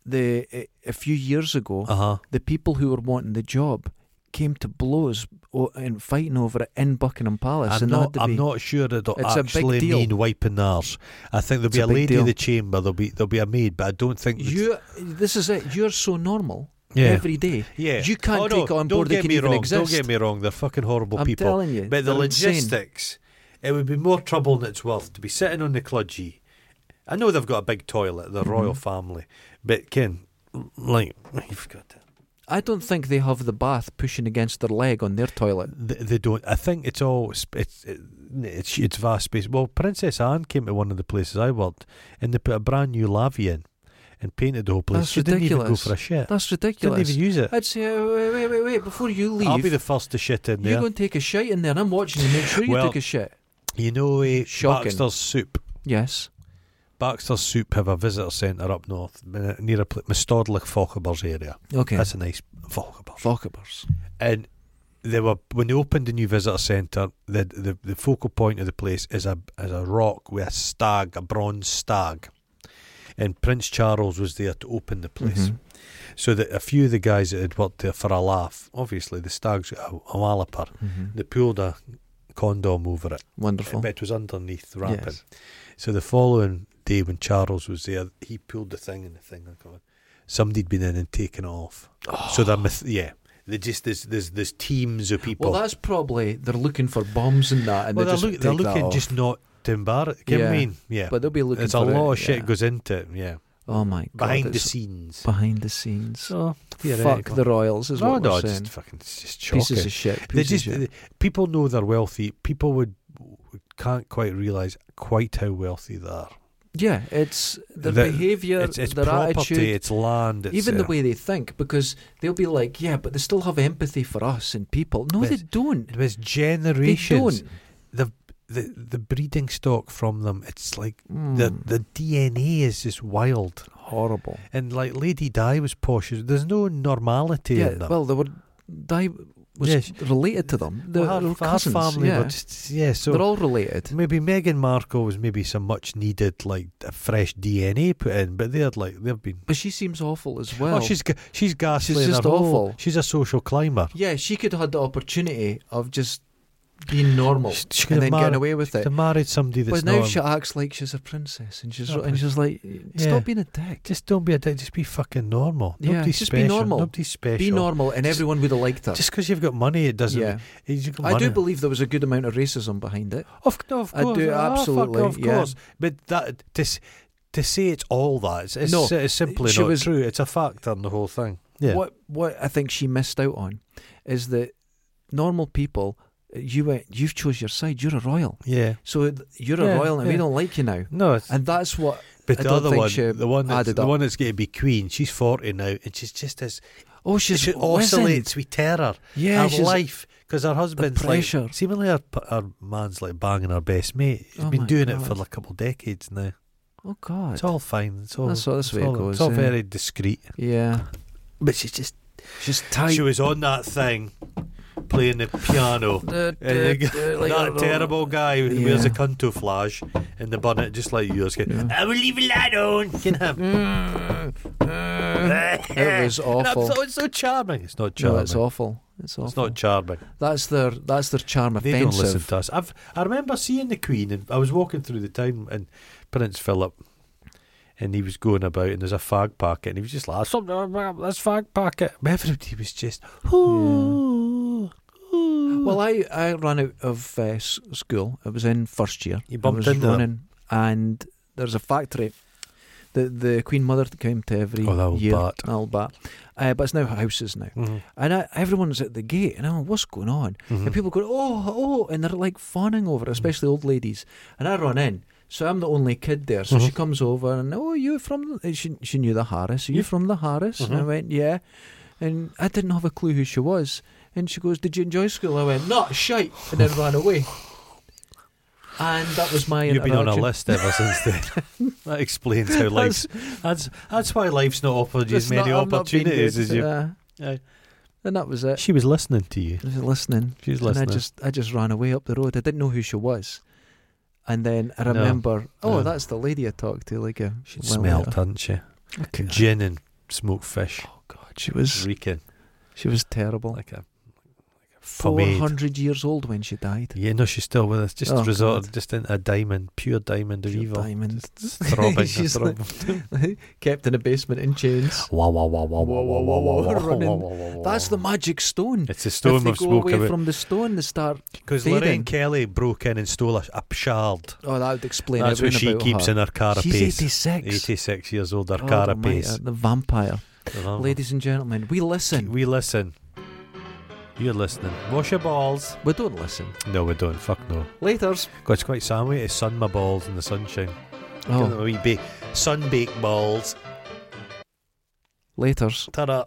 Speaker 1: the a, a few years ago,
Speaker 2: Uh huh.
Speaker 1: the people who were wanting the job came to blows o- and fighting over it in Buckingham Palace,
Speaker 2: I'm
Speaker 1: and
Speaker 2: not.
Speaker 1: that had to be
Speaker 2: I'm not sure it'll
Speaker 1: It's a big
Speaker 2: actually
Speaker 1: deal.
Speaker 2: mean wiping the arse. I think there'll
Speaker 1: It's
Speaker 2: be
Speaker 1: a
Speaker 2: a,
Speaker 1: big
Speaker 2: lady
Speaker 1: deal.
Speaker 2: in the chamber. There'll be there'll be a maid, but I don't think the-
Speaker 1: you. This is it. You're so normal
Speaker 2: Yeah.
Speaker 1: every day.
Speaker 2: yeah.
Speaker 1: you can't
Speaker 2: Oh, no,
Speaker 1: take on
Speaker 2: don't
Speaker 1: board they
Speaker 2: get
Speaker 1: can
Speaker 2: me
Speaker 1: even
Speaker 2: wrong.
Speaker 1: exist.
Speaker 2: Don't get me wrong. They're fucking horrible
Speaker 1: I'm
Speaker 2: people.
Speaker 1: telling you,
Speaker 2: but the
Speaker 1: they're insane.
Speaker 2: logistics, it would be more trouble than it's worth to be sitting on the cludgy. I know they've got a big toilet,
Speaker 1: Mm-hmm.
Speaker 2: the royal family, but Ken, like you've got to.
Speaker 1: I don't think they have the bath pushing against their leg on their toilet.
Speaker 2: They, they don't. I think it's all. sp- It's it's it's vast space. Well, Princess Anne came to one of the places I worked, and they put a brand new lavy in, and painted the whole place.
Speaker 1: That's
Speaker 2: she didn't even go
Speaker 1: ridiculous.
Speaker 2: for a shit.
Speaker 1: That's
Speaker 2: didn't
Speaker 1: ridiculous.
Speaker 2: even use it.
Speaker 1: I'd say, uh, wait, wait, wait, wait, before you leave,
Speaker 2: I'll be the first to shit in
Speaker 1: you
Speaker 2: there.
Speaker 1: go and take a shit in there, and I'm watching you. Make sure you
Speaker 2: Well-
Speaker 1: take a shit.
Speaker 2: you know, uh,
Speaker 1: Shocking.
Speaker 2: Baxter's soup.
Speaker 1: Yes.
Speaker 2: Baxter's soup have a visitor centre up north uh, near a pl- Mistodlach Fochabers area.
Speaker 1: Okay.
Speaker 2: That's a nice Fochabers.
Speaker 1: Fuckabers.
Speaker 2: And they were when they opened the new visitor centre. The, the the focal point of the place is a is a rock with a stag, a bronze stag, and Prince Charles was there to open the place.
Speaker 1: Mhm.
Speaker 2: So that a few of the guys that had worked there for a laugh, obviously the stag's got a, a walloper.
Speaker 1: Mhm.
Speaker 2: They pulled a condom over it,
Speaker 1: Wonderful.
Speaker 2: Mm-hmm. but it was underneath the wrapping.
Speaker 1: Yes.
Speaker 2: So the following day, when Charles was there, he pulled the thing and the thing. had gone. Somebody'd been in and taken it off.
Speaker 1: Oh.
Speaker 2: So they're myth- yeah, they just there's there's there's teams of people.
Speaker 1: Well, that's probably they're looking for bombs and that, and
Speaker 2: Well,
Speaker 1: they
Speaker 2: they're,
Speaker 1: just
Speaker 2: look- they're
Speaker 1: take that
Speaker 2: looking
Speaker 1: off.
Speaker 2: just not to embarrass. Can
Speaker 1: Yeah.
Speaker 2: I mean? Yeah,
Speaker 1: But they'll be looking.
Speaker 2: there's
Speaker 1: for
Speaker 2: a lot
Speaker 1: it,
Speaker 2: of shit
Speaker 1: yeah.
Speaker 2: goes into it. Yeah,
Speaker 1: Oh my god!
Speaker 2: behind the
Speaker 1: it's
Speaker 2: scenes.
Speaker 1: Behind the scenes.
Speaker 2: So
Speaker 1: Fuck
Speaker 2: theoretical.
Speaker 1: the royals is
Speaker 2: no,
Speaker 1: what
Speaker 2: no,
Speaker 1: we're
Speaker 2: it's
Speaker 1: saying.
Speaker 2: just fucking it's just shocking.
Speaker 1: Pieces of shit.
Speaker 2: they
Speaker 1: Pieces
Speaker 2: just
Speaker 1: of shit.
Speaker 2: they- people know they're wealthy. People would can't quite realize quite how wealthy they are.
Speaker 1: yeah, it's their
Speaker 2: the-
Speaker 1: behaviour,
Speaker 2: it's it's
Speaker 1: their
Speaker 2: property,
Speaker 1: attitude,
Speaker 2: it's land, it's,
Speaker 1: even the
Speaker 2: uh,
Speaker 1: way they think, because they'll be like, "Yeah, but they still have empathy for us and people." No,
Speaker 2: But
Speaker 1: they don't.
Speaker 2: There's
Speaker 1: They
Speaker 2: generations.
Speaker 1: don't.
Speaker 2: The the breeding stock from them, it's like the
Speaker 1: Mm,
Speaker 2: the DNA is just wild.
Speaker 1: horrible.
Speaker 2: And like Lady Di was posh. There's no normality
Speaker 1: Yeah.
Speaker 2: in them.
Speaker 1: Well, they were. Di was
Speaker 2: Yes.
Speaker 1: related to them. The,
Speaker 2: Well, her,
Speaker 1: they were
Speaker 2: her
Speaker 1: cousins.
Speaker 2: family
Speaker 1: yeah.
Speaker 2: were just yeah. So
Speaker 1: they're all related.
Speaker 2: maybe Meghan Markle was maybe some much needed like a fresh DNA put in, but they're like they've been.
Speaker 1: But she seems awful as well.
Speaker 2: oh, she's ga- she's ghastly. in
Speaker 1: just
Speaker 2: her whole-
Speaker 1: awful.
Speaker 2: She's a social climber.
Speaker 1: Yeah, she could have had the opportunity of just being normal
Speaker 2: She- she could
Speaker 1: and
Speaker 2: have
Speaker 1: then getting
Speaker 2: marri-
Speaker 1: away with
Speaker 2: They
Speaker 1: it.
Speaker 2: married somebody that's
Speaker 1: But now
Speaker 2: not.
Speaker 1: she acts like she's a princess, and she's
Speaker 2: Not
Speaker 1: and she's like,
Speaker 2: Yeah.
Speaker 1: stop being a dick.
Speaker 2: Just don't be a dick. Just be fucking normal.
Speaker 1: Yeah,
Speaker 2: Nobody's
Speaker 1: just be
Speaker 2: special.
Speaker 1: normal.
Speaker 2: Nobody's special.
Speaker 1: Be normal, and
Speaker 2: Just-
Speaker 1: everyone would have liked her.
Speaker 2: Just because you've got money, it doesn't.
Speaker 1: yeah,
Speaker 2: You've got
Speaker 1: I do
Speaker 2: money.
Speaker 1: believe there was a good amount of racism behind it.
Speaker 2: Of, no, of
Speaker 1: I do,
Speaker 2: course. Ah, fuck,
Speaker 1: absolutely,
Speaker 2: of
Speaker 1: yeah.
Speaker 2: course. But that to s- to say it's all that it's, it's,
Speaker 1: No,
Speaker 2: it's simply
Speaker 1: she
Speaker 2: not
Speaker 1: was-
Speaker 2: true. It's a factor in the whole thing. Yeah.
Speaker 1: What what I think she missed out on is that normal people, you went, you've chose your side. You're a royal,
Speaker 2: Yeah.
Speaker 1: so th- you're a
Speaker 2: Yeah,
Speaker 1: royal, and we
Speaker 2: yeah.
Speaker 1: don't like you now.
Speaker 2: No, it's,
Speaker 1: And that's what
Speaker 2: but
Speaker 1: I
Speaker 2: the
Speaker 1: don't
Speaker 2: other
Speaker 1: think
Speaker 2: one,
Speaker 1: she
Speaker 2: the one, that's,
Speaker 1: added
Speaker 2: the
Speaker 1: up.
Speaker 2: one that's going to be queen. She's forty now, and she's just as
Speaker 1: Oh, she's
Speaker 2: she
Speaker 1: wizened.
Speaker 2: oscillates with terror.
Speaker 1: Yeah,
Speaker 2: her
Speaker 1: she's-
Speaker 2: life because her husband's like
Speaker 1: pressure.
Speaker 2: seemingly her, p- her man's like banging her best mate. He's
Speaker 1: Oh my
Speaker 2: been doing it for
Speaker 1: God.
Speaker 2: like a couple of decades now.
Speaker 1: Oh God.
Speaker 2: It's all fine. It's all
Speaker 1: That's all- that's
Speaker 2: it's
Speaker 1: the way it
Speaker 2: all-
Speaker 1: goes,
Speaker 2: It's all
Speaker 1: yeah.
Speaker 2: very discreet.
Speaker 1: Yeah.
Speaker 2: But she's just
Speaker 1: She's tight.
Speaker 2: she was on that thing playing the piano.
Speaker 1: Uh,
Speaker 2: And the,
Speaker 1: uh, uh,
Speaker 2: g-
Speaker 1: like, I
Speaker 2: that
Speaker 1: don't-
Speaker 2: terrible guy who wears a
Speaker 1: Yeah.
Speaker 2: canto flash in the bonnet just like yours. going,
Speaker 1: Yeah.
Speaker 2: I will leave you alone. Can him.
Speaker 1: Mm, mm. it was awful.
Speaker 2: so, it's so charming. It's not
Speaker 1: No,
Speaker 2: charming.
Speaker 1: it's awful. It's awful.
Speaker 2: It's not charming.
Speaker 1: that's their that's their charm
Speaker 2: They
Speaker 1: offensive.
Speaker 2: don't listen to us. I've I remember seeing the Queen, and I was walking through the town, and Prince Philip, and he was going about, and there's a fag packet, and he was just like, "Something, that's fag packet." But everybody was just, "Ooh, ooh."
Speaker 1: Well, I, I ran out of uh, s- school. It was in first year.
Speaker 2: You bumped
Speaker 1: I was
Speaker 2: into them.
Speaker 1: running, and there's a factory. The the Queen Mother came to every
Speaker 2: Oh, that old
Speaker 1: year.
Speaker 2: bat.
Speaker 1: That old bat. Uh, but it's now houses now,
Speaker 2: Mhm.
Speaker 1: and I, everyone's at the gate, and I'm like, what's going on?
Speaker 2: Mhm.
Speaker 1: And people go, oh, oh, and they're like fawning over it, especially old ladies. And I run in. So I'm the only kid there. So she
Speaker 2: Mhm.
Speaker 1: comes over and, oh, you from, and she, she knew the Harris. Are you
Speaker 2: Yeah.
Speaker 1: from the Harris? And I
Speaker 2: Mhm.
Speaker 1: went, yeah. And I didn't have a clue who she was. And she goes, did you enjoy school? I went, not shite. And then ran away. And that was my
Speaker 2: You've been on a
Speaker 1: interaction.
Speaker 2: list ever since then. that explains how life's. That's that's why life's not offered you as
Speaker 1: That's
Speaker 2: many
Speaker 1: not- I've not been
Speaker 2: opportunities
Speaker 1: good.
Speaker 2: as you.
Speaker 1: Yeah.
Speaker 2: Aye.
Speaker 1: And that was it.
Speaker 2: She was listening to you.
Speaker 1: I was listening.
Speaker 2: She's
Speaker 1: And I
Speaker 2: listening.
Speaker 1: just I just ran away up the road. I didn't know who she was. And then I
Speaker 2: No.
Speaker 1: remember, oh,
Speaker 2: No.
Speaker 1: that's the lady I talked to. Like a
Speaker 2: She'd
Speaker 1: while
Speaker 2: smelt,
Speaker 1: later.
Speaker 2: hadn't she?
Speaker 1: Okay.
Speaker 2: Gin and smoked fish,
Speaker 1: Oh God, she was
Speaker 2: reeking
Speaker 1: she was terrible.
Speaker 2: like a
Speaker 1: Four
Speaker 2: pomade.
Speaker 1: hundred years old when she died.
Speaker 2: Yeah, no, she's still with us. Just
Speaker 1: Oh,
Speaker 2: resorted
Speaker 1: God.
Speaker 2: just into a diamond, pure diamond of
Speaker 1: Pure
Speaker 2: evil.
Speaker 1: diamond.
Speaker 2: Just throbbing,
Speaker 1: She's
Speaker 2: throbbing.
Speaker 1: Kept in a basement in chains.
Speaker 2: Wah, wah, wah, wah, wah, wah, wah, wah, wah,
Speaker 1: Running.
Speaker 2: wah, wah, wah,
Speaker 1: That's the
Speaker 2: wah.
Speaker 1: magic stone.
Speaker 2: It's the
Speaker 1: if
Speaker 2: Oh. stone
Speaker 1: they
Speaker 2: of
Speaker 1: go away
Speaker 2: smoke
Speaker 1: from the stone, they start.
Speaker 2: Because
Speaker 1: fading.
Speaker 2: Lorraine Kelly broke in and stole a, a shard.
Speaker 1: Oh, that would explain
Speaker 2: That's what
Speaker 1: everything
Speaker 2: she
Speaker 1: about
Speaker 2: keeps
Speaker 1: her.
Speaker 2: in her carapace.
Speaker 1: She's eighty-six. Oh,
Speaker 2: 86 years old, her
Speaker 1: God almighty,
Speaker 2: carapace.
Speaker 1: the vampire.
Speaker 2: Uh-huh.
Speaker 1: Ladies and gentlemen, we listen.
Speaker 2: We listen. You're listening. Wash your balls.
Speaker 1: We don't listen.
Speaker 2: No, we don't. Fuck no.
Speaker 1: Later's.
Speaker 2: God, it's quite sandy to sun my balls in the sunshine. Give them
Speaker 1: Oh,
Speaker 2: a wee ba- sunbaked balls.
Speaker 1: later's.
Speaker 2: Ta-da.